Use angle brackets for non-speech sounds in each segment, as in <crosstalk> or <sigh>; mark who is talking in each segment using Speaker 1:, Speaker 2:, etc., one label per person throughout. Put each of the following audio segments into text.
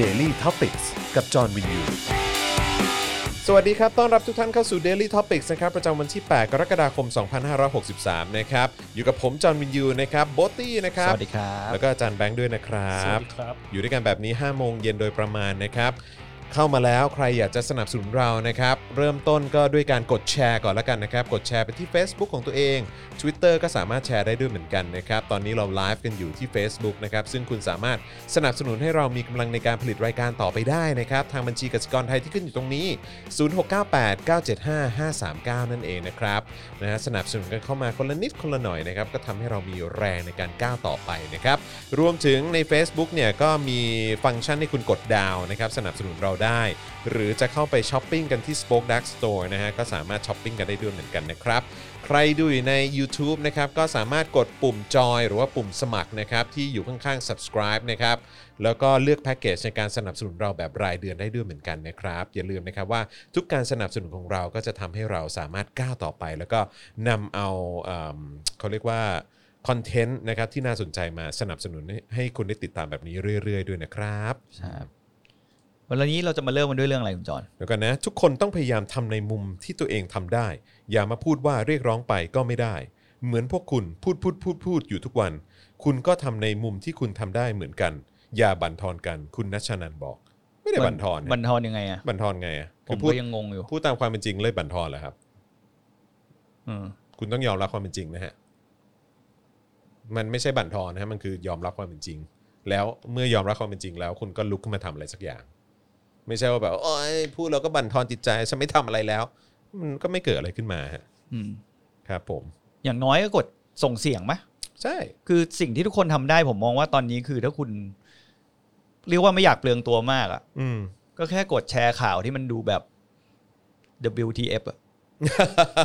Speaker 1: Daily t o p i c กกับจอห์นวินยู
Speaker 2: สวัสดีครับ ต้อนรับทุกท่านเข้าสู่ Daily Topics นะครับ ประจำวันที่ 8 กรกฎาคม 2563 นะครับ อยู่กับผม จอห์นวินยู นะครับ โบทตี้ นะครับ
Speaker 3: สวัสดีครับ
Speaker 2: แล้วก็อาจารย์แบงค์ด้วยนะครับ
Speaker 4: สวัสดีครับ
Speaker 2: อยู่ด้วยกันแบบนี้ 5 โมงเย็นโดยประมาณนะครับ เข้ามาแล้วใครอยากจะสนับสนุนเรานะครับ เริ่มต้นก็ด้วยการกดแชร์ก่อนละกันนะครับ กดแชร์ไปที่ Facebook ของตัวเอง Twitter ก็สามารถแชร์ได้ด้วยเหมือนกันนะครับ ตอนนี้เราไลฟ์กันอยู่ที่ Facebook นะครับ ซึ่งคุณสามารถสนับสนุนให้เรามีกำลังในการผลิตรายการต่อไปได้นะครับ ทางบัญชีกสิกรไทยที่ขึ้นอยู่ตรงนี้ 0698975539 นั่นเองนะครับนะฮะสนับสนุนกันเข้ามาคนละนิดคนละหน่อยนะครับ ก็ทำให้เรามีแรงในการก้าวต่อไปนะครับ รวมถึงใน Facebook เนี่ยก็มีฟังก์ชันให้คุณกดดาวน์นะครับสนับสนุนเราได้ หรือจะเข้าไปช้อปปิ้งกันที่ Spoke Dark Store นะฮะก็สามารถช้อปปิ้งกันได้ด้วยเหมือนกันนะครับ ใครดูอยู่ใน YouTube นะครับก็สามารถกดปุ่มจอยหรือว่าปุ่มสมัครนะครับที่อยู่ข้างๆ subscribe นะครับแล้วก็เลือกแพ็กเกจในการสนับสนุนเราแบบรายเดือนได้ด้วยเหมือนกันนะครับ อย่าลืมนะครับว่าทุกการสนับสนุนของเราก็จะทำให้เราสามารถก้าวต่อไป แล้วก็นำเอาเอิ่มเขาเรียกว่า คอนเทนต์นะครับที่น่าสนใจมาสนับสนุนให้ให้คุณได้ติดตามแบบนี้เรื่อย ๆ ด้วยนะครับ
Speaker 3: ครับวันนี้เราจะมาเริ่มกันด้วยเรื่องอะไรคุณจอน
Speaker 2: เดี๋ยวกันนะทุกคนต้องพยายามทำในมุมที่ตัวเองทำได้ อย่ามาพูดว่าเรียกร้องไปก็ไม่ได้ เหมือนพวกคุณพูดพูดพูดพูดอยู่ทุกวัน คุณก็ทำในมุมที่คุณทำได้เหมือนกัน อย่าบั่นทอนกันคุณนัชชานันท์บอก ไม่ได้บั่นทอนนะ
Speaker 3: บันทอนยังไงอ่ะ
Speaker 2: บั่นทอนไงอะ
Speaker 3: ผ
Speaker 2: คือ
Speaker 3: ม
Speaker 2: พูด
Speaker 3: ก็ยังงงอยู่
Speaker 2: พูดตามความเป็นจริงเลยบั่นทอนเหรอครับ
Speaker 3: อืม
Speaker 2: คุณต้องยอมรับความเป็นจริงนะฮะ มันไม่ใช่บั่นทอนนะฮะ มันคือยอมรับความเป็นจริง แล้วเมื่อยอมรับความเป็นจริงแล้ว คุณก็ลุกขึ้นมาทำอะไรสักอย่าง ไม่ใช่ว่าแบบโอ้ยพูดแล้วก็บั่นทอนจิตใจฉันไม่ทำอะไรแล้ว มันก็ไม่เกิดอะไรขึ้นมาฮะ
Speaker 3: อืม
Speaker 2: ครับผม
Speaker 3: อย่างน้อยก็กดส่งเสียงไหม
Speaker 2: ใช่
Speaker 3: คือสิ่งที่ทุกคนทำได้ผมมองว่าตอนนี้คือถ้าคุณ เรียกว่าไม่อยากเปลืองตัวมากอ่ะ
Speaker 2: อืม
Speaker 3: ก็แค่กดแชร์ข่าวที่มันดูแบบ WTF
Speaker 2: <laughs>
Speaker 3: อะ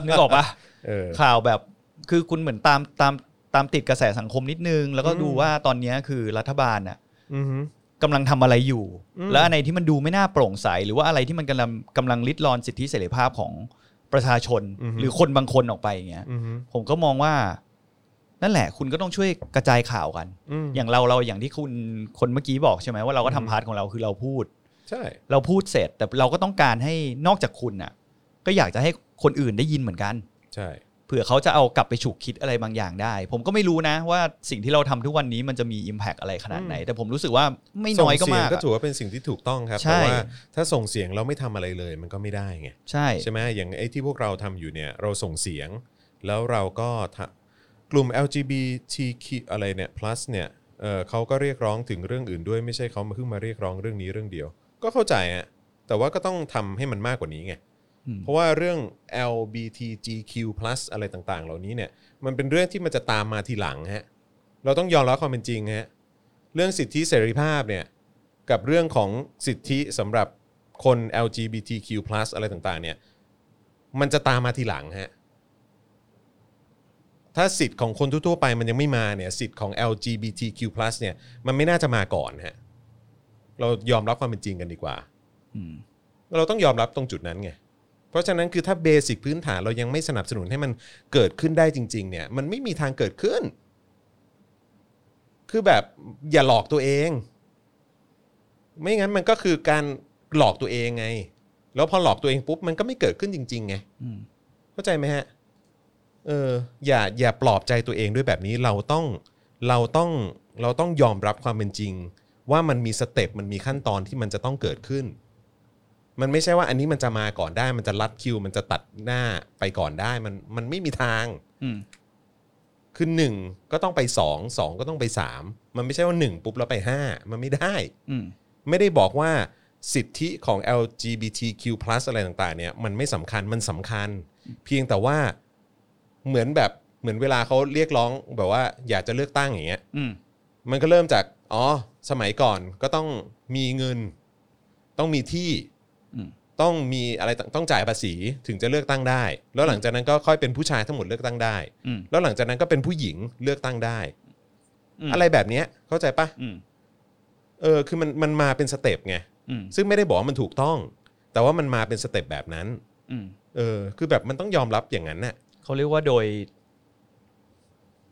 Speaker 3: นึกออกปะ
Speaker 2: เออ
Speaker 3: ข่าวแบบคือคุณเหมือนตามตามตามติดกระแสสังคมนิดนึง แล้วก็ดู
Speaker 2: อืม
Speaker 3: ว่าตอนเนี้ยคือรัฐบาลอ่ะ
Speaker 2: อืม
Speaker 3: กำลังทำอะไรอยู่
Speaker 2: อืม
Speaker 3: และอะไรที่มันดูไม่น่าโปร่งใส หรือว่าอะไรที่มันกำลังกำลังลิดรอนสิทธิเสรีภาพของประชาชน หรือคนบางคนออกไปอย่างเงี้ย
Speaker 2: อืม
Speaker 3: ผมก็มองว่า นั่นแหละ คุณก็ต้องช่วยกระจายข่าวกัน
Speaker 2: อืม
Speaker 3: อย่างเราเราอย่างที่คุณคนเมื่อกี้บอกใช่ไหมว่าเราก็ทำพาร์ทของเราคือเราพูด
Speaker 2: ใช่
Speaker 3: เราพูดเสร็จ แต่เราก็ต้องการให้นอกจากคุณน่ะ ก็อยากจะให้คนอื่นได้ยินเหมือนกัน
Speaker 2: ใช่
Speaker 3: เผื่อเขาจะเอากลับไปฉุกคิดอะไรบางอย่างได้ ผมก็ไม่รู้นะว่าสิ่งที่เราทำทุกวันนี้มันจะมี Impact อะไรขนาดไหน แต่ผมรู้สึกว่าไม่น้อยก็
Speaker 2: ส่งเสี
Speaker 3: มาง ก
Speaker 2: ก็
Speaker 3: อะ
Speaker 2: ถือว่าเป็นสิ่งที่ถูกต้องครับ
Speaker 3: ใช่
Speaker 2: แต่ว่าถ้าส่งเสียงเราไม่ทำอะไรเลย มันก็ไม่ได้ไง
Speaker 3: ใช่
Speaker 2: ใช่ไหมอย่างไอ้ที่พวกเราทำอยู่เนี่ยเราส่งเสียง แล้วเราก็ทำกลุ่ม LGBTQ อะไรเนี่ย plus เนี่ยเอ่อเขาก็เรียกร้องถึงเรื่องอื่นด้วยไม่ใช่เขามาเพิ่งมาเรียกร้องเรื่องนี้เรื่องเดียว ก็เข้าใจอะแต่ว่าก็ต้องทำให้มันมากกว่านี้ไง
Speaker 3: อืม
Speaker 2: เพราะว่าเรื่อง LBTGQ+ อะไรต่างๆ เหล่านี้เนี่ยมันเป็นเรื่องที่มันจะตามมาทีหลังฮะเราต้องยอมรับความเป็นจริงฮะเรื่องสิทธิเสรีภาพเนี่ยกับเรื่องของสิทธิสำหรับคน LGBTQ+ อะไรต่างๆเนี่ย มันจะตามมาทีหลังฮะ ถ้าสิทธิ์ของคนทั่วๆไปมันยังไม่มาเนี่ย สิทธิ์ของ LGBTQ+ เนี่ยมันไม่น่าจะมาก่อนฮะ เรายอมรับความเป็นจริงกันดีกว่า
Speaker 3: อืม
Speaker 2: เราต้องยอมรับตรงจุดนั้นไง เพราะฉะนั้นคือถ้าเบสิกพื้นฐานเรายังไม่สนับสนุนให้มันเกิดขึ้นได้จริง ๆ เนี่ย มันไม่มีทางเกิดขึ้น คือแบบอย่าหลอกตัวเอง ไม่งั้นมันก็คือการหลอกตัวเองไง แล้วพอหลอกตัวเองปุ๊บมันก็ไม่เกิดขึ้นจริงๆไง
Speaker 3: อืม
Speaker 2: เข้าใจไหมฮะ เออ อย่า อย่าปลอบใจตัวเองด้วยแบบนี้ เราต้อง เราต้อง เราต้องยอมรับความเป็นจริง ว่ามันมีสเต็ป มันมีขั้นตอนที่มันจะต้องเกิดขึ้น มันไม่ใช่ว่าอันนี้มันจะมาก่อนได้ มันจะลัดคิว มันจะตัดหน้าไปก่อนได้ มัน มันไม่มีทาง
Speaker 3: อืม
Speaker 2: คือ1ก็ต้องไป 2 2 ก็ต้องไป 3 มันไม่ใช่ว่า 1 ปุ๊บแล้วไป 5 มันไม่ได้
Speaker 3: อืม
Speaker 2: ไม่ได้บอกว่าสิทธิของ LGBTQ+ อะไรต่างๆ เนี่ยมันไม่สำคัญมันสำคัญ เพียงแต่ว่าเหมือนแบบเหมือนเวลาเขาเรียกร้องแบบว่าอยากจะเลือกตั้งอย่างเงี้ย
Speaker 3: อืม
Speaker 2: มันก็เริ่มจากอ๋อสมัยก่อนก็ต้องมีเงิน ต้องมีที่
Speaker 3: อืม
Speaker 2: ต้องมีอะไรต่างต้องจ่ายภาษีถึงจะเลือกตั้งได้ แล้วหลังจากนั้นก็ค่อยเป็นผู้ชายทั้งหมดเลือกตั้งได้
Speaker 3: อืม
Speaker 2: แล้วหลังจากนั้นก็เป็นผู้หญิงเลือกตั้งได้
Speaker 3: อืม
Speaker 2: อะไรแบบเนี้ยเข้าใจปะ
Speaker 3: อืม
Speaker 2: เออคือมันมันมาเป็นสเต็ปไง
Speaker 3: อืม
Speaker 2: ซึ่งไม่ได้บอกว่ามันถูกต้อง แต่ว่ามันมาเป็นสเต็ปแบบนั้น
Speaker 3: อืม
Speaker 2: เออ คือแบบมันต้องยอมรับอย่างนั้นน่ะ
Speaker 3: เขาเรียกว่าโดย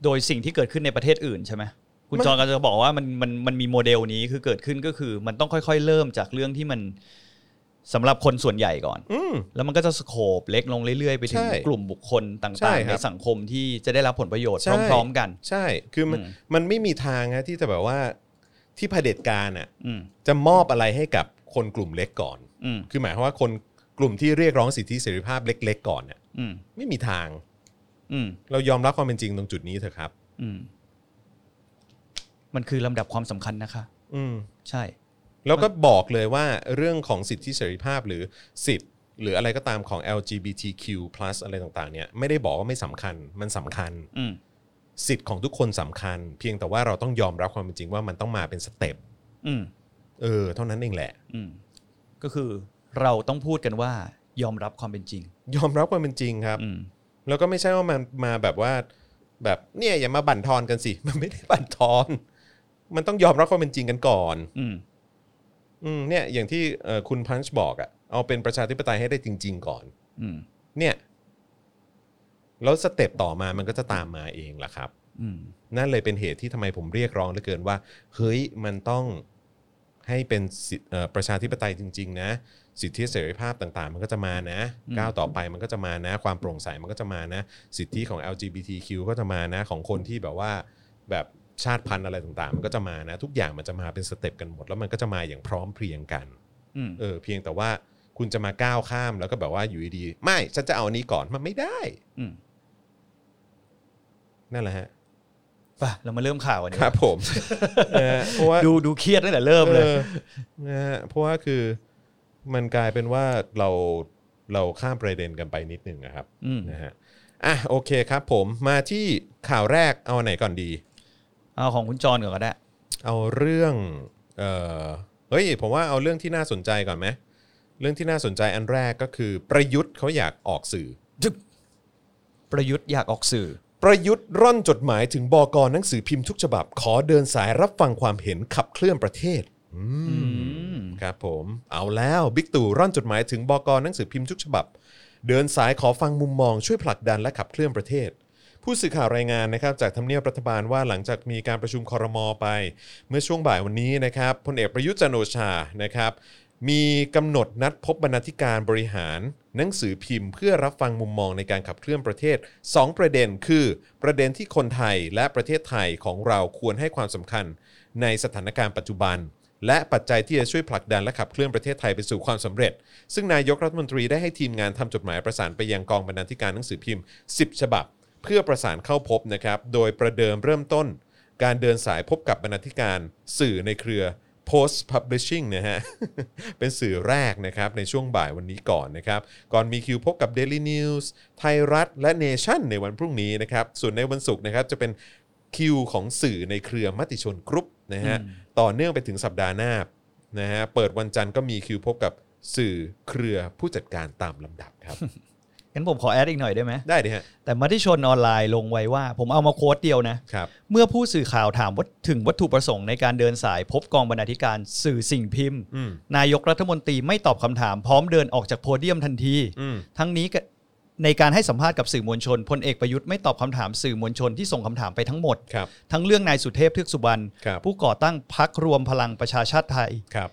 Speaker 3: โดยสิ่งที่เกิดขึ้นในประเทศอื่นใช่ไหม คุณ
Speaker 2: มัน
Speaker 3: จอนก็จะบอกว่ามันมันมันมีโมเดลนี้คือเกิดขึ้นก็คือ มันต้องค่อยๆ เริ่มจากเรื่องที่มันสำหรับคนส่วนใหญ่ก่อน
Speaker 2: อืม
Speaker 3: แล้วมันก็จะสโคบเล็กลงเรื่อยๆ ไปถึง
Speaker 2: ใช่
Speaker 3: กลุ่มบุคคล
Speaker 2: ใช่
Speaker 3: ต่าง
Speaker 2: ครั
Speaker 3: ๆใน
Speaker 2: บ
Speaker 3: สังคมที่จะได้รับผลประโยชน์
Speaker 2: ใช่
Speaker 3: พร้อมๆกัน
Speaker 2: ใช่ คือมัน
Speaker 3: อืม
Speaker 2: มันไม่มีทางฮะที่จะแบบว่าที่เผด็จการอ่ะ
Speaker 3: อืม
Speaker 2: จะมอบอะไรให้กับคนกลุ่มเล็กก่อน
Speaker 3: อืม
Speaker 2: คือหมายความว่าคนกลุ่มที่เรียกร้องสิทธิเสรีภาพเล็ก ๆ ก่อนเนี่ย
Speaker 3: อืม
Speaker 2: ไม่มีทาง
Speaker 3: อืม
Speaker 2: เรายอมรับความเป็นจริงตรงจุดนี้เถอะครับ
Speaker 3: อืมมันคือลำดับความสำคัญนะคะ
Speaker 2: อืม
Speaker 3: ใช่
Speaker 2: แล้วก็บอกเลยว่าเรื่องของสิทธิเสรีภาพหรือสิทธิ์ หรืออะไรก็ตามของ LGBTQ+ อะไรต่างๆเนี่ยไม่ได้บอกว่าไม่สำคัญมันสำคัญ
Speaker 3: อืม
Speaker 2: สิทธิ์ของทุกคนสำคัญ เพียงแต่ว่าเราต้องยอมรับความเป็นจริงว่ามันต้องมาเป็นสเต็ป
Speaker 3: อืม
Speaker 2: เออเท่านั้นเองแหละ
Speaker 3: อืมก็คือเราต้องพูดกันว่ายอมรับความเป็นจริง
Speaker 2: ยอมรับความเป็นจริงครับ
Speaker 3: อืม
Speaker 2: แล้วก็ไม่ใช่ว่ามันมาแบบว่าแบบเนี่ยอย่ามาบั่นทอนกันสิ มันไม่ได้บั่นทอน มันต้องยอมรับความเป็นจริงกันก่อน
Speaker 3: อืม
Speaker 2: อืมเนี่ยอย่างที่เอ่อคุณพันช์บอกอะเอาเป็นประชาธิปไตยให้ได้จริง ๆ ก่อน
Speaker 3: อืม
Speaker 2: เนี่ยแล้วสเต็ปต่อมามันก็จะตามมาเองล่ะครับ
Speaker 3: อืม
Speaker 2: นั่นเลยเป็นเหตุที่ทำไมผมเรียกร้องเหลือเกินว่า เฮ้ยมันต้องให้เป็นสิเอ่อประชาธิปไตยจริง ๆ นะ สิทธิเสรีภาพต่างๆ มันก็จะมานะ
Speaker 3: อืม
Speaker 2: ก้าวต่อไปมันก็จะมานะ ความโปร่งใสมันก็จะมานะ สิทธิของ LGBTQ ก็จะมานะ ของคนที่แบบว่าแบบชาติพันธุ์อะไรต่างๆ มันก็จะมานะ ทุกอย่างมันจะมาเป็นสเต็ปกันหมด แล้วมันก็จะมาอย่างพร้อมเพรียงกัน
Speaker 3: อืม
Speaker 2: เออเพียงแต่ว่าคุณจะมาก้าวข้ามแล้วก็แบบว่าอยู่ดีๆไม่ฉันจะเอาอันนี้ก่อนมันไม่ได้
Speaker 3: อืม
Speaker 2: นั่นแหละฮะ
Speaker 3: ไป่ะเรามาเริ่มข่าวกันดี
Speaker 2: ครั
Speaker 3: กว่า
Speaker 2: บ
Speaker 3: <laughs>
Speaker 2: ผมเออเพราะว่า
Speaker 3: ดูดูเครียดตั้งแต่เริ่มเลย
Speaker 2: ออนะฮะเพราะว่าคือมันกลายเป็นว่าเราเราข้ามประเด็นกันไปนิดนึงนะครับ
Speaker 3: อืม
Speaker 2: นะฮะอ่ะโอเคครับผมมาที่ข่าวแรกเอาอันไหนก่อนดี
Speaker 3: เอาของคุณจอนก่อนก็ได้
Speaker 2: เอาเรื่องเออเฮ้ยผมว่าเอาเรื่องที่น่าสนใจก่อนไหมเรื่องที่น่าสนใจอันแรกก็คือประยุทธ์เขาอยากออกสื่อ
Speaker 3: ประยุทธ์อยากออกสื่อ
Speaker 2: ประยุทธ์ร่อนจดหมายถึงบอกอหนังสือพิมพ์ทุกฉบับ ขอเดินสายรับฟังความเห็นขับเคลื่อนประเทศอืม
Speaker 3: อืม
Speaker 2: ครับผมเอาแล้วบิ๊กตู่ร่อนจดหมายถึงบอกอหนังสือพิมพ์ทุกฉบับ เดินสายขอฟังมุมมองช่วยผลักดันและขับเคลื่อนประเทศ ผู้สื่อข่าวรายงานนะครับจากทำเนียบรัฐบาลว่าหลังจากมีการประชุมคอรมอไป เมื่อช่วงบ่ายวันนี้นะครับพลเอกประยุทธ์จันทร์โอชานะครับ มีกำหนดนัดพบบรรณาธิการบริหาร หนังสือพิมพ์ เพื่อรับฟังมุมมองในการขับเคลื่อนประเทศ 2 ประเด็นคือ ประเด็นที่คนไทยและประเทศไทยของเราควรให้ความสำคัญ ในสถานการณ์ปัจจุบัน และปัจจัยที่จะช่วยผลักดันและขับเคลื่อนประเทศไทยไปสู่ความสำเร็จ ซึ่งนายกรัฐมนตรีได้ให้ทีมงานทำจดหมายประสานไปยังกองบรรณาธิการหนังสือพิมพ์ 10 ฉบับ เพื่อประสานเข้าพบนะครับ โดยประเดิมเริ่มต้น การเดินสายพบกับบรรณาธิการสื่อในเครือ Post Publishing นะฮ <laughs> ะ เป็นสื่อแรกนะครับ ในช่วงบ่ายวันนี้ก่อนนะครับ ก่อนมีคิวพบกับ Daily News ไทยรัฐ และเนชั่นในวันพรุ่งนี้นะครับ ส่วนในวันศุกร์นะครับจะเป็นคิวของสื่อในเครือมติชนกรุ๊ปนะฮะ ต่อเนื่องไปถึงสัปดาห์หน้านะฮะ เปิดวันจันทร์ก็มีคิวพบกับสื่อเครือผู้จัดการตามลำดับครับ
Speaker 3: งั้นผมขอแอดอีกหน่อยได้ไหม
Speaker 2: ได้ดิฮะ
Speaker 3: แต่มติชนออนไลน์ลงไว้ว่า ผมเอามาโค้ดเดียวนะ
Speaker 2: ครับ
Speaker 3: เมื่อผู้สื่อข่าวถามว่าถึงวัตถุประสงค์ในการเดินสายพบกองบรรณาธิการสื่อสิ่งพิมพ์
Speaker 2: อืม
Speaker 3: นายกรัฐมนตรีไม่ตอบคำถามพร้อมเดินออกจากโพเดียมทันที
Speaker 2: อืม
Speaker 3: ทั้งนี้ก็ในการให้สัมภาษณ์กับสื่อมวลชนพลเอกประยุทธ์ไม่ตอบคำถามสื่อมวลชนที่ส่งคำถามไปทั้งหมด
Speaker 2: ครับ
Speaker 3: ทั้งเรื่องนายสุเทพเทือกสุบรรณ
Speaker 2: ครับ
Speaker 3: ผู้ก่อตั้งพักรวมพลังประชาชาติไทย
Speaker 2: ครับ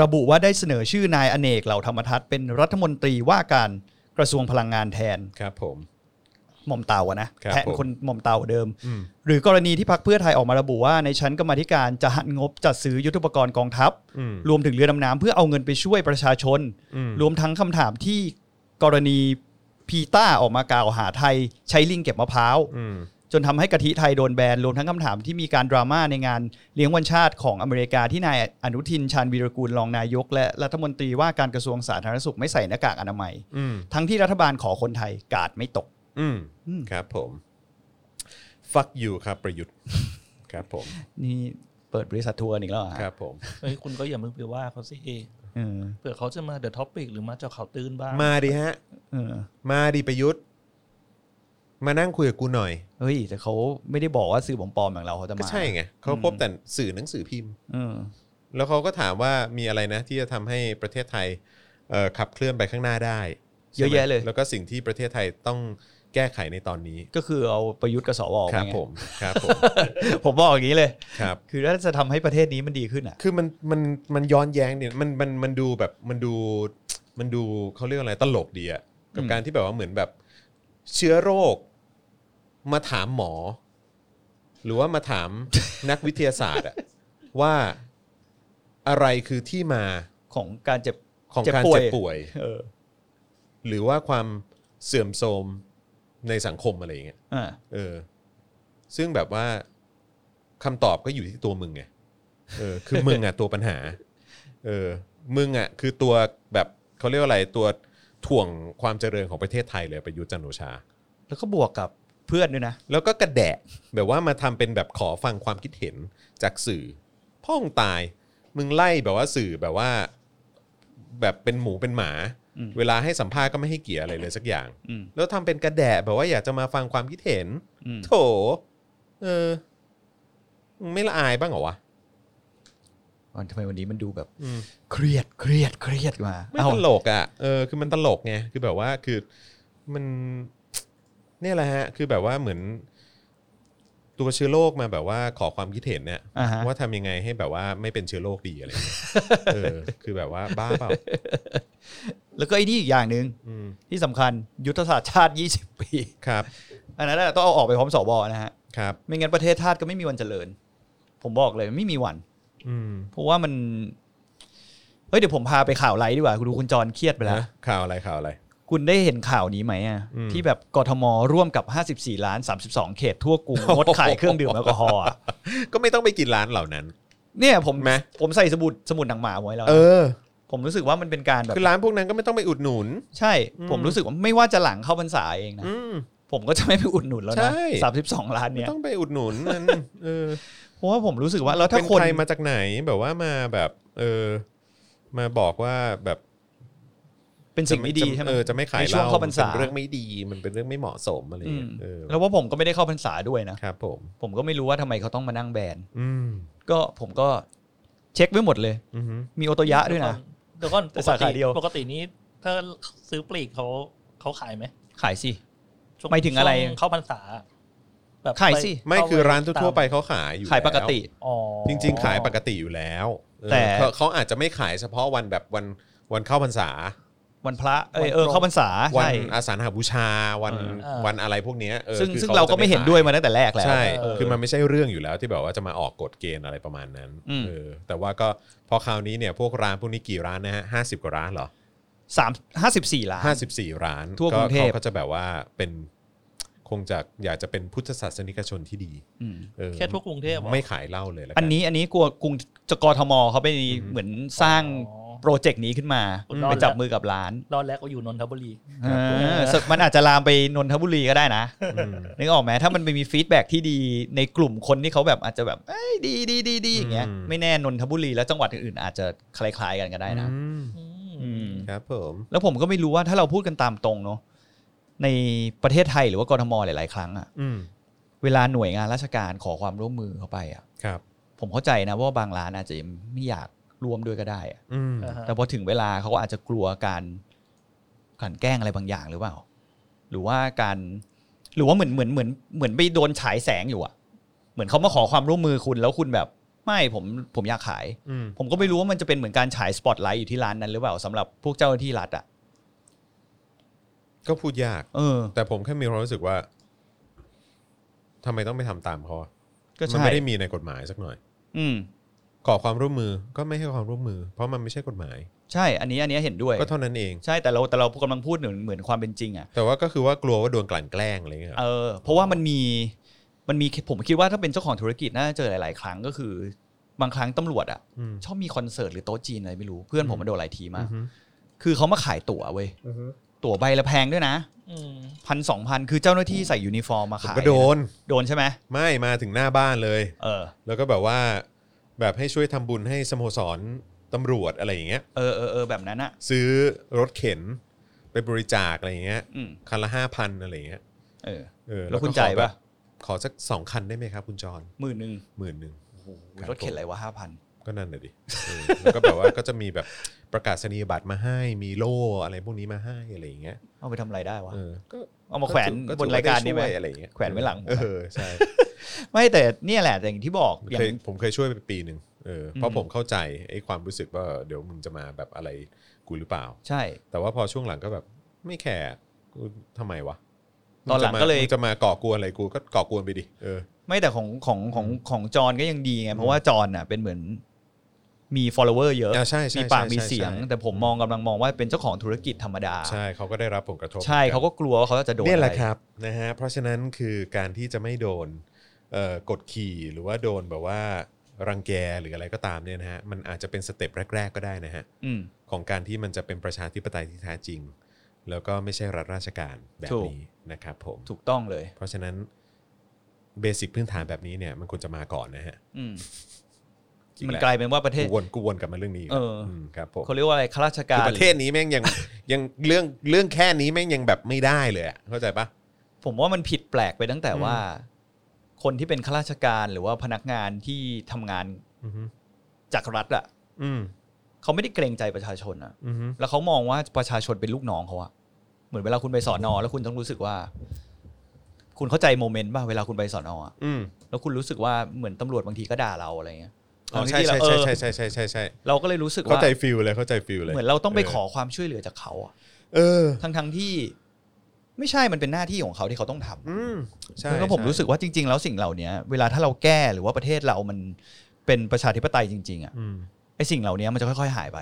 Speaker 3: ระบุว่าได้เสนอชื่อนายอเนกเหล่าธรรมทัศน์เป็นรัฐมนตรีว่าการกระทรวงพลังงานแทน
Speaker 2: ครับผม
Speaker 3: หม่อมเต่าอะนะครับแทน
Speaker 2: ผม
Speaker 3: คนหม่อมเต่าเดิม
Speaker 2: อืม
Speaker 3: หรือกรณีที่พักเพื่อไทยออกมาระบุว่าในชั้นกรรมาธิการจะหันงบจัดซื้อยุทธปกรณ์กองทัพ
Speaker 2: อืม
Speaker 3: รวมถึงเรือดำน้ำเพื่อเอาเงินไปช่วยประชาชน
Speaker 2: อืม
Speaker 3: รวมทั้งคำถามที่กรณีพีต้าออกมากล่าวหาไทยใช้ลิงเก็บมะพร้าว
Speaker 2: อืม
Speaker 3: จนทำให้กะทิไทยโดนแบนรวมทั้งคำถามที่มีการดราม่าในงานเลี้ยงวันชาติของอเมริกาที่นายอนุทินชาญวีรกูลรองนายก และรัฐมนตรีว่าการกระทรวงสาธารณสุขไม่ใส่หน้ากากอนามัย
Speaker 2: อืม
Speaker 3: ทั้งที่รัฐบาลขอคนไทยกาดไม่ตก
Speaker 2: อืม
Speaker 3: อืม
Speaker 2: ครับผม fuck you ครับประยุทธ์ ครับผม
Speaker 3: นี่เปิดบริษัททัวร์อีกแล้วเหรอฮะ
Speaker 2: ครับผม
Speaker 4: เฮ้ยคุณก็อย่ามึงไปว่าเขาสิ
Speaker 3: เออ
Speaker 4: เผื่อเขาจะมาเดอะท็อปิกหรือมาเจาะข่าวตื้นบ้าง
Speaker 2: มาดิฮะ
Speaker 3: เออ
Speaker 2: มาดิประยุทธ์ มานั่งคุยกับกูหน่อย
Speaker 3: เฮ้ยแต่เขาไม่ได้บอกว่าสื่อปลอมๆอย่างเราเขาจะ
Speaker 2: ก็
Speaker 3: มา
Speaker 2: ใช่ไง เขาพบแต่สื่อหนังสือพิมพ์
Speaker 3: เออ
Speaker 2: แล้วเขาก็ถามว่ามีอะไรนะ ที่จะทำให้ประเทศไทยเอ่อขับเคลื่อนไปข้างหน้าได้ใช่ไหม
Speaker 3: เยอะแยะเลย
Speaker 2: แล้วก็สิ่งที่ประเทศไทยต้อง แก้ไขในตอนนี้
Speaker 3: ก็คือเอาประยุทธ์กับสวออก
Speaker 2: ค
Speaker 3: ไป
Speaker 2: รับ
Speaker 3: ไง
Speaker 2: ผม ครับผม
Speaker 3: ผมบอกอย่างนี้เลย
Speaker 2: ครับ
Speaker 3: คือถ้าจะทำให้ประเทศนี้มันดีขึ้นอ่ะ
Speaker 2: คือมันมันมันย้อนแย้งเนี่ยมันมันมันดูแบบมันดูมันดูเขาเรียกอะไรตลกดีอะกับ
Speaker 3: อืม
Speaker 2: การที่แบบว่าเหมือนแบบเชื้อโรคมาถามหมอ หรือว่ามาถาม นักวิทยาศาสตร์อะว่าอะไรคือที่มา
Speaker 3: ของการเจ็บ
Speaker 2: ของการเจ็บป่วย
Speaker 3: เออ
Speaker 2: หรือว่าความเสื่อมโทรมในสังคมอะไรอย่างเงี้ย
Speaker 3: อ่า
Speaker 2: เออ ซึ่งแบบว่าคำตอบก็อยู่ที่ตัวมึงไงเออ คือมึงอ่ะ ตัวปัญหา เออ มึงอ่ะ คือตัวแบบเขาเรียกว่าอะไรตัวถ่วงความเจริญของประเทศไทยเลยประยุทธ์จันทร์โอชา
Speaker 3: แล้วก็บวกกับเพื่อนด้วยนะ
Speaker 2: แล้วก็กระแดะแบบว่ามาทำเป็นแบบขอฟังความคิดเห็นจากสื่อ พ่องตาย มึงไล่แบบว่าสื่อแบบว่า แบบเป็นหมูเป็นหมา
Speaker 3: อืม
Speaker 2: เวลาให้สัมภาษณ์ก็ไม่ให้เกียร์อะไรเลยสักอย่าง
Speaker 3: อืม
Speaker 2: แล้วทำเป็นกระแดะแบบว่าอยากจะมาฟังความคิดเห็น
Speaker 3: อืม
Speaker 2: โถ เออมึงไม่ละอายบ้างเหรอวะ
Speaker 3: อ๋อทำไมวันนี้มันดูแบบ
Speaker 2: อืม
Speaker 3: เครียดเครียดเครียดมา
Speaker 2: ไม่ตลกอ่ะเออคือมันตลกไงคือแบบว่าคือมันเนี่ยแหละฮะ คือแบบว่าเหมือน ตัวเชื้อโรคมาแบบว่าขอความคิดเห็นเนี่ย
Speaker 3: อ่าฮะ
Speaker 2: ว่าทำยังไงให้แบบว่าไม่เป็นเชื้อโรคดีอะไรอย่างเงี้
Speaker 3: <laughs>
Speaker 2: ย เออ คือแบบว่าบ้าเปล่า
Speaker 3: แล้วก็ไอ้นี่อีกอย่างหนึ่ง
Speaker 2: อืม
Speaker 3: ที่สำคัญยุทธศาสตร์ชาติ 20 ปี <laughs>
Speaker 2: ครับ
Speaker 3: อันนั้นน่ะต้องเอาออกไปพร้อมสวนะฮะ
Speaker 2: ครับ
Speaker 3: ไม่งั้นประเทศชาติก็ไม่มีวันเจริญ ผมบอกเลยไม่มีวัน
Speaker 2: อืม
Speaker 3: เพราะว่ามัน เฮ้ยเดี๋ยวผมพาไปข่าวไลท์ดีกว่าคุณดูคุณจรเครียดไปแล้ว
Speaker 2: นะข่าวอะไรข่าวอะไร
Speaker 3: คุณได้เห็นข่าวนี้ไหมอ่ะ
Speaker 2: อืม
Speaker 3: ที่แบบกทมร่วมกับ 54 ล้าน 32 เขตทั่ว
Speaker 2: <laughs>
Speaker 3: กรุงงดขายเครื่องดื่มแอลกอฮอล์อะ
Speaker 2: ก็ไม่ต้องไปกินร้านเหล่านั้น
Speaker 3: เนี่ยผม
Speaker 2: ไหม
Speaker 3: ผมใส่สมุดสมุดหนังหมาไว้แล้วนะ
Speaker 2: เออ
Speaker 3: ผมรู้สึกว่ามันเป็นการแบบ
Speaker 2: คือร้านพวกนั้นก็ไม่ต้องไปอุดหนุน
Speaker 3: ใช่ ผมรู้สึกว่าไม่ว่าจะหลังเข้าพรรษาเองนะ
Speaker 2: อืม
Speaker 3: ผมก็จะไม่ไปอุดหนุนแล้ว
Speaker 2: ใช่
Speaker 3: นะ32 ล้าน
Speaker 2: ไม่
Speaker 3: เนี่ย
Speaker 2: ต้องไปอุดหนุน <laughs> มันเออ
Speaker 3: เพราะว่าผมรู้สึกว่าแล้วถ้า
Speaker 2: เป็น
Speaker 3: คน
Speaker 2: ใครมาจากไหนแบบว่ามาแบบ เออ มาบอกว่าแบบ
Speaker 3: เป็นสิ่งไม่ดีใช่ไหม
Speaker 2: เออจะไม่ขาย
Speaker 3: ใน
Speaker 2: เห
Speaker 3: ช่วง
Speaker 2: ล้า
Speaker 3: เข้าพรรษามั
Speaker 2: นเป็นเรื่องไม่ดีมันเป็นเรื่องไม่เหมาะสมอะไรอย่างเงี้ยเออ
Speaker 3: แล้วว่าผมก็ไม่ได้เข้าพรรษาด้วยนะ
Speaker 2: ครับ ผม
Speaker 3: ผมก็ไม่รู้ว่าทำไมเขาต้องมานั่งแบน
Speaker 2: อืม
Speaker 3: ก็ผมก็เช็คไว้หมดเลย
Speaker 2: อือฮึ
Speaker 3: มีโอโตยะด้วยนะ
Speaker 4: เดี๋ยวก่อน
Speaker 3: แต่สาขาเดียว
Speaker 4: ปกตินี้ ถ้าซื้อปลีกเขาเขาขายไหม
Speaker 3: ขายสิ
Speaker 4: ช่วง
Speaker 3: หมายถึงอะไร
Speaker 4: ช่วเข้าพรรษา
Speaker 3: ขายสิ
Speaker 2: ไม่คือร้านทั่วๆไป
Speaker 4: ตาม
Speaker 2: เขาขายอยู่
Speaker 3: ขายปก
Speaker 2: แล้ว
Speaker 3: ติ
Speaker 4: อ๋อ
Speaker 2: จริงๆ ขายปกติอยู่แล้วเออ
Speaker 3: แต่
Speaker 2: เขาเขาอาจจะไม่ขายเฉพาะวันแบบวันวันเข้าพรรษา
Speaker 3: วันพระเอยเออเข้าพรรษา
Speaker 2: วั
Speaker 3: ใช่
Speaker 2: อาสาฬหบูชาวัน
Speaker 3: เออ
Speaker 4: เออ
Speaker 2: วันอะไรพวกเนี้ยออ
Speaker 3: ซึ่ง
Speaker 2: คือ
Speaker 3: ซึ่ง
Speaker 2: ข
Speaker 3: เราก็ไม่เห็นด้วยมาตั้งแต่แรกแล้ว
Speaker 2: ใช่
Speaker 4: เออ
Speaker 2: คือมันไม่ใช่เรื่องอยู่แล้วที่แบบว่าจะมาออกกฎเกณฑ์อะไรประมาณนั้น
Speaker 3: อืม
Speaker 2: เออแต่ว่าก็พอคราวนี้เนี่ยพวกร้านพวกนี้กี่ร้านนะฮะห้าสิบกว่าร้านเหรอ
Speaker 3: สามห้าสิบสี่ล้าน
Speaker 2: ห้าสิบสี่ร้าน
Speaker 3: ทั่วกรุงเทพ
Speaker 2: ขาก็จะแบบว่าเป็นคงจะอยากจะเป็นพุทธศาสนิกชนที่ดี
Speaker 3: อืม
Speaker 2: เออ
Speaker 4: แค่ทั่วกรุงเทพเหรอ
Speaker 2: ไม่ขายเหล้าเลยละกั
Speaker 3: อันนี้อันนี้กลัวกรุงจกทมเขาไปเหมือนสร้าง
Speaker 4: อ๋อ
Speaker 3: โปรเจกต์นี้ขึ้นมา
Speaker 4: อืม
Speaker 3: ไปจับมือกับร้าน
Speaker 4: รอดแล้วก็อยู่นนทบุรี
Speaker 3: เออซึ่งมันอาจจะลามไปนนทบุรีก็ได้นะ <laughs>
Speaker 2: อืม
Speaker 3: นึกออกไหมถ้ามันไปมีฟีดแบ็กที่ดีในกลุ่มคนที่เขาแบบอาจจะแบบเอ้ยดีดีดีดีอย่างเงี้ย
Speaker 2: อืม
Speaker 3: ไม่แน่นนทบุรีและจังหวัดอื่นๆอาจจะคล้ายๆกันก็ได้นะ
Speaker 2: อืม
Speaker 3: อืม
Speaker 2: ครับผม
Speaker 3: แล้วผมก็ไม่รู้ว่าถ้าเราพูดกันตามตรงเนาะในประเทศไทยหรือว่ากรทมหลายๆครั้งอะ
Speaker 2: อืม
Speaker 3: เวลาหน่วยงานราชการขอความร่วมมือเข้าไปอะ
Speaker 2: ครับ
Speaker 3: ผมเข้าใจนะว่าบางร้านอาจจะไม่อยากร่วมด้วยก็ได้อะ
Speaker 2: อืม
Speaker 4: อ่าฮะ
Speaker 3: แต่พอถึงเวลาเขาก็อาจจะกลัวการกลันแกล้งอะไรบางอย่างหรือเปล่า หรือว่าการหรือว่าเหมือนเหมือนเหมือนเหมือนไปโดนฉายแสงอยู่อะเหมือนเขามาขอความร่วมมือคุณแล้วคุณแบบ ไม่ผมผมอยากขาย
Speaker 2: อืม
Speaker 3: ผมก็ไม่รู้ว่ามันจะเป็นเหมือนการฉายสปอตไลท์อยู่ที่ร้านนั้นหรือเปล่าสำหรับพวกเจ้าหน้าที่รัฐอะ
Speaker 2: ก็พูดยาก
Speaker 3: เออ
Speaker 2: แต่ผมแค่มีความรู้สึกว่าทำไมต้องไปทำตามเขาอะ
Speaker 3: ก็
Speaker 2: มั
Speaker 3: ใช่
Speaker 2: ไม่ได้มีในกฎหมายสักหน่อย
Speaker 3: อืม
Speaker 2: ขอความร่วมมือก็ไม่ให้ความร่วมมือ เพราะมันไม่ใช่กฎหมาย
Speaker 3: ใช่ อันนี้อันนี้เห็นด้วย
Speaker 2: ก็เท่านั้นเอง
Speaker 3: ใช่แต่เราแต่เรากำลังพูดเหมือนเหมือนความเป็นจริงอะ
Speaker 2: แต่ว่าก็คือว่ากลัวว่าโดนกลั่นแกล้งอะไรเงี้ยเหร
Speaker 3: เอ
Speaker 2: อ
Speaker 3: อเพราะว่ามันมีมันมีผมคิดว่าถ้าเป็นเจ้าของธุรกิจน่าจะเจอหลาย ๆ ครั้งก็คือบางครั้งตำรวจอะ
Speaker 2: ม
Speaker 3: ชอบมีคอนเสิร์ตหรือโต๊ะจีนอะไรไม่รู้เพื่อนผมมาโดนหลายที
Speaker 2: อื
Speaker 3: มาก
Speaker 2: อฮึ
Speaker 3: คือเขามาขายตั๋วเว้ย ตั๋วใบละแพงด้วยนะ
Speaker 4: อืม
Speaker 3: พันสองพันคือเจ้าหน้าที่ใส่ยูนิฟอร์มมา
Speaker 2: ผม
Speaker 3: ขาย
Speaker 2: ก็โดน
Speaker 3: โดนใช่ไหม
Speaker 2: ไม่มาถึงหน้าบ้านเลย
Speaker 3: เออ
Speaker 2: แล้วก็แบบว่า แบบให้ช่วยทำบุญให้สโมสรตำรวจอะไรอย่างเงี้ย
Speaker 3: เออเออเออแบบนั้นอะ
Speaker 2: ซื้อรถเข็น ไปบริจาคอะไรอย่างเงี้ย
Speaker 3: อืม
Speaker 2: คันละห้าพันอะไรอย่างเงี้ย
Speaker 3: เออ
Speaker 2: เออ
Speaker 3: แล้วคุณ
Speaker 2: ก็ขอ
Speaker 3: จ่ายปะ
Speaker 2: แบบขอสักสองคันได้ไหมครับ คุณจอห์น
Speaker 3: หมื่นหนึ่ง
Speaker 2: หมื่นหนึ่ง ครับ
Speaker 3: รถเข็นอะไรวะห้าพัน
Speaker 2: ก็นั่นน่ะดิเออแล้วก็แบบว่าก็จะมีแบบประกาศนียบัตรมาให้มีโล่อะไรพวกนี้มาให้อะไรอย่างเงี้ย
Speaker 3: เอาไปทำอะไรได้วะ
Speaker 2: เออก็
Speaker 3: เอามาแขวน
Speaker 2: ถือบ
Speaker 3: นรายการนี้ไหม
Speaker 2: ถือว่ด้ช่วอะไรอย่าเงี้ย
Speaker 3: แขวนไว้หลัง
Speaker 2: เออใช่
Speaker 3: ไม่แต่เนี่ยแหละแต่อย่างที่บอกอย่าง
Speaker 2: เคยผมเคยช่วยไปปีหนึ่งเออเพ
Speaker 3: อื
Speaker 2: ราะ
Speaker 3: ม
Speaker 2: ผมเข้าใจไอ้ความรู้สึกว่าเดี๋ยวมึงจะมาแบบอะไรกูหรือเปล่า
Speaker 3: ใช่
Speaker 2: แต่ว่าพอช่วงหลังก็แบบไม่แคร์กูทำไมวะ
Speaker 3: ตอนหลังก็เลย
Speaker 2: มึจะมาก่อกวนอะไรกูก็ก่อกวนไปดิเออ
Speaker 3: ไม่แต่ของของของของจอนก็ยังดีไงเพราะว่าจอนอ่ะเป็นเหมือนมี follower เยอะ
Speaker 2: อ่าใช่ใช่
Speaker 3: มีปาก
Speaker 2: ใช่
Speaker 3: มี
Speaker 2: ใช่
Speaker 3: เสียง
Speaker 2: ใช่
Speaker 3: แต่ผมมองกำลังมองว่าเป็นเจ้าของธุรกิจธรรมดา
Speaker 2: ใช่เขาก็ได้รับผลกระทบ
Speaker 3: ใช่เขาก็กลัวว่าเขาจะโดน
Speaker 2: เนี่ยแหละ
Speaker 3: อไ
Speaker 2: ครับนะฮะเพราะฉะนั้นคือการที่จะไม่โดนเอ่อกดขี่หรือว่าโดนแบบว่ารังแกหรืออะไรก็ตามเนี่ยนะฮะมันอาจจะเป็นสเต็ปแรก ๆ ก็ได้นะฮะ
Speaker 3: อืม
Speaker 2: ของการที่มันจะเป็นประชาธิปไตยที่แท้จริง แล้วก็ไม่ใช่รัฐราชการแบบ
Speaker 3: ถูก
Speaker 2: นี้นะครับผม
Speaker 3: ถูกต้องเลย
Speaker 2: เพราะฉะนั้นเบสิกพื้นฐานแบบนี้เนี่ยมันควรจะมาก่อนนะฮะ
Speaker 3: อืม
Speaker 2: จริง
Speaker 3: มัน
Speaker 2: แหะ
Speaker 3: กลายเป็นว่าประเทศ
Speaker 2: กูวนกูวนกลับมาเรื่องนี้ก
Speaker 3: เอออื
Speaker 2: มครับผม
Speaker 3: เขาเรียกว่าอะไรข้าราชกา
Speaker 2: คือ
Speaker 3: ร
Speaker 2: ประเทศนี้แม่งยัง ยังเรื่องเรื่องแค่นี้แม่งยังแบบไม่ได้เลยอะเข้าใจปะ
Speaker 3: ผมว่ามันผิดแปลกไปตั้งแต่
Speaker 2: อืม
Speaker 3: ว่า คนที่เป็นข้าราชการหรือว่าพนักงานที่ทำงาน
Speaker 2: อืม
Speaker 3: จากรัฐอ่ะ
Speaker 2: อืม
Speaker 3: เขาไม่ได้เกรงใจประชาชนอ่ะ
Speaker 2: อืม
Speaker 3: แล้วเขามองว่าประชาชนเป็นลูกน้องเขาอะเหมือนเวลาคุณไปสอนอแล้วคุณต้องรู้สึกว่า คุณเข้าใจโมเมนต์ป่ะเวลาคุณไปสอนออะ
Speaker 2: อืม
Speaker 3: แล้วคุณรู้สึกว่าเหมือนตำรวจบางทีก็ด่าเราอะไรเงี้ย
Speaker 2: อ๋อใช่
Speaker 3: ทั้ง
Speaker 2: ใช่
Speaker 3: ที่เราเออ
Speaker 2: ใช่ใช่ใช่ใช่ใช่
Speaker 3: เราก็เลยรู้สึก
Speaker 2: เข้า
Speaker 3: ว่า
Speaker 2: ใจฟิลเลยเข้าใจฟิลเลย
Speaker 3: เหมือนเราต้องไปขอความช่วยเหลือจากเขาอะ
Speaker 2: เออ
Speaker 3: ทั้งทั้งๆที่ ไม่ใช่มันเป็นหน้าที่ของเขาที่เขาต้องทำ
Speaker 2: อืมใช่
Speaker 3: แล้วผม
Speaker 2: ใช่
Speaker 3: รู้สึกว่าจริง ๆ แล้วสิ่งเหล่านี้เวลาถ้าเราแก้หรือว่าประเทศเรามันเป็นประชาธิปไตยจริง ๆอะ
Speaker 2: อืม
Speaker 3: ไอ้สิ่งเหล่านี้มันจะค่อย ๆ หายไป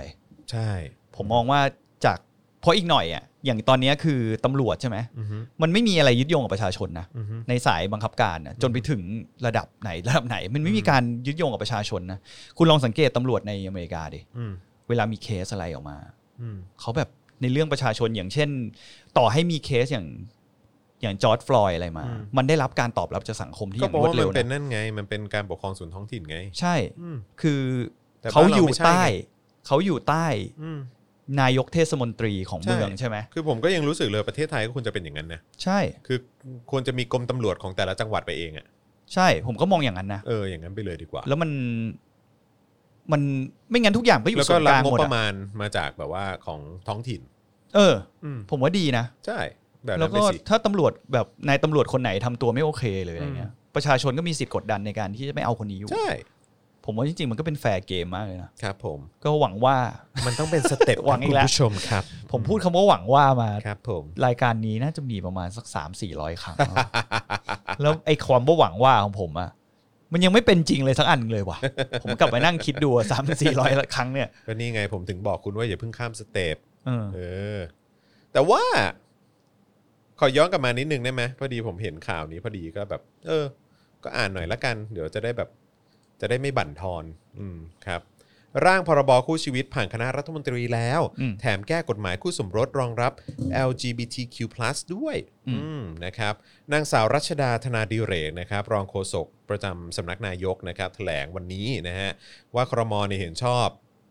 Speaker 2: ใช่
Speaker 3: ผมมองว่าจากเพราะอีกหน่อยอะอย่างตอนนี้คือตำรวจใช่ไหม
Speaker 2: อืม
Speaker 3: มันไม่มีอะไรยึดโยงกับประชาชนนะ
Speaker 2: อืม
Speaker 3: ในสายบังคับการนะจนไปถึงระดับไหนระดับไหน มันไม่มีการยึดโยงกับประชาชนนะคุณลองสังเกตตำรวจในอเมริกาดิ
Speaker 2: อืม
Speaker 3: เวลามีเคสอะไรออกมา
Speaker 2: อืม
Speaker 3: เขาแบบในเรื่องประชาชนอย่างเช่น ต่อให้มีเคสอย่างอย่างจอร์ดฟลอยด์อะไรมา มันได้รับการตอบรับจากสังคมที่อ
Speaker 2: ก็
Speaker 3: ย่าง
Speaker 2: บอก
Speaker 3: รวด
Speaker 2: ว่ามั
Speaker 3: เร็
Speaker 2: น
Speaker 3: ว
Speaker 2: เป็น
Speaker 3: นะ
Speaker 2: นั่นไง มันเป็นการปกครองส่วนท้องถิ่นไง
Speaker 3: ใช่
Speaker 2: อืม
Speaker 3: คือ
Speaker 2: แต่บ้าน
Speaker 3: เขาอยู่
Speaker 2: เราไม่ใช่ไง
Speaker 3: ใต้เขาอยู่ใต้
Speaker 2: อืม
Speaker 3: นายกเทศมนตรีของ
Speaker 2: ใช่
Speaker 3: เมืองใช่ไหม
Speaker 2: คือผมก็ยังรู้สึกเลยประเทศไทยก็ควรจะเป็นอย่างนั้นนะ
Speaker 3: ใช่
Speaker 2: คือควรจะมีกรมตำรวจของแต่ละจังหวัดไปเองอะ
Speaker 3: ใช่ ผมก็มองอย่างนั้นนะ
Speaker 2: เอออย่างนั้นไปเลยดีกว่า
Speaker 3: แล้วมันมันไม่งั้นทุกอย่างก็อยู่
Speaker 2: แล้ว
Speaker 3: ส่
Speaker 2: ก็
Speaker 3: วน
Speaker 2: รับ
Speaker 3: กลาง
Speaker 2: งบ
Speaker 3: หมด
Speaker 2: ป
Speaker 3: อะ
Speaker 2: ระมาณมาจากแบบว่าของท้องถิ่น
Speaker 3: เออ
Speaker 2: อืม
Speaker 3: ผมว่าดีนะ
Speaker 2: ใช่ แบบ
Speaker 3: แล้ว
Speaker 2: นั้นไป
Speaker 3: ก็
Speaker 2: สิ
Speaker 3: ถ้าตำรวจแบบนายตำรวจคนไหนทำตัวไม่โอเคเลยอะไรเงี้
Speaker 2: อืม
Speaker 3: ยประชาชนก็มีสิทธิ์กดดันในการที่จะไม่เอาคนนี้อยู่
Speaker 2: ใช่
Speaker 3: ผมว่าจริงๆ มันก็เป็นแฟร์เกมมากเลยนะครับ
Speaker 2: ผม
Speaker 3: ก็หวังว่า
Speaker 2: มันต้องเป็นสเต็ป
Speaker 3: หวังอี
Speaker 2: คุ
Speaker 3: ก
Speaker 2: ณ
Speaker 3: แล้ว
Speaker 2: ผู้ชมครับ
Speaker 3: ผมพูดคำว่าหวังว่ามา
Speaker 2: ครับผม
Speaker 3: รายการนี้น่าจะมีประมาณสักสามสี่ร้อยครั้ง แล้วไอ้ความว่าหวังว่าของผมอะมันยังไม่เป็นจริงเลยสักอันเลยว่ะ ผมกลับไปนั่งคิดดูสามสี่ร้อยครั้งเนี่ย
Speaker 2: ก็นี่ไงผมถึงบอกคุณว่าอย่าเพิ่งข้ามสเต็ป
Speaker 3: เออ
Speaker 2: เออ แต่ว่า ขอย้อนกลับมานิดนึงได้ไหมพอดีผมเห็นข่าวนี้พอดีก็แบบ เออ ก็อ่านหน่อยละกัน เดี๋ยวจะได้แบบ จะได้ไม่บั่นทอน อืมครับ ร่างพรบคู่ชีวิตผ่านคณะรัฐมนตรีแล้ว
Speaker 3: อืม
Speaker 2: แถมแก้กฎหมายคู่สมรสรองรับ LGBTQ+ ด้วย
Speaker 3: อืม
Speaker 2: อืมนะครับ นางสาวรัชดาธนาดิเรกนะครับ รองโฆษกประจำสำนักนายกนะครับแถลงวันนี้นะฮะว่าครมเนี่ยเห็นชอบ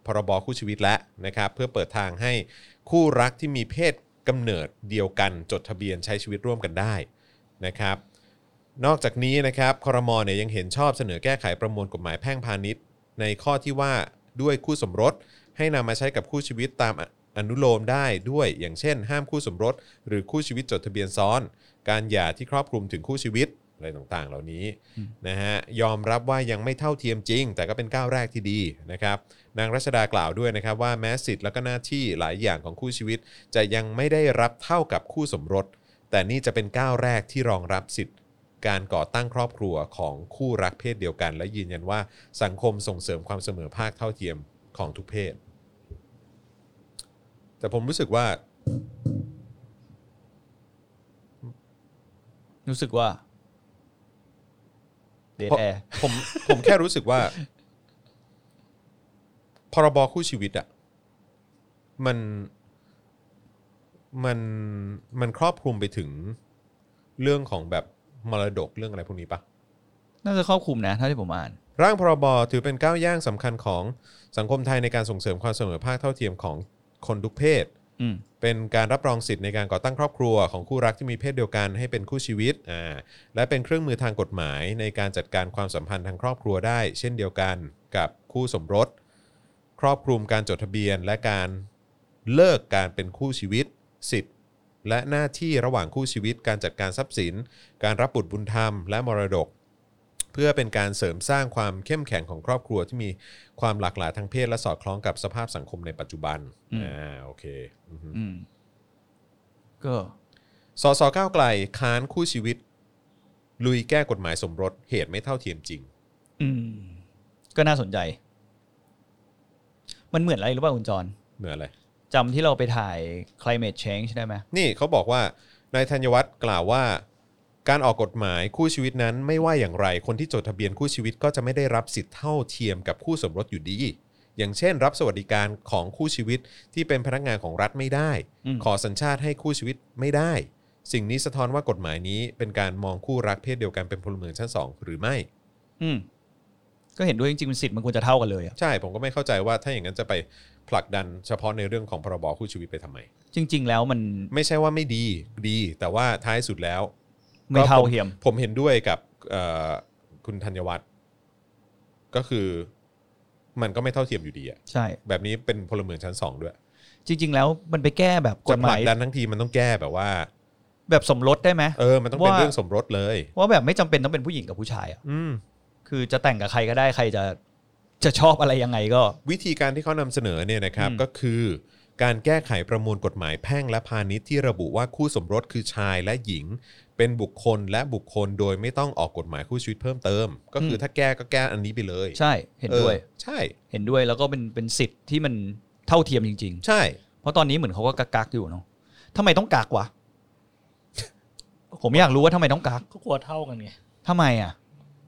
Speaker 2: พรบคู่ชีวิตแล้วนะครับ เพื่อเปิดทางให้คู่รักที่มีเพศกำเนิดเดียวกันจดทะเบียนใช้ชีวิตร่วมกันได้นะครับ นอกจากนี้นะครับครมเนี่ยยังเห็นชอบเสนอแก้ไขประมวลกฎหมายแพ่งพาณิชย์ ในข้อที่ว่าด้วยคู่สมรส ให้นำมาใช้กับคู่ชีวิตตามออนุโลมได้ด้วย อย่างเช่น ห้ามคู่สมรส หรือคู่ชีวิตจดทะเบียนซ้อน การหย่าที่ครอบคลุมถึงคู่ชีวิตอะไรต่างๆ เหล่านี้
Speaker 3: อืม
Speaker 2: นะฮะยอมรับว่ายังไม่เท่าเทียมจริง แต่ก็เป็นก้าวแรกที่ดีนะครับ นางรัชดากล่าวด้วยนะครับว่าแม้สิทธิ์และก็หน้าที่หลายอย่างของคู่ชีวิต จะยังไม่ได้รับเท่ากับคู่สมรส แต่นี่จะเป็นก้าวแรกที่รองรับสิทธิ์ การก่อตั้งครอบครัวของคู่รักเพศเดียวกัน และยืนยันว่าสังคมส่งเสริมความเสมอภาคเท่าเทียมของทุกเพศ แต่ผมรู้สึกว่า
Speaker 3: รู้สึกว่าเดทแอร์
Speaker 2: ผมผมแค่รู้สึกว่า พรบคู่ชีวิตอะมันมันมันครอบคลุมไปถึงเรื่องของแบบมรดกเรื่องอะไรพวกนี้ปะ
Speaker 3: น่าจะครอบคลุมนะเท่าที่ผมอ่าน
Speaker 2: ร่างพรบถือเป็นก้าวย่างสำคัญของสังคมไทยในการส่งเสริมความเสมอภาคเท่าเทียมของคนทุกเพศ
Speaker 3: อืม
Speaker 2: เป็นการรับรองสิทธิ์ในการก่อตั้งครอบครัวของคู่รักที่มีเพศเดียวกันให้เป็นคู่ชีวิตอ่าและเป็นเครื่องมือทางกฎหมายในการจัดการความสัมพันธ์ทางครอบครัวได้ เช่นเดียวกันกับ คู่สมรส ครอบคลุมการจดทะเบียนและการเลิกการเป็นคู่ชีวิตสิทธิ์และหน้าที่ระหว่างคู่ชีวิต การจัดการทรัพย์สิน การรับบุตรบุญธรรมและมรดก เพื่อเป็นการเสริมสร้างความเข้มแข็งของครอบครัวที่มีความหลากหลายทางเพศและสอดคล้องกับสภาพสังคมในปัจจุบัน
Speaker 3: อืม
Speaker 2: อ่าโอเคอือฮึ
Speaker 3: อืม ก็
Speaker 2: สสก้าวไกลค้านคู่ชีวิต ลุยแก้กฎหมายสมรสเหตุไม่เท่าเทียมจริง
Speaker 3: อืม ก็น่าสนใจ มันเหมือนอะไรหรือเปล่าคุณจร
Speaker 2: เหมือนอะไร
Speaker 3: จำที่เราไปถ่าย climate change ได้ไหม
Speaker 2: นี่เขาบอกว่านายธัญวัฒน์กล่าวว่า การออกกฎหมายคู่ชีวิตนั้นไม่ว่าอย่างไร คนที่จดทะเบียนคู่ชีวิตก็จะไม่ได้รับสิทธิ์เท่าเทียมกับคู่สมรสอยู่ดี อย่างเช่น รับสวัสดิการของคู่ชีวิตที่เป็นพนักงานของรัฐไม่ได้
Speaker 3: ม
Speaker 2: ขอสัญชาติให้คู่ชีวิตไม่ได้ สิ่งนี้สะท้อนว่ากฎหมายนี้ เป็นการมองคู่รักเพศเดียวกันเป็นพลเมืองชั้นสองหรือไม่
Speaker 3: อืม ก็เห็นด้วยจริงๆมันสิทธิ์มันควรจะเท่ากันเลยอะ
Speaker 2: ใช่ผมก็ไม่เข้าใจว่าถ้าอย่างนั้นจะไปผลักดันเฉพาะในเรื่องของพรบคู่ชีวิตไปทำไม
Speaker 3: จริง ๆ แล้วมัน
Speaker 2: ไม่ใช่ว่าไม่ดีดี แต่ว่าท้ายสุดแล้ว
Speaker 3: ไม่เท่าเทียม
Speaker 2: ผมเห็นด้วยกับเอ่อคุณธัญวัฒน์ก็คือมันก็ไม่เท่าเทียมอยู่ดีอะ
Speaker 3: ใช่
Speaker 2: แบบนี้เป็นพลเมืองชั้นสองด้วย
Speaker 3: จริง ๆ แล้วมันไปแก้แบบก
Speaker 2: จะ
Speaker 3: ฎ
Speaker 2: ผ
Speaker 3: ห
Speaker 2: ลั
Speaker 3: มาก ย
Speaker 2: ดันทั้งทีมันต้องแก้แบบว่า
Speaker 3: แบบสมรสได้ไหม
Speaker 2: เออ มันต้องเป็น
Speaker 3: ว่า
Speaker 2: เรื่องสมรสเลย
Speaker 3: ว่าแบบไม่จำเป็นต้องเป็นผู้หญิงกับผู้ชายอะ
Speaker 2: อืม
Speaker 3: คือจะแต่งกับใครก็ได้ใครจะจะชอบอะไรยังไงก็
Speaker 2: วิธีการที่เขานำเสนอเนี่ยนะครับ
Speaker 3: อืม
Speaker 2: ก็คือ การแก้ไขประมวลกฎหมายแพ่งและพาณิชย์ที่ระบุว่าคู่สมรสคือชายและหญิง เป็นบุคคลและบุคคลโดยไม่ต้องออกกฎหมายคู่ชีวิตเพิ่มเติม ก็คือถ้าแก้ก็แก้อันนี้ไปเลย
Speaker 3: ใช่เห็นด้วย
Speaker 2: ออใช่
Speaker 3: เห็นด้วยแล้วก็เป็นเป็นสิทธิ์ที่มันเท่าเทียมจริง
Speaker 2: ใช่
Speaker 3: ๆ เพราะตอนนี้เหมือนเขาก็กักๆอยู่เนาะทำไมต้องกัก
Speaker 2: <laughs>
Speaker 3: วะ ผมอยากรู้ว่าทำไมต้องกัก
Speaker 4: ก็กลัวเท่ากันไง
Speaker 3: ทำไมอ่ะ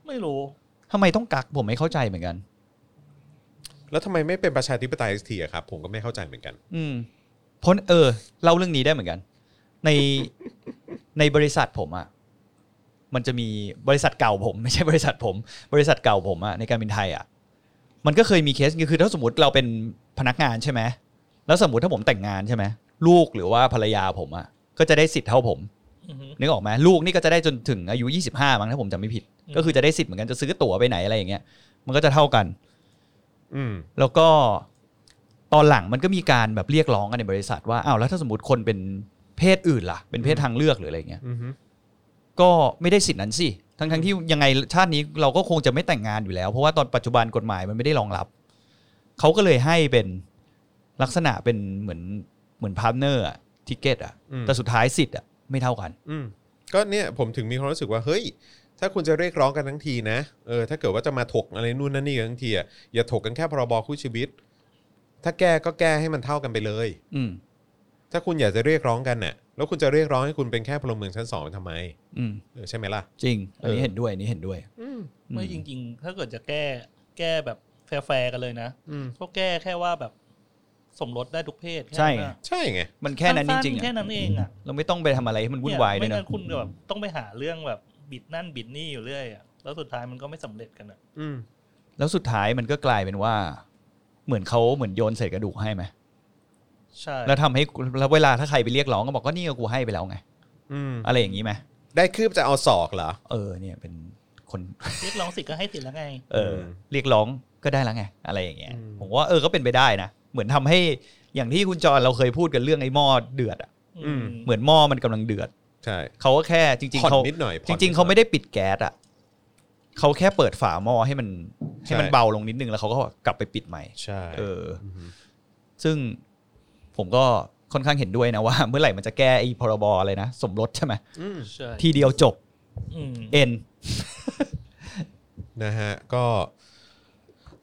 Speaker 4: ไม่รู้
Speaker 3: ทำไมต้องกักผมไม่เข้าใจเหมือนกัน
Speaker 2: แล้วทำไมไม่เป็นประชาธิปไตยสักทีอะครับผมก็ไม่เข้าใจเหมือนกัน
Speaker 3: อืมพ้นเออเล่าเรื่องนี้ได้เหมือนกัน ในในบริษัทผมอะ่ะมันจะมีบริษัทเก่าผม <laughs> ไม่ใช่บริษัทผม บริษัทเก่าผมอะ่ะในการบินไทยอะ่ะมันก็เคยมีเคสคือถ้าสมมติเราเป็นพนักงานใช่ไหมแล้วสมมติถ้าผมแต่งงานใช่ไหมลูกหรือว่าภรรยาผมอะ่ะก็จะได้สิทธิ์เท่าผม
Speaker 4: อือฮึ
Speaker 3: นึกออกไหมลูกนี่ก็จะได้จนถึงอายุ 25มั้งถ้าผมจำไม่ผิด
Speaker 4: อืม
Speaker 3: ก็คือจะได้สิทธิ์เหมือนกันจะซื้อตั๋วไปไหนอะไรอย่างเงี้ยมันก็จะเท่ากัน
Speaker 2: อืม
Speaker 3: แล้วก็ตอนหลังมันก็มีการแบบเรียกร้องกันในบริษัทว่าอ้าวแล้วถ้าสมมติคนเป็นเพศอื่นล่ะ เป็นเพศทางเลือกหรืออะไรเงี้ย
Speaker 2: อือฮึ
Speaker 3: ก็ไม่ได้สิทธินั้นสิทั้งทั้งๆที่ยังไงชาตินี้เราก็คงจะไม่แต่งงานอยู่แล้ว เพราะว่าตอนปัจจุบันกฎหมายมันไม่ได้รองรับเขาก็เลยให้เป็นลักษณะเป็นเหมือนเหมือนพาร์ทเนอร์ทิเกตอะแต่สุดท้ายสิทธิ์อะไม่เท่ากัน
Speaker 2: อืมก็เนี่ยผมถึงมีความรู้สึกว่าเฮ้ย ถ้าคุณจะเรียกร้องกันทั้งทีนะเออถ้าเกิดว่าจะมาถกอะไรนู่นนั่นนี่กันทั้งทีอะอย่าถกกันแค่พรบคู่ชีวิต ถ้าแก้ก็แก้ให้มันเท่ากันไปเลย
Speaker 3: อืม
Speaker 2: ถ้าคุณอยากจะเรียกร้องกันน่ะ แล้วคุณจะเรียกร้องให้คุณเป็นแค่พลเมืองชั้นสองทำไม
Speaker 3: อืม
Speaker 2: เออใช่ไหมล่ะ
Speaker 3: จริง อันนี้
Speaker 2: เออ
Speaker 3: เห็นด้วยอันนี้เห็นด้วย
Speaker 2: อืม
Speaker 4: ไม่จริง ๆ ถ้าเกิดจะแก้แก้แบบแฟร์ๆกันเลยนะ
Speaker 2: อืม
Speaker 4: ก็แก้แค่ว่าแบบสมรสได้ทุกเพศแค่
Speaker 3: ใช่
Speaker 4: นั้น
Speaker 3: ไง
Speaker 4: อะ
Speaker 2: ใช่ไง
Speaker 3: มันแค่นั้นจริงๆ
Speaker 4: สั้ๆแค่นั้นเองอ่ะ
Speaker 3: เราไม่ต้องไปทำอะไรให้มันวุ่นวายเล
Speaker 4: ไม่
Speaker 3: ย
Speaker 4: งั้
Speaker 3: นะ
Speaker 4: นคุณแบบต้องไปหาเรื่องแบบบิดนั่นบิดนี่อยู่เรื่อยอ่ะแล้วสุดท้ายมันก็ไม่สำเร็จกันอ่ะ
Speaker 2: อืม
Speaker 3: แล้วสุดท้ายมันก็กลายเป็นว่า เหมือนเขาเหมือนโยนเศษกระดูกให้ไหม
Speaker 4: ใช่
Speaker 3: แล้วทำให้แล้วเวลาถ้าใครไปเรียกร้องก็บอกก็นี่ก็กูให้ไปแล้วไง
Speaker 2: อืม
Speaker 3: อะไรอย่างนี้ไหม
Speaker 2: ได้คืบจะเอาศอกเหรอ
Speaker 3: เออเนี่ยเป็นคน
Speaker 4: เรียกร้องสิทธิ์ก็ให้สิทธิ์แล้วไง
Speaker 3: เอออ
Speaker 2: ม
Speaker 3: เรียกร้องก็ได้แล้วไง อะไรอย่างเงี้ย
Speaker 2: อืม
Speaker 3: ผมว่าเออก็เป็นไปได้นะเหมือนทำให้อย่างที่คุณจรเราเคยพูดกันเรื่องไอ้หม้อเดือดอะ
Speaker 2: อืม
Speaker 3: เหมือนหม้อมันกำลังเดือด
Speaker 2: ใช่
Speaker 3: เขาก็แค่จริง
Speaker 2: ผ่อน
Speaker 3: ๆเขา
Speaker 2: นิดหน่อยผ่อ
Speaker 3: จ
Speaker 2: น
Speaker 3: ริง ๆเขาไม่
Speaker 2: นิ
Speaker 3: ได้ปิดแก๊สอะเขาแค่เปิดฝาหม้อให้มันให้มัน
Speaker 2: ใช่
Speaker 3: เบาลงนิดนึงแล้วเขาก็กลับไปปิดใหม่
Speaker 2: ใช่
Speaker 3: เออ
Speaker 2: ม
Speaker 3: ซึ่งผมก็ค่อนข้างเห็นด้วยนะว่า <laughs> เมื่อไหร่มันจะแก้ไอ้พรบอะไรนะสมรสใช่ไหม
Speaker 2: อืม
Speaker 4: ใช่
Speaker 3: ทีเดียวจบ
Speaker 4: อืม
Speaker 3: เอ็น
Speaker 2: นะฮะก็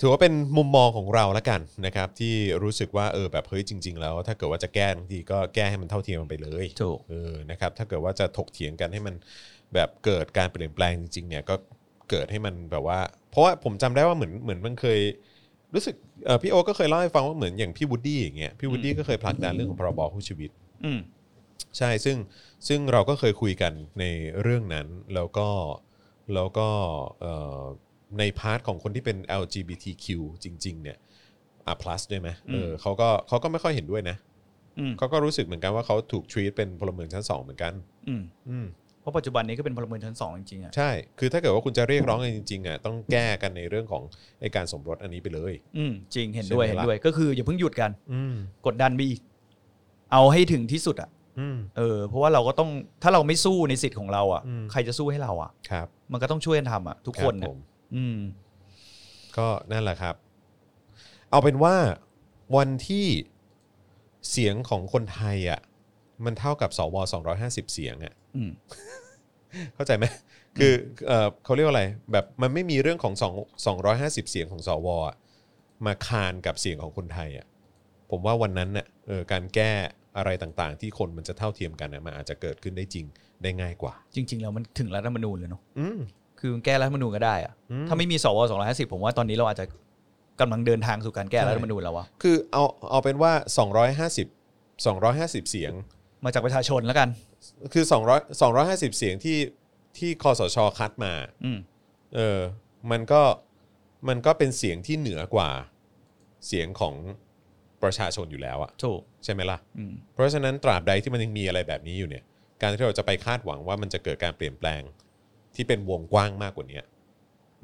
Speaker 2: ถือว่าเป็นมุมมองของเราละกันนะครับ ที่รู้สึกว่าเออแบบเฮ้ยจริง ๆ แล้ว ถ้าเกิดว่าจะแก้บางทีก็แก้ให้มันเท่าเทียมกันไปเลย
Speaker 3: ถูก
Speaker 2: เออนะครับ ถ้าเกิดว่าจะถกเถียงกันให้มันแบบเกิดการเปลี่ยนแปลงจริง ๆ เนี่ยก็เกิดให้มันแบบว่า เพราะว่าผมจำได้ว่าเหมือนเหมือนมันเคย รู้สึกเออพี่โอคก็เคยเล่าให้ฟังว่าเหมือนอย่างพี่วูดดี้อย่างเงี้ยพี่วูดดี้ก็เคยผลักดันเรื่องของพรบคู่ชีวิต
Speaker 3: อืม
Speaker 2: ใช่ซึ่งซึ่งเราก็เคยคุยกันในเรื่องนั้นแล้วก็แล้วก็เอ่อในพาร์ทของคนที่เป็น LGBTQ จริง ๆ เนี่ยอ่ะ plus ด้วยไหมเออ
Speaker 3: ม
Speaker 2: เขาก็เขาก็ไม่ค่อยเห็นด้วยนะ
Speaker 3: อืม
Speaker 2: เขาก็รู้สึกเหมือนกันว่าเขาถูก treat เป็นพลเมืองชั้นสองเหมือนกัน
Speaker 3: อืม
Speaker 2: อืม
Speaker 3: เพราะปัจจุบันนี้ก็เป็นพลเมืองชั้นสองจริงๆอ่ะ
Speaker 2: ใช่ คือถ้าเกิดว่าคุณจะเรียกร้องกันจริงๆอ่ะต้องแก้กันในเรื่องของไอการสมรสอันนี้ไปเลย
Speaker 3: อืมจริงเห็นด้วย
Speaker 2: ใช่ไหม
Speaker 3: เห็น
Speaker 2: ล่ะ
Speaker 3: ด้วยก็คืออย่าเพิ่งหยุดกัน
Speaker 2: อืม
Speaker 3: กดดันไปอีก เอาให้ถึงที่สุดอ่ะ
Speaker 2: อืม
Speaker 3: เออเพราะว่าเราก็ต้องถ้าเราไม่สู้ในสิทธิ์ของเราอ่ะ
Speaker 2: อืม
Speaker 3: ใครจะสู้ให้เราอ่ะ
Speaker 2: ครับ
Speaker 3: มันก็ต้องช่วยกันทำอ่ะ ทุกคน
Speaker 2: รับ
Speaker 3: น่ะ
Speaker 2: ผม
Speaker 3: อืม
Speaker 2: ก็นั่นแหละครับ เอาเป็นว่าวันที่เสียงของคนไทยอ่ะมันเท่ากับสว250 เสียงอ่ะ
Speaker 3: อืม
Speaker 2: เข้าใจไหมคือเอ่อเขาเรียกว่าอะไร แบบมันไม่มีเรื่องของ2 250 เสียงของสวอะมาคานกับเสียงของคนไทยอ่ะ ผมว่าวันนั้นเนี่ยเออการแก้อะไรต่างๆ ที่คนมันจะเท่าเทียมกันนะมันอาจจะเกิดขึ้นได้จริงได้ง่ายกว่า
Speaker 3: จริง ๆ แล้วมันถึงรัฐธรรมนูญเลยเนาะ
Speaker 2: อืม
Speaker 3: คือแก้รัฐธรรมนูญก็ได้อ่ะ
Speaker 2: อืม
Speaker 3: ถ้าไม่มีสวสองร้อยห้าสิบผมว่าตอนนี้เราอาจจะกำลังเดินทางสู่การแก้รัฐธรรมนูญแล้ววะ
Speaker 2: คือเอาเอาเป็นว่า 250 250 เสียง
Speaker 3: มาจากประชาชนแล้วกัน
Speaker 2: คือ 200 250 เสียงที่ที่คอสชคัดมา
Speaker 3: อืม
Speaker 2: เออ มันก็ มันก็เป็นเสียงที่เหนือกว่าเสียงของประชาชนอยู่แล้วอะ
Speaker 3: ถูก
Speaker 2: ใช่ไหมล่ะ
Speaker 3: อืม
Speaker 2: เพราะฉะนั้นตราบใดที่มันยังมีอะไรแบบนี้อยู่เนี่ย การที่เราจะไปคาดหวังว่ามันจะเกิดการเปลี่ยนแปลงที่เป็นวงกว้างมากกว่านี้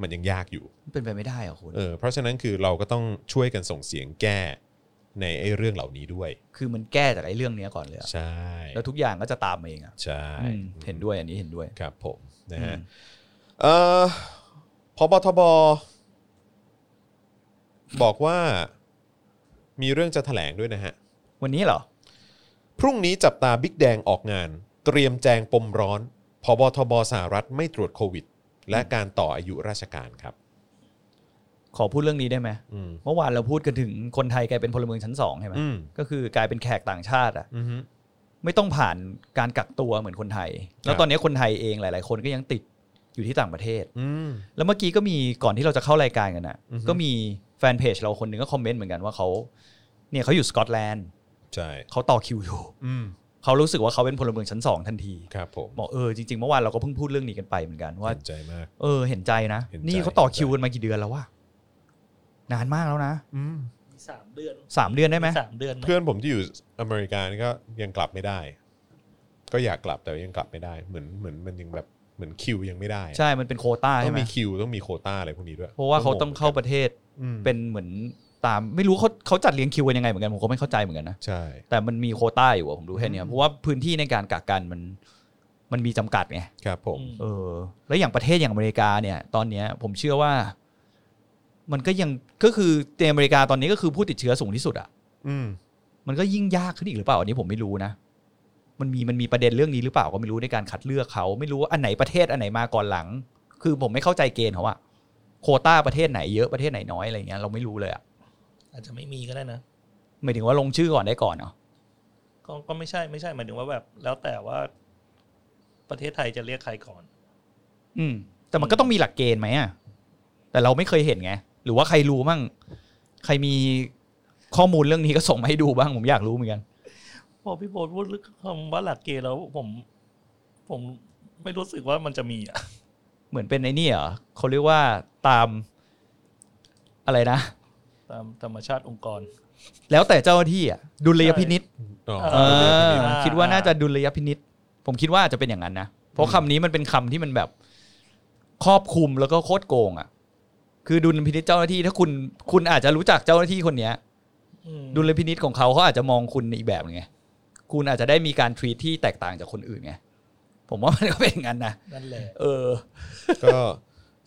Speaker 2: มันยังยากอยู่
Speaker 3: เป็นไปไม่ได้อ่ะคุณ
Speaker 2: เออ เพราะฉะนั้นคือเราก็ต้องช่วยกันส่งเสียงแก้ในไอ้เรื่องเหล่านี้ด้วย
Speaker 3: คือมันแก้จากไอ้เรื่องเนี้ยก่อนเลยอะ
Speaker 2: ใช่
Speaker 3: แล้วทุกอย่างก็จะตามมาเองอ่ะ
Speaker 2: ใช่
Speaker 3: อืมเห็นด้วยอันนี้เห็นด้วย
Speaker 2: ครับผมนะฮะ
Speaker 3: อืม
Speaker 2: เออพบทบบอกว่ามีเรื่องจะแถลงด้วยนะฮะ
Speaker 3: วันนี้เหรอ
Speaker 2: พรุ่งนี้จับตาบิ๊กแดงออกงาน เตรียมแจงปมร้อนพบทบสหรัฐไม่ตรวจโควิด และการต่ออายุราชการครับ
Speaker 3: ขอพูดเรื่องนี้ได้ไหม
Speaker 2: อืม
Speaker 3: เมื่อวานเราพูดกันถึงคนไทยกลายเป็นพลเมืองชั้นสองใช่ไหม
Speaker 2: อืม
Speaker 3: ก็คือกลายเป็นแขกต่างชาติอ่ะ
Speaker 2: อือฮึ
Speaker 3: ไม่ต้องผ่านการกักตัวเหมือนคนไทย แล้
Speaker 2: ครั
Speaker 3: ว
Speaker 2: บ
Speaker 3: ตอนนี้คนไทยเองหลาย ๆ คนก็ยังติดอยู่ที่ต่างประเทศ
Speaker 2: อืม
Speaker 3: แล้วเมื่อกี้ก็มีก่อนที่เราจะเข้ารายการกันนะ
Speaker 2: อือฮึ
Speaker 3: ก็มีแฟนเพจเราคนหนึ่งก็คอมเมนต์เหมือนกันว่าเขาเนี่ยเขาอยู่สกอตแลนด์
Speaker 2: ใช่
Speaker 3: เขาต่อคิวอยู่
Speaker 2: อืม
Speaker 3: เขารู้สึกว่าเขาเป็นพลเมืองชั้นสองทันที
Speaker 2: ครับผม
Speaker 3: บอกเออจริง ๆ เมื่อวานเราก็เพิ่งพูดเรื่องนี้กันไปเหมือนกันว่า
Speaker 2: เห็นใจมาก
Speaker 3: เออเห็นใจนะ
Speaker 2: เห็นใจ
Speaker 3: นี่เขาต่อคิวกันมากี่เดือนแล้ววะนานมากแล้วนะ
Speaker 2: อืม
Speaker 4: มีสามเดือน
Speaker 3: สามเดือนได้ไหม
Speaker 4: สามเดือนนะ
Speaker 2: เพื่อนผมที่อยู่อเมริกานี่ก็ยังกลับไม่ได้ ก็อยากกลับแต่ยังกลับไม่ได้ เหมือนเหมือนมันยังแบบเหมือนคิวยังไม่ได้
Speaker 3: ใช่มันเป็นโควต้า
Speaker 2: ต้
Speaker 3: ใช่
Speaker 2: อง
Speaker 3: ไหม
Speaker 2: มีคิวต้องมีโควต้าอะไรพวกนี้ด้วย
Speaker 3: เพราะว่าเขาต้องเข้าประเทศ
Speaker 2: อืม
Speaker 3: เป็นเหมือนตามไม่รู้เขาเขาจัดเลี้ยงคิวกันยังไงเหมือนกันผมก็ไม่เข้าใจเหมือนกันนะ
Speaker 2: ใช่
Speaker 3: แต่มันมีโควต้าอยู่อะผมดูแค่เนี้ยเพราะว่าพื้นที่ในการกักกันมันมันมีจำกัดไง
Speaker 2: ครับผม
Speaker 4: อืม
Speaker 3: เออ แล้วอย่างประเทศอย่างอเมริกาเนี่ย ตอนเนี้ยผมเชื่อว่า มันก็ยังก็คือในอเมริกาตอนนี้ก็คือผู้ติดเชื้อสูงที่สุดอะ
Speaker 2: อืม
Speaker 3: มันก็ยิ่งยากขึ้นอีกหรือเปล่าอันนี้ผมไม่รู้นะ มันมีมันมีประเด็นเรื่องนี้หรือเปล่าก็ไม่รู้ในการคัดเลือกเขา ไม่รู้ว่าอันไหนประเทศอันไหนมาก่อนหลัง คือผมไม่เข้าใจเกณฑ์เขาอะโควต้าประเทศไหนเยอะประเทศไหนน้อยอะไรเงี้ยเราไม่รู้เลยอะ
Speaker 4: อาจจะไม่มีก็ได้นะ
Speaker 3: หมายถึงว่าลงชื่อก่อนได้ก่อนเหรอ
Speaker 4: ก็ก็ไม่ใช่ไม่ใช่หมายถึงว่าแบบ แล้วแต่ว่าประเทศไทยจะเรียกใครก่อน
Speaker 3: อืม แต่มันก็ต้องมีหลักเกณฑ์ไหมอะแต่เราไม่เคยเห็นไง หรือว่าใครรู้มั่ง ใครมีข้อมูลเรื่องนี้ก็ส่งมาให้ดูบ้างผมอยากรู้เหมือนกัน
Speaker 4: พอพี่โบทพูดเรื่องคำว่าหลักเกณฑ์แล้วผม ผมไม่รู้สึกว่ามันจะมีอ่ะ
Speaker 3: เหมือนเป็นไอ้นี่เหรอเขาเรียกว่าตามอะไรนะ
Speaker 4: ตามธรรมชาติองค์กร
Speaker 3: แล้วแต่เจ้าหน้าที่อะดุลยพินิษ
Speaker 2: อ๋อ
Speaker 4: เ
Speaker 3: เอ
Speaker 2: เดี๋ยวพี่
Speaker 3: อ
Speaker 2: นิด
Speaker 4: า
Speaker 3: คิดว่าน่าจะดุลยพินิษผมคิดว่าอาจจะเป็นอย่างนั้นนะ เพราะคำนี้มันเป็นคำที่มันแบบครอบคลุมแล้วก็โคตรโกงอ่ะ คือดุลยพินิษเจ้าหน้าที่ถ้าคุณคุณอาจจะรู้จักเจ้าหน้าที่คนเนี้ย
Speaker 4: อืม
Speaker 3: ดุลยพินิษของเขาเขาอาจจะมองคุณในอีกแบบหนึงไง คุณอาจจะได้มีการทรีตที่แตกต่างจากคนอื่นไง ผมว่ามันก็เป็นอย่างนั้นนะ
Speaker 4: นั่นแหละ
Speaker 3: เออ
Speaker 2: ก็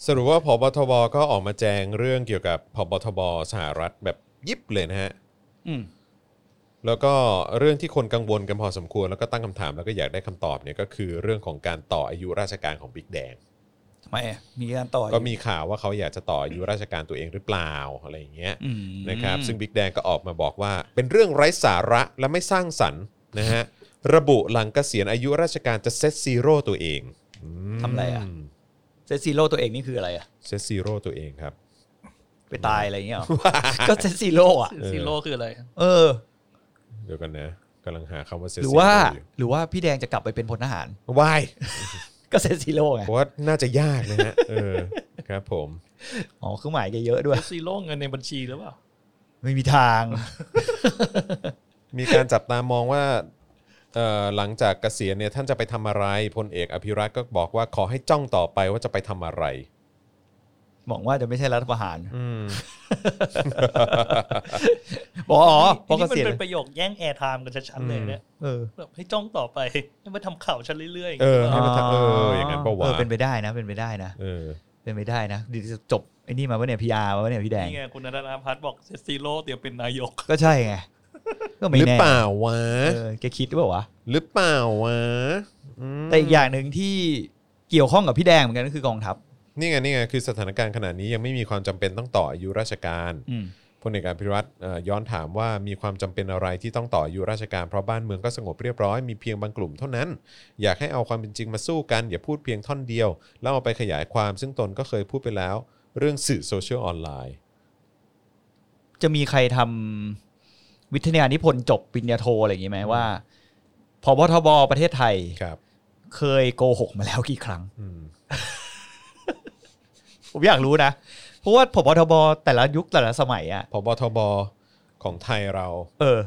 Speaker 2: สรุปว่าพบทบก็ออกมาแจงเรื่องเกี่ยวกับพบทบสหรัฐแบบยิบเลยนะฮะ
Speaker 3: อืม
Speaker 2: แล้วก็เรื่องที่คนกังวลกันพอสมควรแล้วก็ตั้งคำถามแล้วก็อยากได้คำตอบเนี่ยก็คือเรื่องของการต่ออายุราชการของบิ๊กแดง
Speaker 3: ทำไมอะมีการต่อ
Speaker 2: ก็มีข่าวว่าเขาอยากจะต่ออายุราชการตัวเองหรือเปล่าอะไรอย่างเงี้ย
Speaker 3: อืม
Speaker 2: นะครับ ซึ่งบิ๊กแดงก็ออกมาบอกว่า เป็นเรื่องไร้สาระและไม่สร้างสรรค์นะฮะระบุหลังเกษียณอายุราชการจะเซตซีโร่ตัวเองอืม
Speaker 3: ทำอะไรอะเซตซีโร่ตัวเองนี่คืออะไรอะ
Speaker 2: เซตซีโร่ตัวเองครับ
Speaker 3: ไปตายอะไรอย่างเงี้ย
Speaker 2: <laughs>
Speaker 3: เหรอ ก็เซตซีโร่อะ
Speaker 4: ซีโร่คืออะไร
Speaker 3: เออ
Speaker 2: เดี๋ยวกันนะกำลังหาคำว่าเซต
Speaker 3: ห
Speaker 2: ซี
Speaker 3: รือ
Speaker 2: โร่
Speaker 3: ว่า
Speaker 2: อยู่
Speaker 3: หรือว่าพี่แดงจะกลับไปเป็นพลทหาร
Speaker 2: วาย
Speaker 3: ก็เซตซีโร่ไง
Speaker 2: เพราะว่าน่าจะยากนะฮะ <laughs> เออครับผม
Speaker 3: อ๋อเครื่องหมายแกเยอะด้วย
Speaker 4: ซีโร่เงินในบัญชีหรือเปล่า
Speaker 3: ไม่มีทาง
Speaker 2: มีการจับตามองว่า เอ่อหลังจากเกษียณเนี่ยท่านจะไปทำอะไรพลเอกอภิรักษ์ก็บอกว่าขอให้จ้องต่อไปว่าจะไปทำอะไร
Speaker 3: หวังว่าจะไม่ใช่รัฐประหาร
Speaker 2: อืม <laughs>
Speaker 3: บอกอ๋อเพ
Speaker 4: ที
Speaker 3: ราะเก
Speaker 4: นี้มัน
Speaker 3: ษียณ
Speaker 4: เป็นประโยคแย่งแอร์ไทม์กันชัดๆเลยเนี่ย
Speaker 3: เออ
Speaker 4: แบบให้จ้องต่อไปให้มาทำข่าวฉันเรื่อยๆ
Speaker 2: เออ
Speaker 4: ย่างงี้ย
Speaker 2: ให้มันทำเอออย่างนั้นปะวะ
Speaker 3: เออเป็นไปได้นะ เป็นไปได้นะ
Speaker 2: เออ
Speaker 3: เป็นไปได้นะดีจะจบไอ้นี่มาว่าเนี่ยพีอาร์มาว่าเนี่ยพี่แดง
Speaker 4: นี่ไงคุณนันทพัฒน์บอกเซซีโร่เตรียมเป็นนายก
Speaker 3: ก็ใช่ไงก็ไม่
Speaker 2: หรือ
Speaker 3: แน่
Speaker 2: เปล่าวะ
Speaker 3: เออแกคิดหรือเปล่าวะ
Speaker 2: หรือเปล่าวะอืม
Speaker 3: แต่อีกอย่างหนึ่งที่เกี่ยวข้องกับพี่แดงเหมือนกันก็คือกองทัพ
Speaker 2: นี่ไงนี่ไงคือสถานการณ์ขณะนี้ยังไม่มีความจำเป็นต้องต่ออายุราชการพลเอกอภิรัตน์เอ่อย้อนถามว่ามีความจำเป็นอะไรที่ต้องต่ออายุราชการเพราะบ้านเมืองก็สงบเรียบร้อยมีเพียงบางกลุ่มเท่านั้น อยากให้เอาความเป็นจริงมาสู้กัน อย่าพูดเพียงท่อนเดียว แล้วเอาไปขยายความซึ่งตนก็เคยพูดไปแล้ว เรื่องสื่อโซเชียลออนไลน์
Speaker 3: จะมีใครทำวิทยานิพนธ์จบปริญญาโทอะไรอย่างนี้ไหมว่าพบทบประเทศไทย
Speaker 2: ครับ
Speaker 3: เคยโกหกมาแล้วกี่ครั้ง
Speaker 2: อืม
Speaker 3: ผมอยากรู้นะ เพราะว่าพบทบแต่ละยุคแต่ละสมัยอ่ะ
Speaker 2: พบทบของไทยเรา
Speaker 3: เออ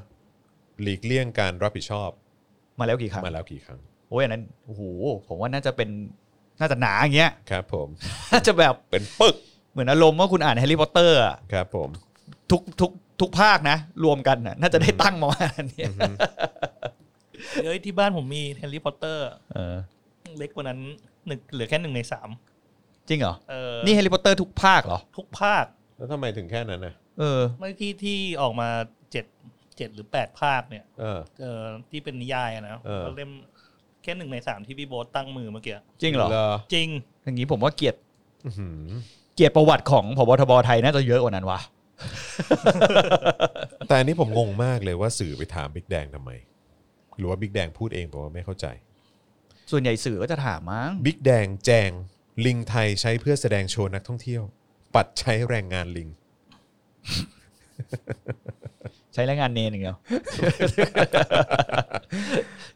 Speaker 2: หลีกเลี่ยงการรับผิดชอบ
Speaker 3: มาแล้วกี่ครั้ง
Speaker 2: มาแล้วกี่ครั้ง
Speaker 3: โอ้ยอันนั้นโอ้โหผมว่าน่าจะเป็นน่าจะหนาอย่างเงี้ย <laughs>
Speaker 2: ครับ ผม
Speaker 3: น่าจะแบบ
Speaker 2: เป็นปึก
Speaker 3: เหมือนอารมณ์ว่าคุณอ่านแฮร์รี่พอตเตอร์อะ
Speaker 2: ครับผม
Speaker 3: ทุกทุกทุกภาคนะ รวมกันน่ะน่าจะได้ตั้งมาว่าณนี้
Speaker 2: อือฮึ
Speaker 4: เอ้ยที่บ้านผมมีแฮร์รี่พอตเตอร์
Speaker 3: เออ
Speaker 4: เล็กกว่านั้นหนึ่งเหลือแค่หนึ่งในสาม
Speaker 3: จริงเหรอ
Speaker 4: เออ
Speaker 3: นี่แฮร์รี่พอตเตอร์ทุกภาคเหรอ
Speaker 4: ทุกภาค
Speaker 2: แล้วทำไมถึงแค่นั้นนะ
Speaker 3: เออ
Speaker 4: ไม่ที่ที่ออกมาเจ็ดเจ็ดหรือแปดภาคเนี่ย
Speaker 2: เออ
Speaker 4: เออที่เป็นนิยายอะนะ
Speaker 2: เออ
Speaker 4: แล้วเล่มแค่หนึ่งในสามที่พี่โบ๊ทตั้งมือเมื่อกี้
Speaker 3: จริงเหรอ
Speaker 2: เหรอ
Speaker 4: จริง
Speaker 3: อย่างนี้ผมว่าเกียรติ
Speaker 2: อื้อหือ
Speaker 3: เกียรติประวัติของพบทบไทยน่าจะเยอะกว่านั้นวะ
Speaker 2: แต่อันนี้ผมงงมากเลยว่าสื่อไปถามบิ๊กแดงทำไม หรือว่าบิ๊กแดงพูดเองผมว่าไม่เข้าใจ
Speaker 3: ส่วนใหญ่สื่อก็จะถามมั้ง
Speaker 2: บิ๊กแดงแจง ลิงไทยใช้เพื่อแสดงโชว์นักท่องเที่ยว ปัดใช้แรงงานลิง
Speaker 3: ใช้แรงงานเนนอย่างเดียว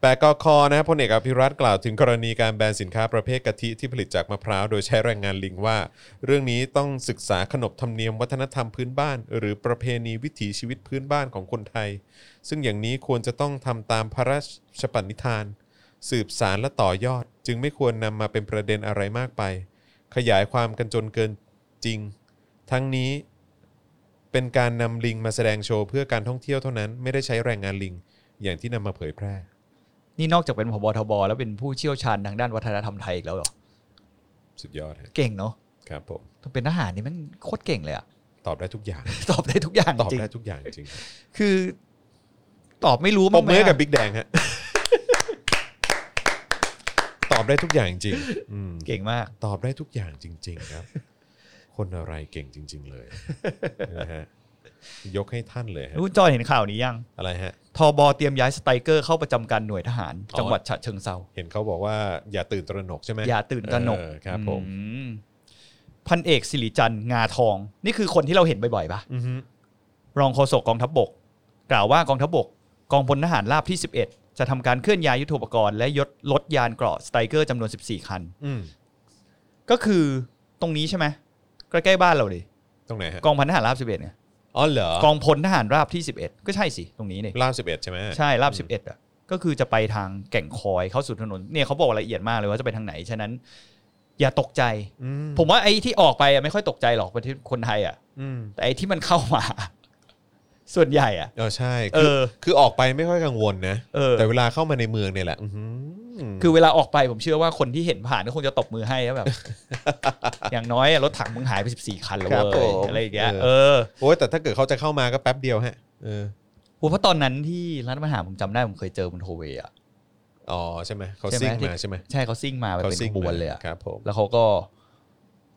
Speaker 2: แปดกคอนะพลเอกอภิรัตน์กล่าวถึงกรณีการแบนสินค้าประเภทกะทิที่ผลิตจากมะพร้าวโดยใช้แรงงานลิงว่า เรื่องนี้ต้องศึกษาขนบธรรมเนียมวัฒนธรรมพื้นบ้าน หรือประเพณีวิถีชีวิตพื้นบ้านของคนไทย ซึ่งอย่างนี้ควรจะต้องทำตามพระราชปณิธาน สืบสารและต่อยอด จึงไม่ควรนำมาเป็นประเด็นอะไรมากไป ขยายความกันจนเกินจริง ทั้งนี้เป็นการนำลิงมาแสดงโชว์เพื่อการท่องเที่ยวเท่านั้นไม่ได้ใช้แรงงานลิง อย่างที่นำมาเผยแพร่
Speaker 3: นี่นอกจากเป็นพบทบแล้วเป็นผู้เชี่ยวชาญทางด้านวัฒนธรรมไทยอีกแล้วเหรอ
Speaker 2: สุดยอดฮะ
Speaker 3: เก่งเนาะ
Speaker 2: ครับผม
Speaker 3: ถ้าเป็นทหารนี่มันโคตรเก่งเลยอะ <laughs>
Speaker 2: ตอบได้ทุกอย่าง
Speaker 3: ตอบได้ทุกอย่าง
Speaker 2: ตอบ
Speaker 3: จริง
Speaker 2: ได้ทุกอย่างจริง
Speaker 3: คือ ตอบไม่รู้
Speaker 2: ป
Speaker 3: มั้
Speaker 2: ม
Speaker 3: ง
Speaker 2: มือกับ
Speaker 3: ไหะ
Speaker 2: บิ๊กแดงฮะ <laughs> ตอบได้ทุกอย่างจริงอืม
Speaker 3: เก่งมาก
Speaker 2: ตอบได้ทุกอย่างจริง ๆ ครับ <laughs> คนอะไรเก่งจริง ๆ
Speaker 3: <laughs>
Speaker 2: เลยนะฮะยกให้ท่านเลยฮะ
Speaker 3: รู้จอยเห็นข่าวนี้ยัง
Speaker 2: อะไรฮะ
Speaker 3: ทบเตรียมย้ายสไตรเกอร์เข้าประจำการหน่วยทหาร
Speaker 2: อ๋อ
Speaker 3: จังหวัดฉะเชิงเซา
Speaker 2: เห็นเขาบอกว่าอย่าตื่นตระหนกใช่ไหม
Speaker 3: อย่าตื่นตระหนก
Speaker 2: เออครับผม
Speaker 3: อืมพันเอกสิริจันทร์งาทอง นี่คือคนที่เราเห็นบ่อยๆปะ
Speaker 2: อือฮึ
Speaker 3: รองโฆษกกองทัพบก กล่าวว่ากองทัพบก กองพลทหารราบที่ 11 จะทำการเคลื่อนย้ายยุทโธปกรณ์และยดลดยานเกราะสไตรเกอร์จำนวน 14 คัน
Speaker 2: อืม
Speaker 3: ก็คือตรงนี้ใช่ไหมใกล้ๆบ้านเราเลย
Speaker 2: ตรงไหนฮะ
Speaker 3: กองพันทหารราบ 11เนี่ย
Speaker 2: อ๋อเหรอก
Speaker 3: องพลทหารราบที่ 11 ก็ใช่สิ ตรงนี้เนี่ย
Speaker 2: ลาบสิบเอ็ดใช่ไหม
Speaker 3: ใช่ราบ 11อ่ะก็คือจะไปทางแก่งคอยเข้าสู่ถนนเนี่ยเขาบอกละเอียดมากเลยว่าจะไปทางไหนฉะนั้น อย่าตกใจ
Speaker 2: อืม
Speaker 3: ผมว่าไอ้ที่ออกไปอะไม่ค่อยตกใจหรอกประเทศคนไทยอ่ะ
Speaker 2: อืม
Speaker 3: แต่ไอ้ที่มันเข้ามา <laughs> ส่วนใหญ่อ่ะ
Speaker 2: เออใช่
Speaker 3: เอ
Speaker 2: คือ
Speaker 3: อ
Speaker 2: คือออกไปไม่ค่อยกังวลนะ
Speaker 3: เออ
Speaker 2: แต่เวลาเข้ามาในเมืองเนี่ยแหละ อื้อหือ
Speaker 3: คือเวลาออกไปผมเชื่อว่าคนที่เห็นผ่านก็คงจะตบมือให้แล้
Speaker 2: <laughs>
Speaker 3: วแบบ อย่างน้อยอะรถถังมึงหายไป 14 คันแล้ว
Speaker 2: ครับผ
Speaker 3: เว้ย
Speaker 2: ม
Speaker 3: อะไรอย่างเงี้ย
Speaker 2: เออ
Speaker 3: เออ
Speaker 2: โอ้ยแต่ถ้าเกิดเขาจะเข้ามาก็แป๊บเดียวฮะเออ
Speaker 3: โหเพราะตอนนั้นที่ร้านอาหารผมจำได้ผมเคยเจอบนโทเวย์อะ
Speaker 2: อ๋อใช่ไหมเขา
Speaker 3: ใช่ไหม
Speaker 2: ซิ่ง
Speaker 3: ที่
Speaker 2: มาใช่ไหม
Speaker 3: ใช่เขาซิ่งมาแบบ
Speaker 2: เขา
Speaker 3: เป็น
Speaker 2: ซิ่ง
Speaker 3: ขบวนเลยอะ
Speaker 2: ครับผม
Speaker 3: แล้วเขาก็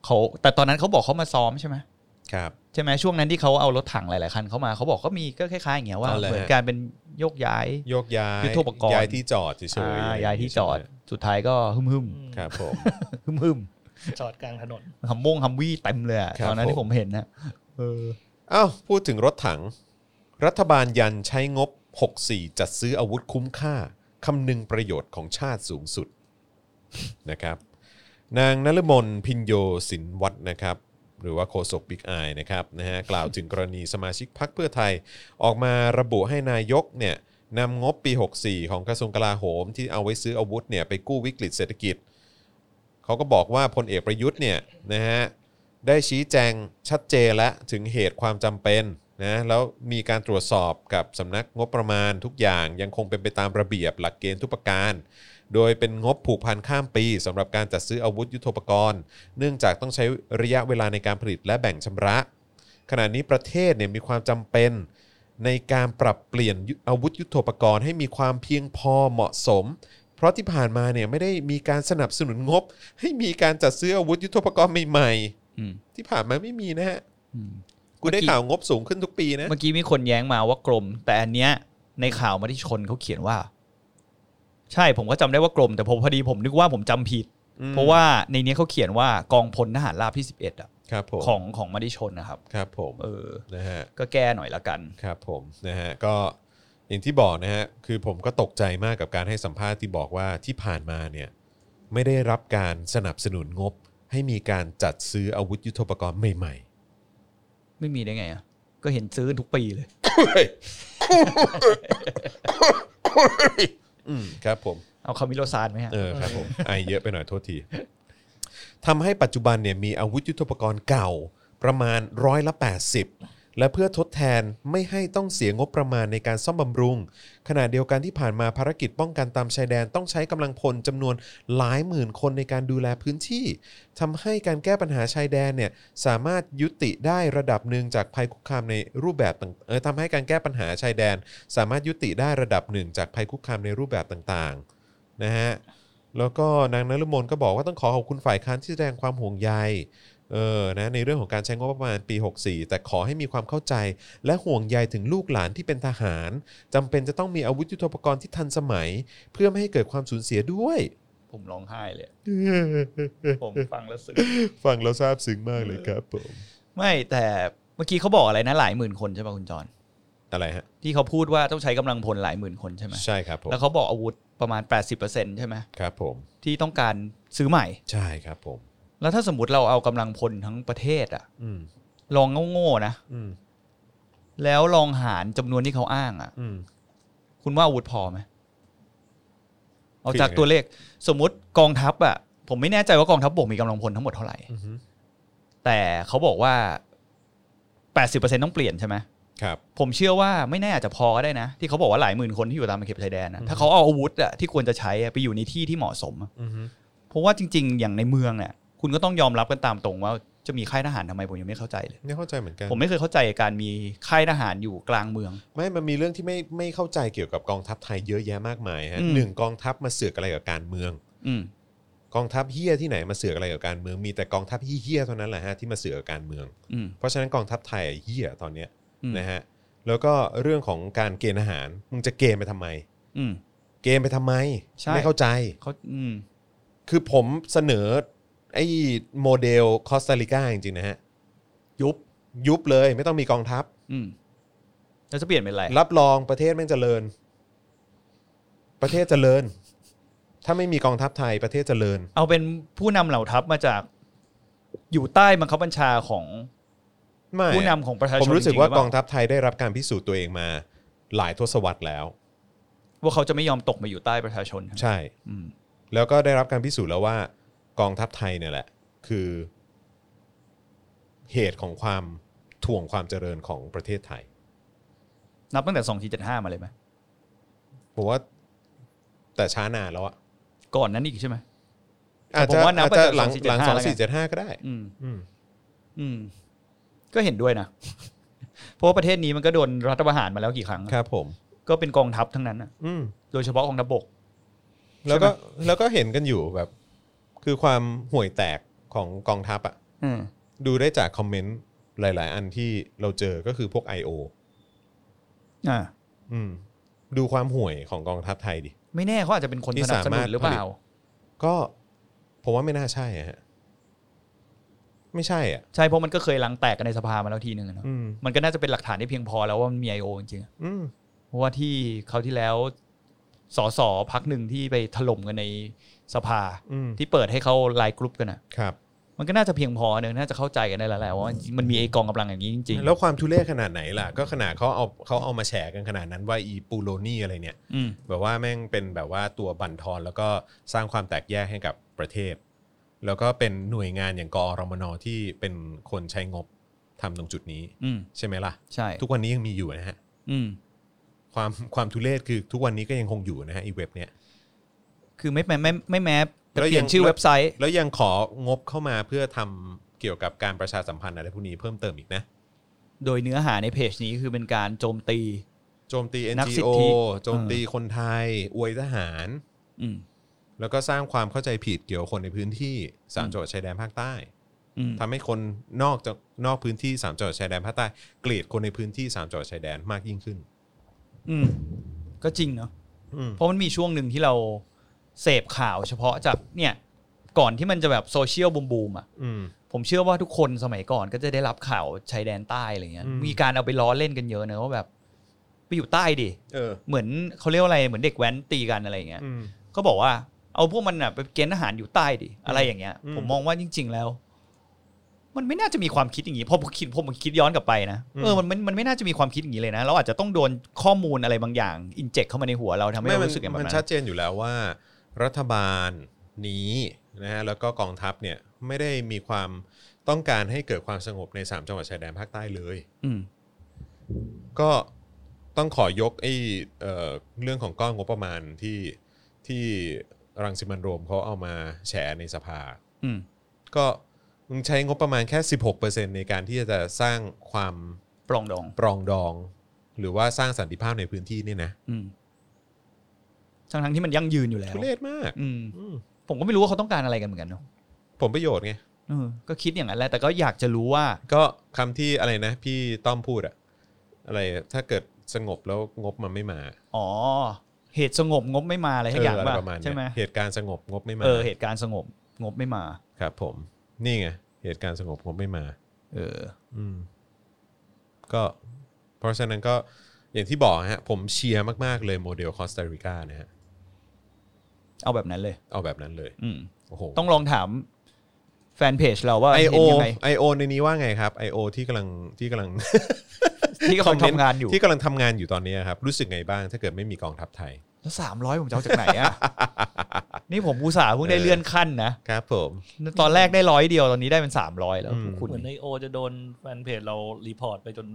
Speaker 3: เขาแต่ตอนนั้นเขาบอกเขามาซ้อมใช่ไหม
Speaker 2: ครับ
Speaker 3: ใช่ไหมช่วงนั้นที่เขาเอารถถังหลาย ๆ คันเข้ามาเขาบอกก็มีก็คล้ายๆอย่างเงี้ยว่าเหมือนการเป็นโยกย้าย
Speaker 2: โยกย้าย
Speaker 3: ยุทโธปกรณ์
Speaker 2: ย้ายที่จอดเฉย
Speaker 3: อ่า
Speaker 2: ๆ
Speaker 3: ย้ายที่จอดสุดท้ายก็ฮึ่มๆ
Speaker 4: อืม
Speaker 2: ครับผม
Speaker 3: ฮึ่มๆึม
Speaker 4: จอดกลางถนน
Speaker 3: ฮัมมงฮัมวี่เต็มเลยอะ
Speaker 2: ครับ
Speaker 3: ตอนนั้น
Speaker 2: ผม
Speaker 3: ที่ผมเห็นนะเออ
Speaker 2: อ้าวพูดถึงรถถัง รัฐบาลยันใช้งบ 64 จัดซื้ออาวุธคุ้มค่าคำนึงประโยชน์ของชาติสูงสุด <laughs> นะครับ นางนลมนพินโยสินวัฒน์นะครับ หรือว่าโฆษกบิ๊กไอนะครับนะฮะกล่าวถึงกรณีสมาชิกพรรคเพื่อไทย ออกมาระบุให้นายกเนี่ย นำงบปี 64 ของกระทรวงกลาโหม ที่เอาไว้ซื้ออาวุธเนี่ยไปกู้วิกฤตเศรษฐกิจ เขาก็บอกว่าพลเอกประยุทธ์เนี่ยนะฮะได้ชี้แจงชัดเจนและถึงเหตุความจำเป็นนะแล้วมีการตรวจสอบกับสำนักงบประมาณทุกอย่างยังคงเป็นไปตามระเบียบหลักเกณฑ์ทุกประการ โดยเป็นงบผูกพันข้ามปีสำหรับการจัดซื้ออาวุธยุทโธปกรณ์ เนื่องจากต้องใช้ระยะเวลาในการผลิตและแบ่งชำระ ขณะนี้ประเทศเนี่ยมีความจำเป็น ในการปรับเปลี่ยนยุอาวุธยุโทโธปกรณ์ให้มีความเพียงพอเหมาะสม เพราะที่ผ่านมาเนี่ยไม่ได้มีการสนับสนุนงบ ให้มีการจัดซื้ออาวุธยุโทโธปกรณ์ใหม่
Speaker 3: อืม
Speaker 2: ๆ ที่ผ่านมาไม่มีนะฮะ
Speaker 3: อืม
Speaker 2: กูได้
Speaker 3: เมื่อกี้
Speaker 2: ข่าวงบสูงขึ้นทุกปีนะ
Speaker 3: เมื่อกี้มีคนแย้งมาว่ากรม แต่อันเนี้ยในข่าวมาที่ชนเขาเขียนว่า ใช่ผมก็จำได้ว่ากรม แต่ผมพอดีผมนึกว่าผมจำผิด
Speaker 2: อืม
Speaker 3: เพราะว่าในเนี้ยเขาเขียนว่ากองพลทหารราบที่สิบเอ็ดอะ
Speaker 2: ครับผม
Speaker 3: ของของมาดิชนนะครับ
Speaker 2: ครับผม
Speaker 3: เออ
Speaker 2: นะฮะ
Speaker 3: ก็แก้หน่อยละกัน
Speaker 2: ครับผมนะฮะก็อย่างที่บอกนะฮะคือผมก็ตกใจมากกับการให้สัมภาษณ์ที่บอกว่าที่ผ่านมาเนี่ยไม่ได้รับการสนับสนุนงบ ให้มีการจัดซื้ออาวุธยุโทโธปกรณ์ใหม่
Speaker 3: ไม่มีได้ไงอะก็เห็นซื้อทุกปีเลย
Speaker 2: ๆอืมครับผม
Speaker 3: เอาคามิโลซานไหมฮะ
Speaker 2: เออครับผมไอเยอะไปหน่อยโทษทีทำให้ปัจจุบันเนี่ยมีอาวุธยุทโธปกรณ์เก่าประมาณร้อยละ 80 และเพื่อทดแทนไม่ให้ต้องเสียงบประมาณในการซ่อมบำรุง ขณะเดียวกันที่ผ่านมาภารกิจป้องกันตามชายแดนต้องใช้กำลังพลจำนวนหลายหมื่นคนในการดูแลพื้นที่ทำให้การแก้ปัญหาชายแดนเนี่ยสามารถยุติได้ระดับหนึ่งจากภัยคุกคามในรูปแบบต่างเออทำให้การแก้ปัญหาชายแดน สามารถยุติได้ระดับหนึ่งจากภัยคุกคามในรูปแบบต่างๆนะฮะ แล้วก็นางนฤมลก็บอกว่าต้องขอขอบคุณฝ่ายค้านที่แสดงความห่วงใยเออนะในเรื่องของการใช้งบประมาณปี 64 แต่ขอให้มีความเข้าใจ และห่วงใยถึงลูกหลานที่เป็นทหารจำเป็นจะต้องมีอาวุธยุทโธปกรณ์ที่ทันสมัย เพื่อไม่ให้เกิดความสูญเสียด้วย <laughs>
Speaker 3: ผมร้องไห้เลย ผมฟังแล้วซึ้ง
Speaker 2: ฟังแล้วซาบซึ้งมากเลยครับผม
Speaker 3: ไม่แต่เมื่อกี้เขาบอกอะไรนะหลายหมื่นคนใช่ป่ะคุณจอน
Speaker 2: อะไรฮะ
Speaker 3: ที่เขาพูดว่าต้องใช้กำลังพลหลายหมื่นคนใช่ไหม
Speaker 2: ใช่ครับผม
Speaker 3: แล้วเขาบอกอาวุธประมาณ 80%ใช่ไหม
Speaker 2: ครับผม
Speaker 3: ที่ต้องการซื้อใหม่
Speaker 2: ใช่ครับผม
Speaker 3: แล้วถ้าสมมติเราเอากำลังพลทั้งประเทศอะ
Speaker 2: อืม
Speaker 3: ลองโง่ๆนะ
Speaker 2: อืม
Speaker 3: แล้วลองหารจำนวนที่เขาอ้างอะ
Speaker 2: อืม
Speaker 3: คุณว่าอาวุธพอไหมเอาจาก
Speaker 2: คือยังไง
Speaker 3: ตัวเลข สมมติกองทัพอะผมไม่แน่ใจว่ากองทัพบกมีกำลังพลทั้งหมดเท่าไหร่
Speaker 2: อือฮึ
Speaker 3: แต่เขาบอกว่า 80%ต้องเปลี่ยนใช่ไหม
Speaker 2: ครับ
Speaker 3: ผมเชื่อว่าไม่แน่อาจจะพอก็ได้นะ ที่เขาบอกว่าหลายหมื่นคนที่อยู่ตามเขตชายแดนนะ
Speaker 2: อืม
Speaker 3: ถ้าเขาเอาอาวุธอะที่ควรจะใช้อะไปอยู่ในที่ที่เหมาะสมอะ
Speaker 2: อือฮึ
Speaker 3: เพราะว่าจริง ๆ อย่างในเมืองเนี่ยคุณก็ต้องยอมรับกันตามตรงว่าจะมีค่ายทหารทำไมผมยังไม่เข้าใจเลย
Speaker 2: ไม่เข้าใจเหมือนกัน
Speaker 3: ผมไม่เคยเข้าใจการมีค่ายทหารอยู่กลางเมือง
Speaker 2: ไม่ มันมีเรื่องที่ไม่ไม่เข้าใจเกี่ยวกับกองทัพไทยเยอะแยะมากมายฮะ
Speaker 3: อืม
Speaker 2: หนึ่งกองทัพมาเสือกอะไรกับการเมือง
Speaker 3: อืม
Speaker 2: กองทัพเฮี้ยที่ไหนมาเสือกอะไรกับการเมือง มีแต่กองทัพเฮี้ยๆเท่านั้นแหละฮะที่มาเสือกกับการเมือง
Speaker 3: อืม
Speaker 2: เพราะฉะนั้นกองทัพไทยอะเฮี้ยตอนเนี้ย
Speaker 3: อืม
Speaker 2: นะฮะ แล้วก็เรื่องของการเกณฑ์อาหาร มึงจะเกณฑ์ไปทำไม
Speaker 3: อืม
Speaker 2: เกณฑ์ไปทำไม
Speaker 3: ใช่
Speaker 2: ไม่เข้าใจ
Speaker 3: เขาอืม
Speaker 2: คือผมเสนอไอ้โมเดลคอสตาริกาจริงๆนะฮะ
Speaker 3: ยุบ
Speaker 2: ยุบเลยไม่ต้องมีกองทัพ
Speaker 3: อืม แล้วจะเปลี่ยนเป็นอะไร
Speaker 2: รับรองประเทศแม่งเจริญ ประเทศเจริญ ถ้าไม่มีกองทัพไทยประเทศเจริญ
Speaker 3: เอาเป็นผู้นำเหล่าทัพมาจาก อยู่ใต้บังคับบัญชาของ
Speaker 2: ไม่
Speaker 3: ผู้นำของประชาชน
Speaker 2: ผมรู้สึกว่า
Speaker 3: จๆหเป
Speaker 2: ก
Speaker 3: ล่
Speaker 2: องทัพไทยได้รับการพิสูจน์ตัวเองมา หลายทศวรรษแล้ว
Speaker 3: ว่าเขาจะไม่ยอมตกมาอยู่ใต้ประชาชน
Speaker 2: ใช่
Speaker 3: อืม
Speaker 2: แล้วก็ได้รับการพิสูจน์แล้วว่า กองทัพไทยเนี่ยแหละ คือ เหตุของความถ่วงความเจริญของประเทศไทย
Speaker 3: นับตั้งแต่สองทีเจ็ดห้ามาเลยไหม
Speaker 2: ผมว่าแต่ช้านานแล้วอะ
Speaker 3: ก่อนนั้นอีกใช่ไหม
Speaker 2: อาจจะ
Speaker 3: ผมว่านับ
Speaker 2: อาจจะหลัง
Speaker 3: ตั้งแต่
Speaker 2: หลัง
Speaker 3: 2475
Speaker 2: สองสี่เจ็ดห้าก็ได้
Speaker 3: อืม
Speaker 2: อืม
Speaker 3: อืม ก็เห็นด้วย
Speaker 2: <laughs>
Speaker 3: นะ เพราะว่าประเทศนี้มันก็โดนรัฐประหารมาแล้วกี่ครั้งอะ
Speaker 2: ครับผม
Speaker 3: ก็เป็นกองทัพทั้งนั้นอะ
Speaker 2: อืม
Speaker 3: โดยเฉพาะกองทัพบก
Speaker 2: แล้วก็
Speaker 3: ใช่
Speaker 2: แล้วก็เห็นกันอยู่แบบ คือความห่วยแตกของกองทัพอะ
Speaker 3: อืม
Speaker 2: ดูได้จากคอมเมนต์หลาย ๆ อันที่เราเจอก็คือพวก I.O.
Speaker 3: อ่า
Speaker 2: อืมดูความห่วยของกองทัพไทยดิ
Speaker 3: ไม่แน่เขาอาจจะเป็นคน
Speaker 2: ที่
Speaker 3: สนับสนุนหรือเป
Speaker 2: สามารถผ
Speaker 3: ล่า
Speaker 2: ลิต ก็ผมว่าไม่น่าใช่อะฮะไม่ใช่อ่ะ
Speaker 3: ใช่เพราะมันก็เคยลังแตกกันในสภามาแล้วทีหนึ่งอะเนอะ
Speaker 2: อืม
Speaker 3: มันก็น่าจะเป็นหลักฐานที่เพียงพอแล้วว่ามันมีไอโอจริงๆอะ
Speaker 2: อืม
Speaker 3: เพราะว่าที่เขาวที่แล้วสสพักหนึ่งที่ไปถล่มกันในสภา
Speaker 2: อืม
Speaker 3: ที่เปิดให้เขาไลน์กรุ๊ปกันอะ
Speaker 2: ครับ
Speaker 3: มันก็น่าจะเพียงพอเนอะน่าจะเข้าใจกันได้แล้วแหละว่ามันมีไอกองกำลังอย่างนี้จริงๆ
Speaker 2: แล้วความทุเรศขนาดไหนล่ะ ก็ขนาดเขาเอาเขาเอามาแฉกันขนาดนั้นว่าอีปูโลนี่อะไรเนี่ย
Speaker 3: อืม
Speaker 2: แบบว่าแม่งเป็นแบบว่าตัวบั่นทอนแล้วก็สร้างความแตกแยกให้กับประเทศ แล้วก็เป็นหน่วยงานอย่างกอรมนที่เป็นคนใช้งบทำตรงจุดนี้
Speaker 3: อืม
Speaker 2: ใช่ไหมล่ะ
Speaker 3: ใช่
Speaker 2: ทุกวันนี้ยังมีอยู่นะฮะ
Speaker 3: อืม
Speaker 2: ความความทุเรศคือทุกวันนี้ก็ยังคงอยู่นะฮะอีเว็บเนี่ย
Speaker 3: คือไม่แม้ไม่ไม่แม้แต่
Speaker 2: แล้ว
Speaker 3: เปลี่ย
Speaker 2: ยั
Speaker 3: น
Speaker 2: ง
Speaker 3: ชื่อเว็บไซต์
Speaker 2: แล้วยังของบเข้ามาเพื่อทำเกี่ยวกับการประชาสัมพันธ์อะไรพวกนี้เพิ่มเติมอีกนะ
Speaker 3: โดยเนื้อหาในเพจนี้คือเป็นการโจมตี
Speaker 2: โจมตี
Speaker 3: นักสิท
Speaker 2: NGO
Speaker 3: ธิ
Speaker 2: โจมตีคนไทย อวยทหาร
Speaker 3: อืม
Speaker 2: แล้วก็สร้างความเข้าใจผิดเกี่ยวกับคนในพื้นที่สามจังหวัดชายแดนภาคใต้
Speaker 3: อืม
Speaker 2: ทำให้คนนอกจากนอกพื้นที่3จังหวัดชายแดนภาคใต้เกลียดคนในพื้นที่3จังหวัดชายแดนมากยิ่งขึ้น
Speaker 3: อืมก็จริงเนาะ
Speaker 2: อืม
Speaker 3: เพราะมันมีช่วงหนึ่งที่เราเสพข่าวเฉพาะจากเนี่ย ก่อนที่มันจะแบบโซเชียลบูมบูมๆอ่ะ
Speaker 2: อืม
Speaker 3: ผมเชื่อว่าทุกคนสมัยก่อนก็จะได้รับข่าวชายแดนใต้อะไรเงี้ย
Speaker 2: อืม
Speaker 3: มีการเอาไปล้อเล่นกันเยอะเนอะว่าแบบไปอยู่ใต้ดิ
Speaker 2: เออ
Speaker 3: เหมือนเขาเรียกว่าอะไรเหมือนเด็กแว้นตีกันอะไรเงี้ย
Speaker 2: อืม
Speaker 3: ก็บอกว่าเอาพวกมันน่ะไปเกณฑ์อาหารอยู่ใต้ดิอะไรอย่างเงี้ย
Speaker 2: อืม
Speaker 3: ผมมองว่าจริง ๆ แล้ว มันไม่น่าจะมีความคิดอย่างนี้พอผมคิดผมคิดย้อนกลับไปนะเออมันมันมันไม่น่าจะมีความคิดอย่างนี้เลยนะเราอาจจะต้องโดนข้อมูลอะไรบางอย่างอินเจกเข้ามาในหัวเราทำให้
Speaker 2: ไม่
Speaker 3: เรา
Speaker 2: มัน
Speaker 3: รู้สึกอย่างแบบ
Speaker 2: มัน
Speaker 3: นั้
Speaker 2: ชัด
Speaker 3: น
Speaker 2: เจนอยู่แล้วว่า รัฐบาลนี้นะฮะแล้วก็กองทัพเนี่ยไม่ได้มีความต้องการให้เกิดความสงบใน3จังหวัดชายแดนภาคใต้เลย
Speaker 3: อืม
Speaker 2: ก็ต้องขอยกไอ้เอ่อเรื่องของก้อนงบประมาณที่ที่รังสิมันต์โรมเขาเอามาแฉในสภา
Speaker 3: อืม
Speaker 2: ก็มึงใช้งบประมาณแค่ 16%ในการที่จะสร้างความ
Speaker 3: ปรองดอง
Speaker 2: ปรองดอง หรือว่าสร้างสันติภาพในพื้นที่เนี่ยนะ
Speaker 3: อืมทั้งทั้งๆที่มันยั่งยืนอยู่แล้ว
Speaker 2: ทุเรศมาก
Speaker 3: อืม
Speaker 2: อืม
Speaker 3: ผมก็ไม่รู้ว่าเขาต้องการอะไรกันเหมือนกันเนาะ
Speaker 2: ผลประโยชน์ไง
Speaker 3: เออก็คิดอย่างนั้นแหละแต่ก็อยากจะรู้ว่า
Speaker 2: ก็คำที่อะไรนะ พี่ต้อมพูดอะอะไรถ้าเกิดสงบแล้วงบมันไม่มา
Speaker 3: อ๋อ เหตุสงบงบไม่มาอะไรทักอย่าง
Speaker 2: เไร
Speaker 3: ว่า
Speaker 2: ประมาณเนี้ย
Speaker 3: ใช่ไหม
Speaker 2: เหตุการณ์สงบงบไม่มา
Speaker 3: เออเหตุการณ์สงบงบไม่มา
Speaker 2: ครับผม นี่ไงเหตุการณ์สงบงบไม่มา
Speaker 3: เออ
Speaker 2: อืมก็เพราะฉะนั้นก็อย่างที่บอกฮะ ผมเชียร์มาก ๆ เลยโมเดลคอสตาริกานะฮะ
Speaker 3: เอาแบบนั้นเลย
Speaker 2: เอาแบบนั้นเลย
Speaker 3: อืม
Speaker 2: โอ้โห
Speaker 3: ต้องลองถามแฟนเพจเราว่า
Speaker 2: ไอโอ
Speaker 3: เห็นยังไง
Speaker 2: ไอโอในนี้ว่าไงครับ ไอโอที่กำลังที่กำลัง
Speaker 3: ที่กำลัง
Speaker 2: comment
Speaker 3: ทำงานอยู่
Speaker 2: ที่กำลังทำงานอยู่ตอนนี้ครับ รู้สึกไงบ้างถ้าเกิดไม่มีกองทัพไทย
Speaker 3: แล้วสามร้อยผมจะเอาจากไหน
Speaker 2: <laughs>
Speaker 3: อ่ะ นี่ผมอุตส่าห์เพิ่งได้เลื่อนขั้นนะครับ
Speaker 2: ผม
Speaker 3: ตอนแรกได้ร้อยเดียวตอนนี้ได้เป็นสามร้อยแล้ว
Speaker 2: อืม
Speaker 3: พวกคุณ
Speaker 4: เหมือนไอโอจะโดนแฟนเพจเรารีพอร์ตไปจน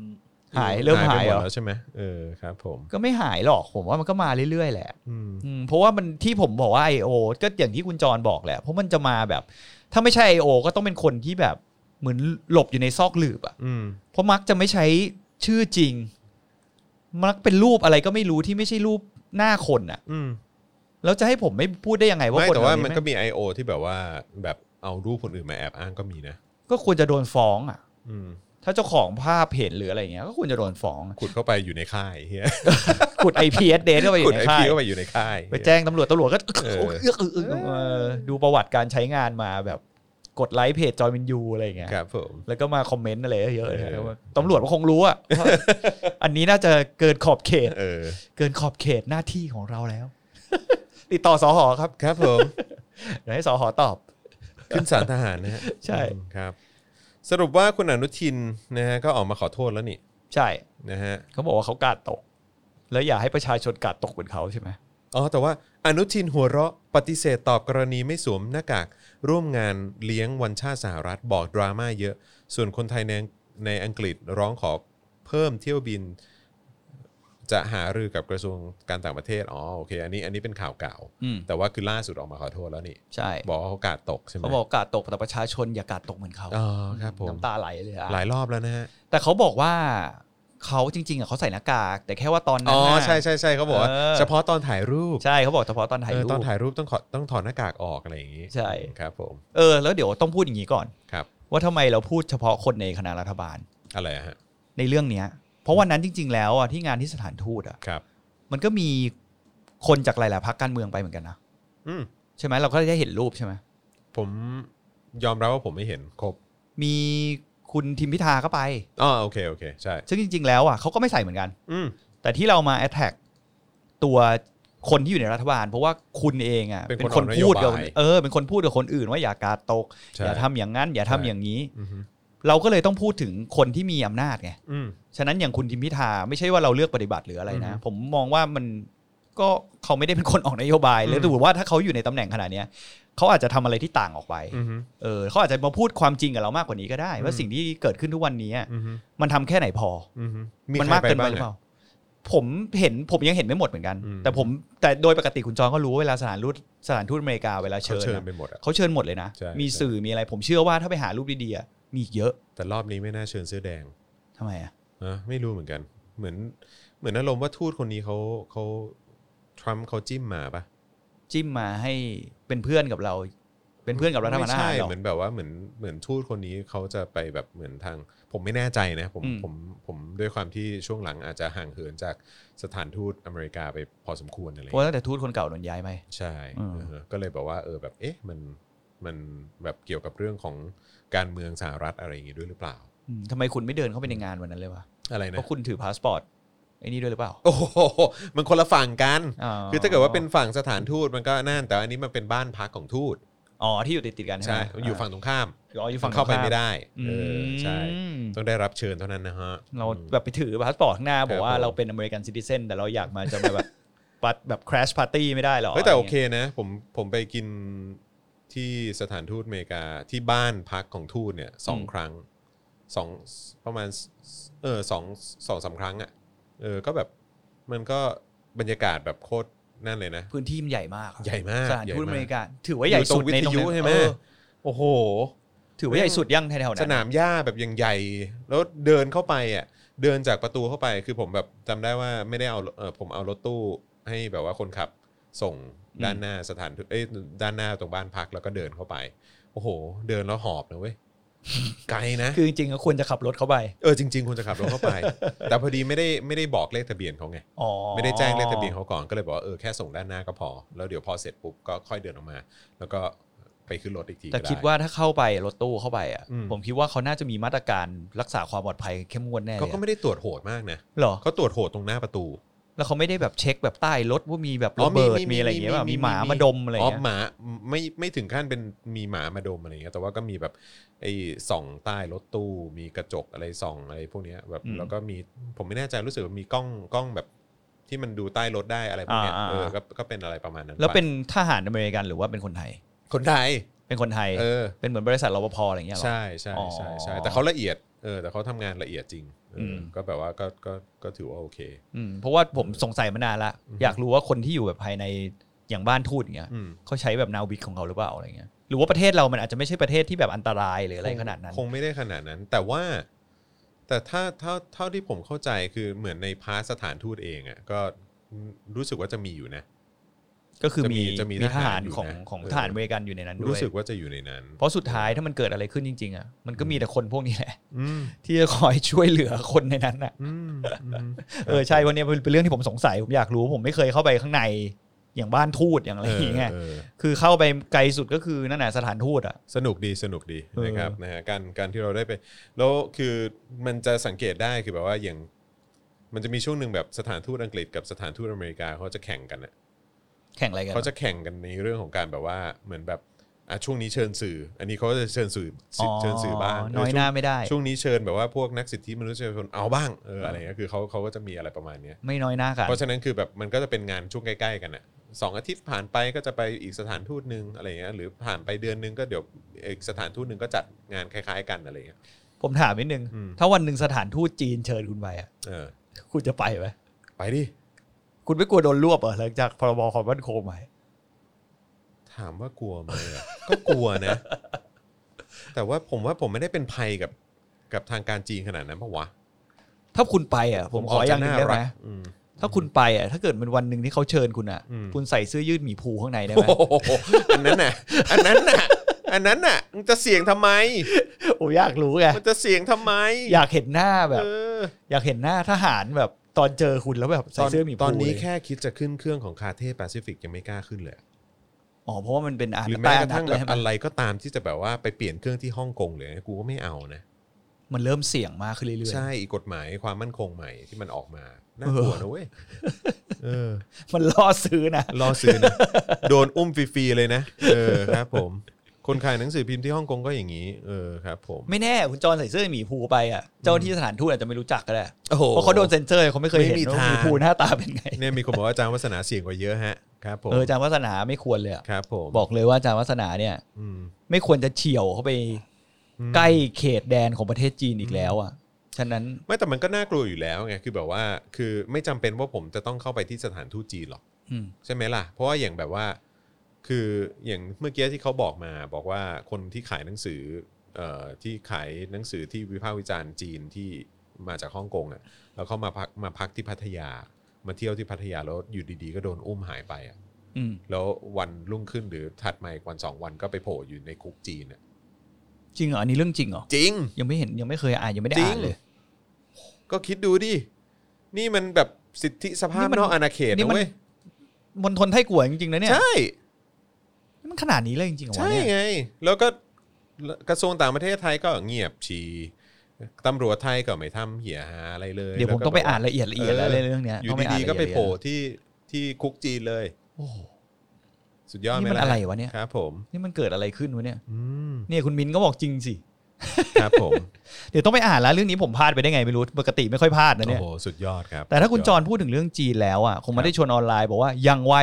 Speaker 3: หาย เริ่มหาย
Speaker 2: ไป
Speaker 3: เห
Speaker 2: ม
Speaker 3: ร
Speaker 2: ด
Speaker 3: อ
Speaker 2: แล้วใช่ไหมเออครับผม
Speaker 3: ก็ไม่หายหรอกผมว่ามันก็มาเรื่อยๆแหละ
Speaker 2: อืม
Speaker 3: อืมเพราะว่ามันที่ผมบอกว่า I.O. ก็อย่างที่คุณจรบอกแหละ เพราะมันจะมาแบบ ถ้าไม่ใช่ I.O. ก็ต้องเป็นคนที่แบบเหมือนหลบอยู่ในซอกหลืบอะ
Speaker 2: อืม
Speaker 3: เพราะมักจะไม่ใช้ชื่อจริง มักเป็นรูปอะไรก็ไม่รู้ที่ไม่ใช่รูปหน้าคนอะ
Speaker 2: อืม
Speaker 3: แล้วจะให้ผมไม่พูดได้ยังไงว่า
Speaker 2: ไม่
Speaker 3: คน
Speaker 2: แต่ว่า
Speaker 3: เหล่
Speaker 2: มัน
Speaker 3: แง
Speaker 2: ก็มี I.O. ที่แบบว่าแบบเอารูปคนอื่นมาแอบอ้างก็มีนะ
Speaker 3: ก็ควรจะโดนฟ้องอ่ะ
Speaker 2: อืม
Speaker 3: ถ้าเจ้าของภาพเห็นหรืออะไรอย่างเงี้ยก็ควรจะโดนฟ้อง
Speaker 2: ขุดเข้าไปอยู่ในค่ายเฮีย
Speaker 3: ขุด IP address เข้าไปอ
Speaker 2: ขุด
Speaker 3: ยู่ใน
Speaker 2: ไอ
Speaker 3: ค่า
Speaker 2: พี
Speaker 3: ย
Speaker 2: เข้าไปอยู่ในค่าย
Speaker 3: ไปแจ้งตำรวจตำรวจก็
Speaker 2: เออ
Speaker 3: เอื้อกเอื้อกเอื้อกเออดูประวัติการใช้งานมาแบบกดไลค์เพจจอยมินยูอะไรอย่างเงี้ย
Speaker 2: ครับผม
Speaker 3: แล้วก็มาคอมเมนต์อะไรเยอะๆนะ
Speaker 2: เออ
Speaker 3: ตำรวจก็คงรู้อ่ะว่าอันนี้น่าจะเกินขอบเขต
Speaker 2: เออ
Speaker 3: เกินขอบเขตหน้าที่ของเราแล้ว <laughs> ติดต่อสอหอครับ
Speaker 2: ครับ
Speaker 3: <laughs>
Speaker 2: ผม
Speaker 3: เดี๋ยวให้สอหอตอบ
Speaker 2: ขึ้นศาลทหารนะฮะ
Speaker 3: ใช่
Speaker 2: อืมครับ สรุปว่าคุณอนุทินนะฮะก็ออกมาขอโทษแล้วนี่
Speaker 3: ใช่
Speaker 2: นะฮะ
Speaker 3: เขาบอกว่าเขากาดตก แล้วอย่าให้ประชาชนกาดตกเหมือนเขาใช่ไหม
Speaker 2: อ๋อแต่ว่าอนุทินหัวเราะปฏิเสธตอบกรณีไม่สวมหน้ากากร่วมงานเลี้ยงวันชาติสหรัฐบอกดราม่าเยอะ ส่วนคนไทยในในอังกฤษร้องขอเพิ่มเที่ยวบิน จะหารือกับกระทรวงการต่างประเทศอ๋อโอเคอันนี้อันนี้เป็นข่าวเก่า
Speaker 3: อืม
Speaker 2: แต่ว่าคือล่าสุดออกมาขอโทษแล้วนี่
Speaker 3: ใช่
Speaker 2: บอกว่าเขากาดตกใช่ไหม
Speaker 3: เขาบอกกาดตกแต่ประชาชนอย่ากาดตกเหมือนเขา
Speaker 2: อ๋อครับผม
Speaker 3: น้ำตาไหลเลยอะ
Speaker 2: หลายรอบแล้วนะฮะ
Speaker 3: แต่เขาบอกว่าเขาจริงๆอะเขาใส่หน้ากาก แต่แค่ว่าตอนนั้
Speaker 2: อ๋
Speaker 3: น
Speaker 2: อ
Speaker 3: น่ะ
Speaker 2: ใช่ใช่ใช่เขาบอกว่า
Speaker 3: เออ
Speaker 2: เฉพาะตอนถ่ายรูป
Speaker 3: ใช่เขาบอกเฉพาะตอนถ่าย
Speaker 2: เออ
Speaker 3: รู
Speaker 2: ตอน
Speaker 3: ป
Speaker 2: ถ่ายรูปต้องขอต้องถอดหน้ากากออกอะไรอย่างนี้
Speaker 3: ใช่
Speaker 2: ครับผม
Speaker 3: เออแล้วเดี๋ยวต้องพูดอย่างนี้ก่อน
Speaker 2: ครับ
Speaker 3: ว่าทำไมเราพูดเฉพาะคนในคณะรัฐบาล
Speaker 2: อะไรฮะ
Speaker 3: ในเรื่องเนี้ย เพราะวันนั้นจริง ๆ แล้วอะที่งานที่สถานทูตอะ
Speaker 2: ครับ
Speaker 3: มันก็มีคนจากหลายๆพรรคการเมืองไปเหมือนกันนะ
Speaker 2: อืม
Speaker 3: ใช่ไหมเราก็ได้เห็นรูปใช่ไหม
Speaker 2: ผมยอมรับว่าผมไม่เห็นครบ
Speaker 3: มีคุณทิมพิธาก็ไป
Speaker 2: อ๋อโอเคโอเค ใช่
Speaker 3: ซึ่งจริง ๆ แล้วอะเขาก็ไม่ใส่เหมือนกัน
Speaker 2: อืม
Speaker 3: แต่ที่เรามาแอ t แทกตัว คนที่อยู่ในรัฐบาล เพราะว่าคุณเองอ่ะ
Speaker 2: เป็นคนออกนโยบาย
Speaker 3: พูดกับเออเป็นคนพูดกับคนอื่นว่าอย่ากาดตก
Speaker 2: ใช่
Speaker 3: อย่าทำอย่างนั้น อย่าทำอย่างนี้
Speaker 2: อือฮึ
Speaker 3: เราก็เลยต้องพูดถึงคนที่มีอำนาจไง
Speaker 2: อืม
Speaker 3: ฉะนั้นอย่างคุณทิมพิธาไม่ใช่ว่าเราเลือกปฏิบัติหรืออะไรนะ
Speaker 2: อืม
Speaker 3: ผมมองว่ามันก็เขาไม่ได้เป็นคนออกนโยบายเลย
Speaker 2: อืม
Speaker 3: ถือว่าถ้าเขาอยู่ในตำแหน่งขนาดเนี้ยเขาอาจจะทำอะไรที่ต่างออกไป
Speaker 2: อือฮึ
Speaker 3: เออเขาอาจจะมาพูดความจริงกับเรามากกว่านี้ก็ได้ ว่า
Speaker 2: อืม
Speaker 3: สิ่งที่เกิดขึ้นทุกวันนี้อะ
Speaker 2: อือฮึ
Speaker 3: มันทำแค่ไหนพอ
Speaker 2: อือฮึ
Speaker 3: มัน
Speaker 2: ใค
Speaker 3: มากเกินไป
Speaker 2: บ้
Speaker 3: หรือเป
Speaker 2: งะ
Speaker 3: ล่า ผมเห็นผมยังเห็นไม่หมดเหมือนกัน
Speaker 2: อืม
Speaker 3: แต่ผมแต่โดยปกติคุณจองก็รู้ว่าเวลาสถานรูดสถานทูตอเมริกาเวลา
Speaker 2: เขา
Speaker 3: เชิญ
Speaker 2: เชิญ
Speaker 3: อะ
Speaker 2: ไปหมดอ่ะ
Speaker 3: เขาเชิญหมดเลยนะ
Speaker 2: ใช่
Speaker 3: มี
Speaker 2: ใช่
Speaker 3: สื่อมีอะไร ผมเชื่อว่าถ้าไปหารูปดีๆอะมีอีกเยอะ
Speaker 2: แต่รอบนี้ไม่น่าเชิญเสื้อแดง
Speaker 3: ทำไมอ่ะ
Speaker 2: นะไม่รู้เหมือนกัน เหมือนเหมือนอารมณ์ว่าทูตคนนี้เขาเขาทรัมป์เขาจิ้มมาปะ
Speaker 3: จิ้มมาให้เป็นเพื่อนกับเรา เป็นเพื่อนกับรัฐบาล
Speaker 2: ไม่
Speaker 3: ท
Speaker 2: ใช่
Speaker 3: หารหรอ
Speaker 2: เหมือนแบบว่าเหมือนเหมือนทูตคนนี้เขาจะไปแบบเหมือนทาง ผมไม่แน่ใจนะผม
Speaker 3: อืม
Speaker 2: ผมผมด้วยความที่ช่วงหลังอาจจะห่างเหินจากสถานทูตอเมริกาไปพอสมควรอะไรอย่าง
Speaker 3: เพ
Speaker 2: เงี้ย
Speaker 3: ราะว่าตั้งแต่ทูตคนเก่าโดนย้ายไป
Speaker 2: ใช่
Speaker 3: อืม
Speaker 2: เออก็เลยแบบว่าเออแบบเอ๊ะมันมันแบบเกี่ยวกับเรื่องของการเมืองสหรัฐอะไรอย่างงี้ด้วยหรือเปล่า
Speaker 3: อืมทำไมคุณไม่เดินเข้าไปในงานวันนั้นเลยวะ
Speaker 2: อะไร
Speaker 3: เพ
Speaker 2: นะ
Speaker 3: ราะคุณถือพาสปอร์ตไอ้นี่ด้วยหรือเปล่า
Speaker 2: โอ้โหมันคนละฝั่งกัน คือถ้าเกิดว่าเป็นฝั่งสถานทูตมันก็นั่นแต่อันนี้มันเป็นบ้านพักของทูต
Speaker 3: อ๋อที่อยู่ติดติดๆกันใช่
Speaker 2: ใช่
Speaker 3: ไหม
Speaker 2: อยู่ฝั่งตรงข้าม
Speaker 3: อ๋ออยู่ฝั่ง
Speaker 2: เข้าไปไม่ได้
Speaker 3: อื
Speaker 2: เออ
Speaker 3: ม
Speaker 2: ใช่ต้องได้รับเชิญเท่านั้นนะฮะ
Speaker 3: เราแบบไปถือพาสปอร์ตข้างหน้า บอกว่า
Speaker 2: ครับผม
Speaker 3: เราเป็นอเมริกันซิติเซนแต่เราอยากมาจะมาแบบ <laughs> ปัดแบบคราชปาร์ตี้ไม่ได้หรอ
Speaker 2: เฮ้ยแต่โอ
Speaker 3: อะไร
Speaker 2: เค
Speaker 3: งี้ย
Speaker 2: นะผมผมไปกินที่สถานทูตอเมริกาที่บ้านพักของทูตเนี่ยสองครั้งสองประมาณเออสองสองสามครั้งอะ่ะเออก็แบบมันก็บรรยากาศแบบโคตรนั่นเลยนะ
Speaker 3: พื้นที่มันใหญ่มาก
Speaker 2: ใหญ่มาก
Speaker 3: สถานทูต
Speaker 2: ใหญ่มาก
Speaker 3: อเมริกาถือว่าใหญ่
Speaker 2: อยู่ตร
Speaker 3: สุด
Speaker 2: งวิ
Speaker 3: ใน
Speaker 2: ท
Speaker 3: ตรง
Speaker 2: ยุ
Speaker 3: นั้น
Speaker 2: ใช่ไหม
Speaker 3: เออ
Speaker 2: โอ้โห
Speaker 3: ถือว่าใหญ่สุดยังแถวๆนั้น
Speaker 2: สนามหญ้าแบบยังใหญ่ แล้วเดินเข้าไปอ่ะเดินจากประตูเข้าไปคือผมแบบจำได้ว่าไม่ได้เอาเออผมเอารถตู้ให้แบบว่าคนขับส่งด้านหน้าสถานทูตเอ้ยด้านหน้าตรงบ้านพักแล้วก็เดินเข้าไป โอ้โห เดินแล้วหอบนะเว้ย ไกลนะ
Speaker 3: คือจริงๆก็ควรจะขับรถเข้าไป
Speaker 2: เออจริงๆควรจะขับรถเข้าไป แต่พอดีไม่ได้ไม่ได้บอกเลขทะเบียนเขาไง
Speaker 3: อ๋อ
Speaker 2: ไม่ได้แจ้งเลขทะเบียนเขาก่อนก็เลยบอกว่าเออแค่ส่งด้านหน้าก็พอ แล้วเดี๋ยวพอเสร็จปุ๊บก็ค่อยเดินออกมา แล้วก็ไปขึ้นรถอีกที
Speaker 3: แต่
Speaker 2: ก็ไ
Speaker 3: คิดว่าถ้าเข้าไปรถตู้เข้าไปอ่ะ
Speaker 2: อืม
Speaker 3: ผมคิดว่าเขาน่าจะมีมาตรการรักษาความปลอดภัยเข้มงวดแน่เลย
Speaker 2: เขา
Speaker 3: อะ
Speaker 2: ก็ไม่ได้ตรวจโหดมากนะ
Speaker 3: หรอ
Speaker 2: เขาตรวจโหดตรงหน้าประตู
Speaker 3: แล้วเขาไม่ได้แบบเช็คแบบใต้รถว่ามีแบบระเบิดมีอะไรอย่างเงี้ยแบบมีหมามาดมอะไรอย่าง
Speaker 2: อ๋
Speaker 3: เงี้
Speaker 2: อยหมาไม่ไม่ถึงขั้นเป็นมีหมามาดมอะไรอย่างเงี้ยแต่ว่าก็มีแบบไอ้ส่องใต้รถตู้ มีกระจกอะไรส่องอะไรพวกเนี้ยแบบแล้วก็มีผมไม่แน่ใจรู้สึกว่ามีกล้องกล้องแบบที่มันดูใต้รถได้อะไรพวกเนี้ยเออก็ก็เป็นอะไรประมาณนั้น
Speaker 3: แล้วเป็นทหารอเมริกันหรือว่าเป็นคนไทย
Speaker 2: คนไทย
Speaker 3: เป็นคนไทย
Speaker 2: เออ
Speaker 3: เป็นเหมือนบริษัทรปภอะไรอย่างเงี้ยหรอ
Speaker 2: ใช่ใช่ใช่ใช่แต่เขาละเอียดเออแต่เขาทำงานละเอียดจริงก็แบบว่าก็ก็ก็ถือว่าโอเค
Speaker 3: อืมเพราะว่าผมสงสัยมานานละ
Speaker 2: อืม
Speaker 3: อยากรู้ว่าคนที่อยู่แบบภายในอย่างบ้านทูตอย่างเงี้ย
Speaker 2: อืม
Speaker 3: เขาใช้แบบนาวิกของเขาหรือเปล่าอะไรเงี้ยหรือว่าประเทศเรามันอาจจะไม่ใช่ประเทศที่แบบอันตรายหรืออะไรขนาดนั้น
Speaker 2: คงไม่ได้ขนาดนั้น แต่ว่า แต่ถ้าเท่าเท่าที่ผมเข้าใจคือเหมือนในพาร์ทสถานทูตเองอ่ะก็รู้สึกว่าจะมีอยู่นะ
Speaker 3: ก็คือ
Speaker 2: จะมี
Speaker 3: มี
Speaker 2: จะมีท
Speaker 3: มีท
Speaker 2: หา
Speaker 3: หาร ร
Speaker 2: อยู่
Speaker 3: ของ
Speaker 2: นะ
Speaker 3: ของ
Speaker 2: เออ
Speaker 3: ทหารอเมริกันอยู่ในนั้นด้
Speaker 2: รู้
Speaker 3: วย
Speaker 2: สึกว่าจะอยู่ในนั้น
Speaker 3: เพราะสุดท้ายถ้ามันเกิดอะไรขึ้นจริงๆอ่ะมันก็มีแต่คนพวกนี้แหละ
Speaker 2: อืม
Speaker 3: ที่จะคอยช่วยเหลือคนในนั้นอ่ะ
Speaker 2: อืมอืม
Speaker 3: เออใช่วันนี้เป็นเป็นเรื่องที่ผมสงสัยผมอยากรู้ผมไม่เคยเข้าไปข้างในอย่างบ้านทูต <laughs> อย่างอะไรอย่างเงี้ย
Speaker 2: เออเออ
Speaker 3: คือเข้าไปไกลสุดก็คือนั่นแหะสถานทูตอ่ะ
Speaker 2: สนุกดีสนุกดี
Speaker 3: เออ
Speaker 2: นะครับนะฮะการการที่เราได้ไป แล้วคือมันจะสังเกตได้คือแบบว่าอย่าง มันจะมีช่วงหนึ่งแบบสถานทูตอังกฤษกับสถานทูตอเมริกาเขาจะแข่งกันอะ
Speaker 3: แข่งอะไรกัน
Speaker 2: เขาจะแข่งกันในเรื่องของการแบบว่าเหมือนแบบอ่ะช่วงนี้เชิญสื่อ อันนี้เขาจะเชิญสื่อสิเชิญสื่อบ้าง
Speaker 3: น้อยหน้าไม่ได้
Speaker 2: เออช่วงช่วงนี้เชิญแบบว่าพวกนักสิทธิมนุษยชนเอาบ้างเอออะไรเงี้ยคือเขาเขาก็จะมีอะไรประมาณเนี้ย
Speaker 3: ไม่น้อยหน้ากัน
Speaker 2: เพราะฉะนั้นคือแบบมันก็จะเป็นงานช่วงใกล้ ๆ กันอ่ะสองอาทิตย์ผ่านไปก็จะไปอีกสถานทูตหนึ่งอะไรเงี้ยหรือผ่านไปเดือนหนึงก็เดี๋ยวอีกสถานทูตหนึ่งก็จัดงานคล้าย ๆ กันอะไรเงี้ย
Speaker 3: ผมถามนิดนึง
Speaker 2: อืม
Speaker 3: ถ้าวันหนึ่งสถานทูตจีนเชิญคุณไปอ่ะ
Speaker 2: เออ
Speaker 3: คุณจะไปไหม
Speaker 2: ไปดิ
Speaker 3: คุณไม่กลัวโดนรวบเหรอหลังจากพรบความมั่นคงไหม
Speaker 2: ถามว่ากลัวไหมอะก็กลัวนะ <laughs> แต่ว่าผมว่าผมไม่ได้เป็นภัยกับกับทางการจีนขนาดนั้นปะวะ
Speaker 3: ถ้าคุณไปอ่ะผมขออย่างหนึ่งได้ไหม
Speaker 2: อืม
Speaker 3: ถ้าคุณไปอ่ะถ้าเกิดมันวันหนึ่งที่เขาเชิญคุณอ่ะ
Speaker 2: อืม
Speaker 3: คุณใส่เสื้อยืดหมีภูข้างในได้
Speaker 2: <laughs> โอ้
Speaker 3: ไหม
Speaker 2: โหอันนั้นน่ะ อันนั้นน่ะ อันนั้นน่ะมึงจะเสี่ยงทำ
Speaker 3: <laughs>
Speaker 2: ไม
Speaker 3: ผมอยากรู้ไง
Speaker 2: <laughs> มันจะเสี่ยงทำไม
Speaker 3: อยากเห็นหน้าแบบ
Speaker 2: เออ
Speaker 3: อยากเห็นหน้าทหารแบบตอนเจอคุณแล้วแบบใส่เสื้อหมีภู
Speaker 2: ตอนนี้
Speaker 3: เลย
Speaker 2: แค่คิดจะขึ้นเครื่องของคาเทแปซิฟิกยังไม่กล้าขึ้นเลย
Speaker 3: อ๋อเพราะว่ามันเป็นอาหาร
Speaker 2: หรือ
Speaker 3: ใต้
Speaker 2: แม้กระทั่ง
Speaker 3: ด
Speaker 2: แบบ
Speaker 3: ใช่ไหม
Speaker 2: อะไรก็ตามที่จะแบบว่าไปเปลี่ยนเครื่องที่ฮ่องกงเลยกูก็ไม่เอานะ
Speaker 3: มันเริ่มเสี่ยงมากขึ้นเรื่อย
Speaker 2: ใช่อีกกฎหมายความมั่นคงใหม่ที่มันอ
Speaker 3: <laughs>
Speaker 2: อกมาน่ากลัวนะเว้ยเออ
Speaker 3: ๆมันล่อซื้อนะ
Speaker 2: ล่อซื้
Speaker 3: <laughs>
Speaker 2: อนะ โดนอุ้มฟรีๆเลยนะ เออครับผม คนขายหนังสือพิมพ์ที่ฮ่องกงก็อย่างนี้ เออครับผม
Speaker 3: ไม่แน่คุณจอนใส่เสื้อหมีภูไปอ่ะเจ้าหน้าที่สถานทูตอาจจะไม่รู้จักก็ได้
Speaker 2: โอ้โห
Speaker 3: เพราะเขาโดนเซ็นเซอร์เขาไม่เคยเห็น
Speaker 2: ไม่มี
Speaker 3: ว่า
Speaker 2: ทาง
Speaker 3: หมีภูหน้าตาเป็นไง
Speaker 2: เนี่ยมีคนบอกว่าอาจารย์วัฒนาเสี่ยงกว่าเยอะฮะ ครับผม
Speaker 3: เอออาจารย์วัฒนาไม่ควรเลยอะ
Speaker 2: ครับผม
Speaker 3: บอกเลยว่าอาจารย์วัฒนาเนี่ย
Speaker 2: อืม
Speaker 3: ไม่ควรจะเฉียวเข้าไป
Speaker 2: อืม
Speaker 3: ใกล้เขตแดนของประเทศจีนอีกแล้วอ่ะฉะนั้น
Speaker 2: ไม่แต่มันก็น่ากลัวอยู่แล้วไงคือแบบว่า คือไม่จำเป็นว่าผมจะต้องเข้าไปที่สถานทูตจีนหรอก
Speaker 3: อืม
Speaker 2: ใช่ไหมล่ะ เพราะว่าอย่างแบบว่า คืออย่างเมื่อกี้ที่เขาบอกมา บอกว่าคนที่ขายหนังสือเอ่อที่ขายหนังสือที่วิพากษ์วิจารณ์จีนที่มาจากฮ่องกงอ่ะ แล้วเขามาพักมาพักที่พัทยา มาเที่ยวที่พัทยาแล้วอยู่ดีๆ ก็โดนอุ้มหายไปอ่ะ
Speaker 3: อืม
Speaker 2: แล้ววันรุ่งขึ้นหรือถัดมาอีกวันสองวันก็ไปโผล่อยู่ในคุกจีนอ่ะ
Speaker 3: จริงเหรออันนี้เรื่องจริงเหรอ
Speaker 2: จริง
Speaker 3: ยังไม่เห็นยังไม่เคยอ่านยังไม่ได้
Speaker 2: จริง
Speaker 3: อ่านเลย
Speaker 2: ก็คิดดูดิ นี่มันแบบสิทธิสภาพ
Speaker 3: นี่มัน
Speaker 2: นอกอาณาเขต
Speaker 3: นี่
Speaker 2: นะ
Speaker 3: มัน
Speaker 2: เว้ย
Speaker 3: มณฑลไทยกัวจริงๆนะเนี่ย
Speaker 2: ใช่
Speaker 3: นี่มันขนาดนี้เลยจริงๆเหรอวะ
Speaker 2: ใช่
Speaker 3: เนี่ย
Speaker 2: ไง แล้วก็กระทรวงต่างประเทศไทยก็เงียบชีตำรวจไทยก็ไม่ทำเหียหาอะไรเลย
Speaker 3: เดี๋ยวผม
Speaker 2: แล้
Speaker 3: ต้องไปอ่าน
Speaker 2: แบบ
Speaker 3: ละเอียดละเอียดแล้วเรื่องเนี้ย
Speaker 2: อยู่
Speaker 3: ต้องไปอ่าน
Speaker 2: ดีๆ
Speaker 3: ละ
Speaker 2: ก็ไป
Speaker 3: เอียด
Speaker 2: โผล่ที่ที่คุกจีนเลย
Speaker 3: โอ้โห
Speaker 2: สุดยอดไหม
Speaker 3: นี่มัน
Speaker 2: ล่ะ
Speaker 3: อะไรวะเนี่ย
Speaker 2: ครับผม
Speaker 3: นี่มันเกิดอะไรขึ้นวะเนี่ย
Speaker 2: อื
Speaker 3: <laughs>
Speaker 2: ม
Speaker 3: เนี่ยคุณมินก็บอกจริงสิ
Speaker 2: ครับผม
Speaker 3: เดี๋ยวต้องไปอ่านแล้วเรื่องนี้ผมพลาดไปได้ไงไม่รู้ปกติไม่ค่อยพลาดนะ
Speaker 2: โอ้
Speaker 3: เนี่ย
Speaker 2: โหสุดยอดครับ
Speaker 3: แต่ถ้าคุณจ
Speaker 2: สุดย
Speaker 3: รพูดถึงเรื่องจีนแล้วอ่ะคงไม่ได้ชวนออนไลน์บอกว่ายังไว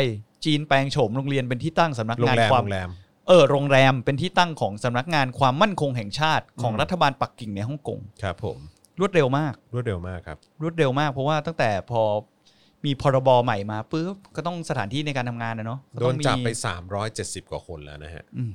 Speaker 3: จีนแปลงโฉมโรงเรียนเป็นที่ตั้งสำนัก
Speaker 2: โรง
Speaker 3: งาน
Speaker 2: แรม
Speaker 3: ควา
Speaker 2: โร
Speaker 3: ม
Speaker 2: งแรม
Speaker 3: เออโรงแรมเป็นที่ตั้งของสำนักงานความมั่นคงแห่งชาติของรัฐบาลปักกิ่งในฮ่องกง
Speaker 2: ครับผม
Speaker 3: รวดเร็วมาก
Speaker 2: รวดเร็วมากครับ
Speaker 3: รวดเร็วมากเพราะว่าตั้งแต่พอมีพรบใหม่มาปุ๊บก็ต้องสถานที่ในการทำงานนะเนาะก็
Speaker 2: โด
Speaker 3: ต้อน งมี
Speaker 2: จับไป 370 กว่าคนแล้วนะฮะ
Speaker 3: อืม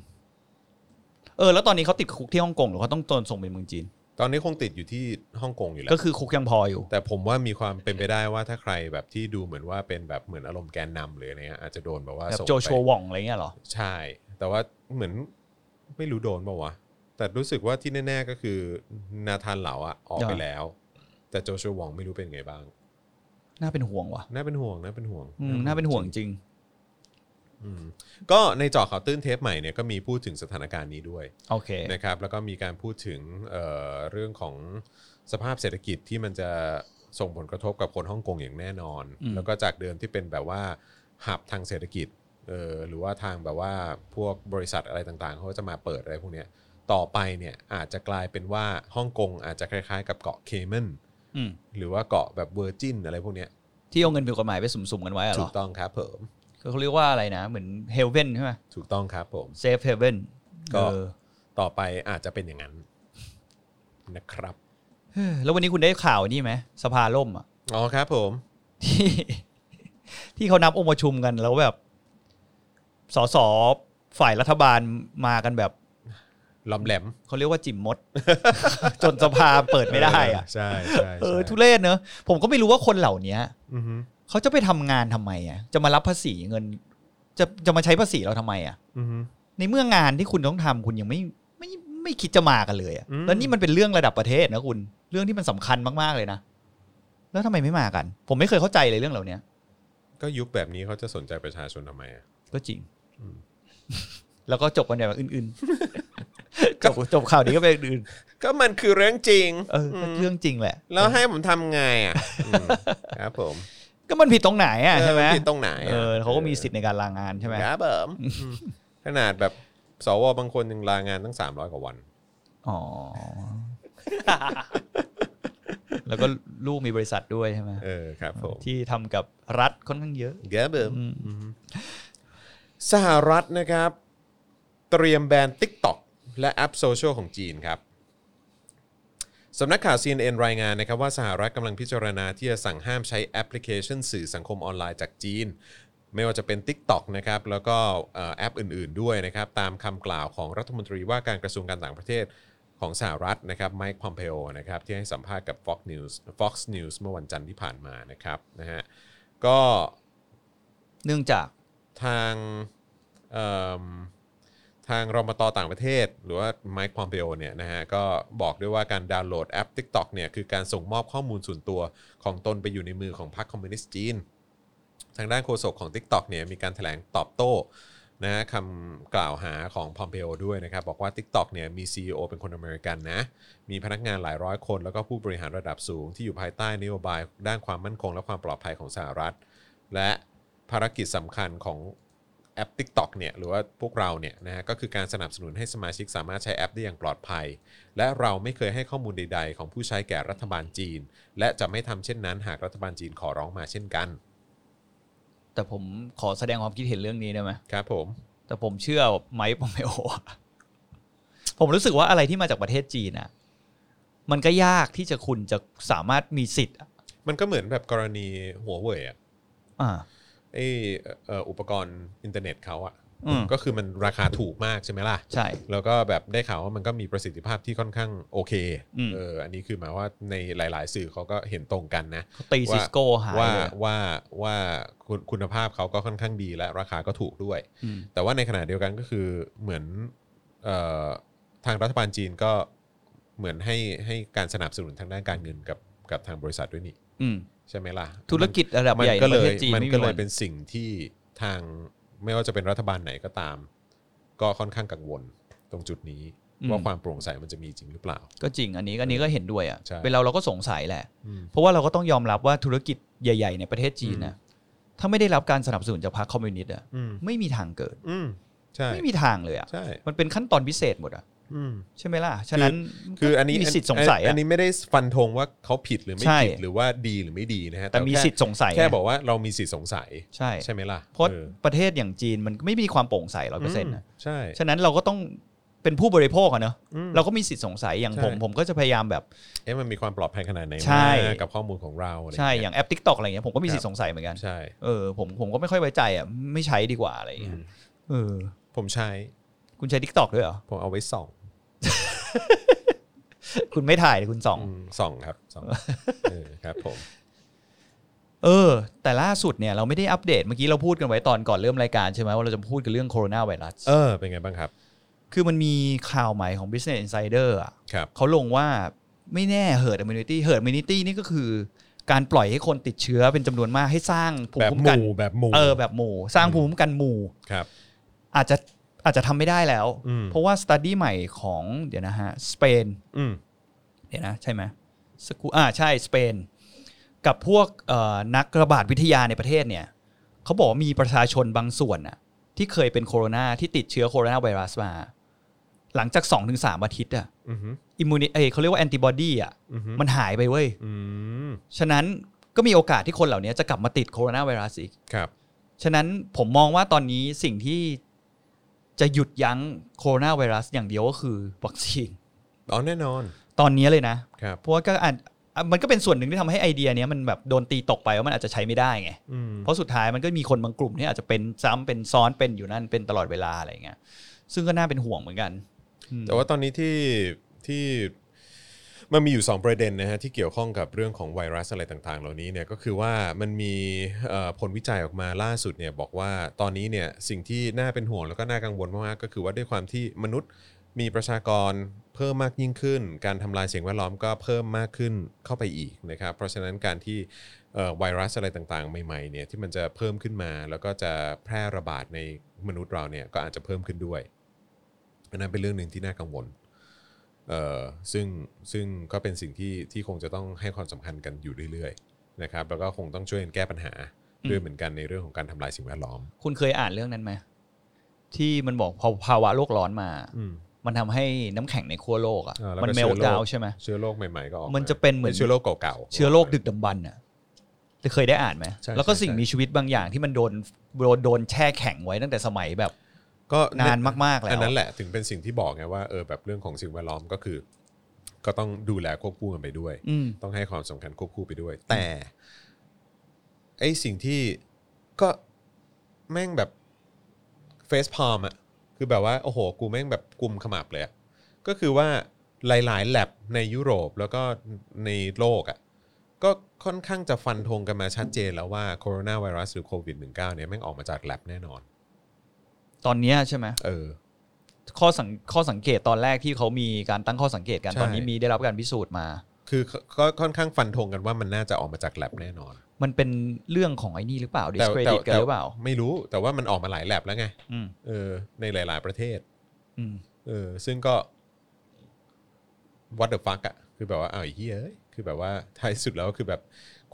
Speaker 3: เออแล้วตอนนี้เขาติดคุกที่ฮ่องกงหรือเขาต้องโดนส่งไปเมืองจีน
Speaker 2: ตอนนี้คงติดอยู่ที่ฮ่องกงอยู่แล้ว
Speaker 3: ก็คือคุกยังพออยู่
Speaker 2: แต่ผมว่ามีความเป็นไปได้ว่าถ้าใครแบบที่ดูเหมือนว่าเป็นแบบเหมือนอารมณ์แกนนำหรืออะไรเงี้ยอาจจะโดนแบบว่า
Speaker 3: แบบ
Speaker 2: ส่ง
Speaker 3: โจ
Speaker 2: ไป
Speaker 3: โชว่องอะไรเงี้ยเหรอ
Speaker 2: ใช่ แต่ว่าเหมือนไม่รู้โดนป่าวะ แต่รู้สึกว่าที่แน่ ๆ ก็คือนาธานเหลาอะออกไป
Speaker 3: อ่า
Speaker 2: แล้ว แต่โจชัวหวองไม่รู้เป็นไงบ้าง
Speaker 3: น่าเป็นห่วงว่ะ
Speaker 2: น่าเป็นห่วงน่าเป็นห่วง
Speaker 3: อืมน่าเป็นห่วงจริง
Speaker 2: อืมก็ในเจอข่าวตื้นเทปใหม่เนี่ยก็มีพูดถึงสถานการณ์นี้ด้วย
Speaker 3: โอเค
Speaker 2: นะครับ แล้วก็มีการพูดถึงเอ่อเรื่องของสภาพเศรษฐกิจที่มันจะส่งผลกระทบกับคนฮ่องกงอย่างแน่นอน
Speaker 3: อืม
Speaker 2: แล้วก็จากเดิมที่เป็นแบบว่าหับทางเศรษฐกิจเออหรือว่าทางแบบว่าพวกบริษัทอะไรต่างๆเขาก็จะมาเปิดอะไรพวกเนี้ย ต่อไปเนี่ยอาจจะกลายเป็นว่าฮ่องกงอาจจะคล้ายๆ กับเกาะเคมัน
Speaker 3: อืม
Speaker 2: หรือว่าเกาะแบบเวอร์จินอะไรพวกเนี้ย
Speaker 3: ที่เอาเงินผิดกฎหมายไปสุ่มๆกันไว้อะเหร
Speaker 2: ถู
Speaker 3: อก
Speaker 2: ต้องครับผม
Speaker 3: เขาเรียกว่าอะไรนะ เหมือนเฮลเวนใช่ไหม
Speaker 2: ถูกต้องครับผม
Speaker 3: เซฟเฮลเวน
Speaker 2: ก็ ต่อไปอาจจะเป็นอย่างนั้นนะครับ
Speaker 3: แล้ววันนี้คุณได้ข่าวนี่ไหมสภาล่มอ่ะ
Speaker 2: อ๋อครับผม
Speaker 3: ที่ <laughs> ที่เขานับองค์ประชุมกันแล้วแบบสสฝ่ายรัฐบาลมากันแบบ
Speaker 2: ลอมแหลม
Speaker 3: เขาเรียกว่าจิ๋มมด <laughs> จนสภาเปิดไม่ได้อ่ะ
Speaker 2: ใช่ใช่
Speaker 3: เออ
Speaker 2: ใช่
Speaker 3: ทุเรศเนอะผมก็ไม่รู้ว่าคนเหล่านี้
Speaker 2: อือฮึ
Speaker 3: เขาจะไปทำงานทำไมอ่ะจะมารับภาษีเงิน จะจะมาใช้ภาษีเราทำไมอ่ะ
Speaker 2: อือฮึ
Speaker 3: ในเมื่องานที่คุณต้องทำคุณยังไม่ไม่ไม่คิดจะมากันเลยอะ
Speaker 2: อืม
Speaker 3: แล้วนี่มันเป็นเรื่องระดับประเทศนะคุณ เรื่องที่มันสำคัญมากๆเลยนะ แล้วทำไมไม่มากัน ผมไม่เคยเข้าใจเลยเรื่องเหล่านี้
Speaker 2: ก็ยุคแบบนี้เขาจะสนใจประชาชนทำไมอ่ะ
Speaker 3: ก็จริง
Speaker 2: อืม
Speaker 3: แล้วก็จบกันแบบอื่นๆ จ
Speaker 2: <laughs>
Speaker 3: บจบข่าวนี้ก็ไปอื่น
Speaker 2: ก็มันคือเรื่องจริง
Speaker 3: เออก็เรื่องจริงแหละ
Speaker 2: แล้วให้ผมทำไงอ่ะอืมครับผม
Speaker 3: ก็มันผิดตรงไหนอ่ะใช่ไหม
Speaker 2: เออผิดตรงไหนอะ
Speaker 3: เออเขาก็มีสิทธิ์ในการลางานใช่ไหม
Speaker 2: ครับผมอืม <laughs> ขนาดแบบสวบางคนยังลางานตั้ง 300 กว่าวัน
Speaker 3: อ๋อ แล้วก็ลูกมีบริษัทด้วยใช่ไหม
Speaker 2: เออครับผม
Speaker 3: ที่ทำกับรัฐค่อนข้างเยอะ
Speaker 2: ครับผม
Speaker 3: อืม
Speaker 2: อืมสหรัฐนะครับ เตรียมแบน TikTok และแอปโซเชียลของจีนครับ สำนักข่าว CNN รายงานนะครับว่าสหรัฐกำลังพิจารณาที่จะสั่งห้ามใช้แอปพลิเคชันสื่อสังคมออนไลน์จากจีน ไม่ว่าจะเป็น TikTok นะครับแล้วก็เอ่อแอปอื่น ๆ ด้วยนะครับ ตามคำกล่าวของรัฐมนตรีว่าการกระทรวงการต่างประเทศของสหรัฐนะครับไมค์พอมเพโอนะครับที่ให้สัมภาษณ์กับ Fox News Fox News เมื่อวันจันทร์ที่ผ่านมานะครับนะฮะก็
Speaker 3: เนื่องจาก
Speaker 2: ทางเอิ่มทางรมตต่างประเทศ หรือว่าไมค์พอมเพโอเนี่ยนะฮะก็บอกด้วยว่าการดาวน์โหลดแอป TikTok เนี่ยคือการส่งมอบข้อมูลส่วนตัวของตนไปอยู่ในมือของพรรคคอมมิวนิสต์จีน ทางด้านโฆษกของ TikTok เนี่ยมีการแถลงตอบโต้ นะฮะคำกล่าวหาของพอมเ e โอด้วยนะครับ บอกว่า TikTok เนี่ยมี CEO เป็นคนอเมริกันนะ มีพนักงานหลายร้อยคน แล้วก็ผู้บริหารระดับสูง ที่อยู่ภายใต้นโยบายด้านความมั่นคง และความปลอดภัยของสหรัฐ และภารกิจสำคัญของแอป TikTok เนี่ยหรือว่าพวกเราเนี่ยนะฮะก็คือการสนับสนุนให้สมาชิกสามารถใช้แอปได้อย่างปลอดภัย และเราไม่เคยให้ข้อมูลใด ๆ ของผู้ใช้แก่รัฐบาลจีน และจะไม่ทำเช่นนั้น หากรัฐบาลจีนขอร้องมาเช่นกัน
Speaker 3: แต่ผมขอแสดงความคิดเห็นเรื่องนี้ได้ไหม
Speaker 2: ครับผม
Speaker 3: แต่ผมเชื่อไมค์ป <laughs> อมเปโออะผมรู้สึกว่าอะไรที่มาจากประเทศจีนอะมันก็ยากที่จะคุณจะสามารถมีสิทธิ์อะ
Speaker 2: มันก็เหมือนแบบกรณีหัวเว่ยอะ
Speaker 3: อ่า
Speaker 2: ไอเอ่อเอ่ออุปกรณ์อินเทอร์เน็ตเขาอะ
Speaker 3: อืม
Speaker 2: ก็คือมันราคาถูกมากใช่ไหมล่ะ
Speaker 3: ใช่
Speaker 2: แล้วก็แบบได้ข่าวว่ามันก็มีประสิทธิภาพที่ค่อนข้างโอเค
Speaker 3: อืม
Speaker 2: เอออันนี้คือหมายว่าในหลาย ๆ สื่อเขาก็เห็นตรงกันนะ
Speaker 3: เขาตีซิ
Speaker 2: ว่า
Speaker 3: สโก้หาย
Speaker 2: ว่า
Speaker 3: เลยอะ
Speaker 2: ว่าว่าคุณคุณภาพเขาก็ค่อนข้างดีและราคาก็ถูกด้วย
Speaker 3: อืม
Speaker 2: แต่ว่าในขณะเดียวกันก็คือเหมือนเอ่อทางรัฐบาลจีนก็เหมือนให้ให้การสนับสนุนทางด้านการเงินกับกับทางบริษัทด้วยนี่
Speaker 3: อืม
Speaker 2: ใช่ไหมล่ะ
Speaker 3: ธุรกิจระดับ
Speaker 2: มั
Speaker 3: ใหญ่
Speaker 2: ก็
Speaker 3: ในป
Speaker 2: เล
Speaker 3: ระเท
Speaker 2: ย
Speaker 3: ศจีน
Speaker 2: มัน
Speaker 3: ไม่มี
Speaker 2: ก็เลย
Speaker 3: วัน
Speaker 2: เป็นสิ่งที่ทางไม่ว่าจะเป็นรัฐบาลไหนก็ตาม ก็ค่อนข้างกังวลตรงจุดนี้ ว่าความโปร่งใสมันจะมีจริงหรือเปล่า
Speaker 3: ก็จริงอันนี้อันนี้ก็เห็นด้วยอ่ะ
Speaker 2: ใช่
Speaker 3: เป็นเราเราก็สงสัยแหละ
Speaker 2: อืม
Speaker 3: เพราะว่าเราก็ต้องยอมรับว่าธุรกิจใหญ่ ๆ ในประเทศจีน
Speaker 2: อืม
Speaker 3: นะถ้าไม่ได้รับการสนับสนุนจากพรรคคอมมิวนิสต์อ่ะ
Speaker 2: อืม
Speaker 3: ไม่มีทางเกิด
Speaker 2: อืมใช่
Speaker 3: ไม่มีทางเลยอ่ะ
Speaker 2: ใช่
Speaker 3: มันเป็นขั้นตอนพิเศษหมดอ่ะ
Speaker 2: อืม
Speaker 3: ใช่ไหมล่ะฉะนั้น
Speaker 2: คืออันนี้
Speaker 3: มีสิทธิ์สงสัย
Speaker 2: อั
Speaker 3: อ่ะ
Speaker 2: นนี้ไม่ได้ฟันธงว่าเขาผิดหรือไม่
Speaker 3: ใช่
Speaker 2: ผิดหรือว่าดีหรือไม่ดีนะฮะ
Speaker 3: แต่มี
Speaker 2: ค่
Speaker 3: สิทธิ์สงสัย
Speaker 2: แค่บอกว่าเรามีสิทธิ์สงสัย
Speaker 3: ใช่
Speaker 2: ใช่ไหมล่ะ
Speaker 3: เพราะ
Speaker 2: ออ
Speaker 3: ประเทศอย่างจีนมันไม่มีความโปร่งใสร้อยเปอร์เซ็นต์นะ
Speaker 2: ใช่
Speaker 3: ฉะนั้นเราก็ต้องเป็นผู้บริโภคอะเนอะ
Speaker 2: อืม
Speaker 3: เราก็มีสิทธิ์สงสัยอย่าง
Speaker 2: ใช่
Speaker 3: ผมผมก็จะพยายามแบบ
Speaker 2: เอ๊ะมันมีความปลอดภัยขนาดไหน
Speaker 3: ใช่
Speaker 2: นะกับข้อมูลของเราอะไร
Speaker 3: ใช่อ
Speaker 2: เ
Speaker 3: ย่างแอปทิกตอกอะไรเงี้ยผมก็มีสิทธิ์สงสัยเหมือนกัน
Speaker 2: ใช่
Speaker 3: เออผมผมก็ไม่ค่อยไว้ใจอ่ะไม่ใช้ดีกว่าอะไร
Speaker 2: อื
Speaker 3: เงี้ย
Speaker 2: ม
Speaker 3: เออ
Speaker 2: ผมใช้
Speaker 3: คุณใช้ทิกตอกด้วยเหรอ
Speaker 2: ผมเอาไว้ส่อง
Speaker 3: คุณไม่ถ่ายเลยคุณส่อง
Speaker 2: อืมส่องครับ
Speaker 3: <laughs>
Speaker 2: ส่องเออครับผม
Speaker 3: เออ แต่ล่าสุดเนี่ยเราไม่ได้อัปเดตเมื่อกี้เราพูดกันไว้ตอนก่อนเริ่มรายการใช่ไหมว่าเราจะพูดกันเรื่องโคโรนาไวรัส
Speaker 2: เออเป็นไงบ้างครับ
Speaker 3: คือมันมีข่าวใหม่ของ Business Insider อ่ะ
Speaker 2: ครับ
Speaker 3: เขาลงว่าไม่แน่ herd immunity herd immunity นี่ก็คือ การปล่อยให้คนติดเชื้อเป็นจำนวนมากให้สร้างภู
Speaker 2: แบ
Speaker 3: มิ
Speaker 2: บ
Speaker 3: คุ้ม
Speaker 2: ห
Speaker 3: กัน
Speaker 2: มู่แบบหมู่
Speaker 3: เออแบบหมู่ สร้างภูมิคุ้มกันหมู่
Speaker 2: ครับ
Speaker 3: อาจจะอาจจะทำไม่ได้แล้ว
Speaker 2: อืม
Speaker 3: เพราะว่าสต u d ดี้ใหม่ของเดี๋ยวนะฮะสเปน
Speaker 2: อืม
Speaker 3: เดี๋ยวนะใช่ไหมสกูอ่าใช่สเปน กับพวกเอ่อนักระบาดวิทยาในประเทศเนี่ยเขาบอกว่ามีประชาชนบางส่วนน่ะที่เคยเป็นโคโรนาที่ติดเชื้อโคโรนาไวรัสมา หลังจาก 2-3ถึงอาทิตย์อ่ะ
Speaker 2: อืม
Speaker 3: อิมมูนเอยเขาเรียกว่าแอนติบอดีอ่ะ
Speaker 2: อืม
Speaker 3: มันหายไปเว้ย
Speaker 2: อืม
Speaker 3: ฉะนั้นก็มีโอกาสที่คนเหล่านี้จะกลับมาติดโคโรนาไวรัสอีก
Speaker 2: ครับ
Speaker 3: ฉะนั้นผมมองว่าตอนนี้สิ่งที่จะหยุดยั้งโคโรนาไวรัสอย่างเดียวก็คือวัคซีน
Speaker 2: อ๋อแน่นอน
Speaker 3: ตอนนี้เลยนะ
Speaker 2: ครับ
Speaker 3: เพราะว่าก็อาจอ่ะมันก็เป็นส่วนหนึ่งที่ทำให้ไอเดียเนี้ยมันแบบโดนตีตกไปว่ามันอาจจะใช้ไม่ได้ไง
Speaker 2: อืม
Speaker 3: เพราะสุดท้ายมันก็มีคนบางกลุ่มที่อาจจะเป็นซ้ำเป็นซ้อนเป็นอยู่นั่นเป็นตลอดเวลาอะไรอย่างเงี้ยซึ่งก็น่าเป็นห่วงเหมือนกันอืม
Speaker 2: แต่ว่าตอนนี้ที่ที่มันมีอยู่ 2 ประเด็นนะฮะที่เกี่ยวข้องกับเรื่องของไวรัสอะไรต่างๆ เหล่านี้เนี่ยก็คือว่ามันมีเอ่อผลวิจัยออกมาล่าสุดเนี่ยบอกว่าตอนนี้เนี่ยสิ่งที่น่าเป็นห่วงแล้วก็น่ากังวลมากๆก็คือว่าด้วยความที่มนุษย์มีประชากรเพิ่มมากยิ่งขึ้น การทำลายสิ่งแวดล้อมก็เพิ่มมากขึ้นเข้าไปอีกนะครับเพราะฉะนั้นการที่ เอ่อไวรัสอะไรต่างๆ ใหม่ๆเนี่ยที่มันจะเพิ่มขึ้นมา แล้วก็จะแพร่ระบาดในมนุษย์เราเนี่ยก็อาจจะเพิ่มขึ้นด้วยอันนั้นเป็นเรื่องหนึ่งที่น่ากังวลเอ่อซึ่งซึ่งก็เป็นสิ่งที่ที่คงจะต้องให้ความสำคัญกันอยู่เรื่อยๆนะครับแล้วก็คงต้องช่วยกันแก้ปัญหาด้วยเหมือนกันในเรื่องของการทำลายสิ่งแวดล้อม
Speaker 3: คุณเคยอ่านเรื่องนั้นไหมที่มันบอกพอภาวะโลกร้อนมา
Speaker 2: อืม
Speaker 3: มันทำให้น้ำแข็งในขั้วโลกอ่ะ
Speaker 2: อ่าแล้วก็
Speaker 3: มันเมล
Speaker 2: เชื้อโรค
Speaker 3: ดาวใช่ไหม
Speaker 2: เชื้อโรคใหม่ๆก็ออกา
Speaker 3: มันจะเป็นเหมือน
Speaker 2: เชื้อโรคเก่าๆ
Speaker 3: เชื้อโรคดึกดำบรรพ์อ่ะเคยได้อ่านไหม
Speaker 2: ใช่
Speaker 3: แล้วก็
Speaker 2: ใช่
Speaker 3: สิ่ง
Speaker 2: ใช่
Speaker 3: มีชีวิตบางอย่างที่มันโดนโดนโดนแช่แข็งไว้ตั้งแต่สมัยแบบ
Speaker 2: ก็
Speaker 3: นานมากๆแล้ว
Speaker 2: อันนั้นแหละถึงเป็นสิ่งที่บอกไงว่าเออแบบเรื่องของสิ่งแวดล้อมก็คือ ก็ต้องดูแลควบคู่กันไปด้วย
Speaker 3: อืม
Speaker 2: ต้องให้ความสำคัญควบคู่ไปด้วย แต่ไอ้สิ่งที่ก็แม่งแบบเฟซพอมอะคือแบบว่า โอ้โห กูแม่งแบบกลุ่มขมับเลยอะก็คือว่าหลายๆแลบในยุโรปแล้วก็ในโลกอะก็ค่อนข้างจะฟันธงกันมาชัดเจนแล้วว่าโคโรนาไวรัสหรือโควิด -19 เนี่ยแม่งออกมาจากแลบแน่นอน
Speaker 3: ตอนเนี้ยใช่ไหม
Speaker 2: เออ
Speaker 3: ข้อสังข้อสังเกตตอนแรกที่เขามีการตั้งข้อสังเกตกัน
Speaker 2: ใช่
Speaker 3: ตอนนี้มีได้รับการพิสูจน์มา
Speaker 2: คือก็ก็ค่อนข้างฟันธงกันว่ามันน่าจะออกมาจากแลบแน่นอน
Speaker 3: มันเป็นเรื่องของไอ้นี่หรือเปล่าดิ
Speaker 2: แต่
Speaker 3: สเคร
Speaker 2: แต่
Speaker 3: ดิตกันหรือเปล่า
Speaker 2: ไม่รู้แต่ว่ามันออกมาหลายแลบแล้วไง
Speaker 3: อืม
Speaker 2: เออในหลาย ๆ ประเทศ
Speaker 3: อืม
Speaker 2: เออซึ่งก็ what the fuck อะคือแบบว่าอ้าวไอ้เหี้ยเอ้ยคือแบบว่าท้ายสุดแล้วคือแบบ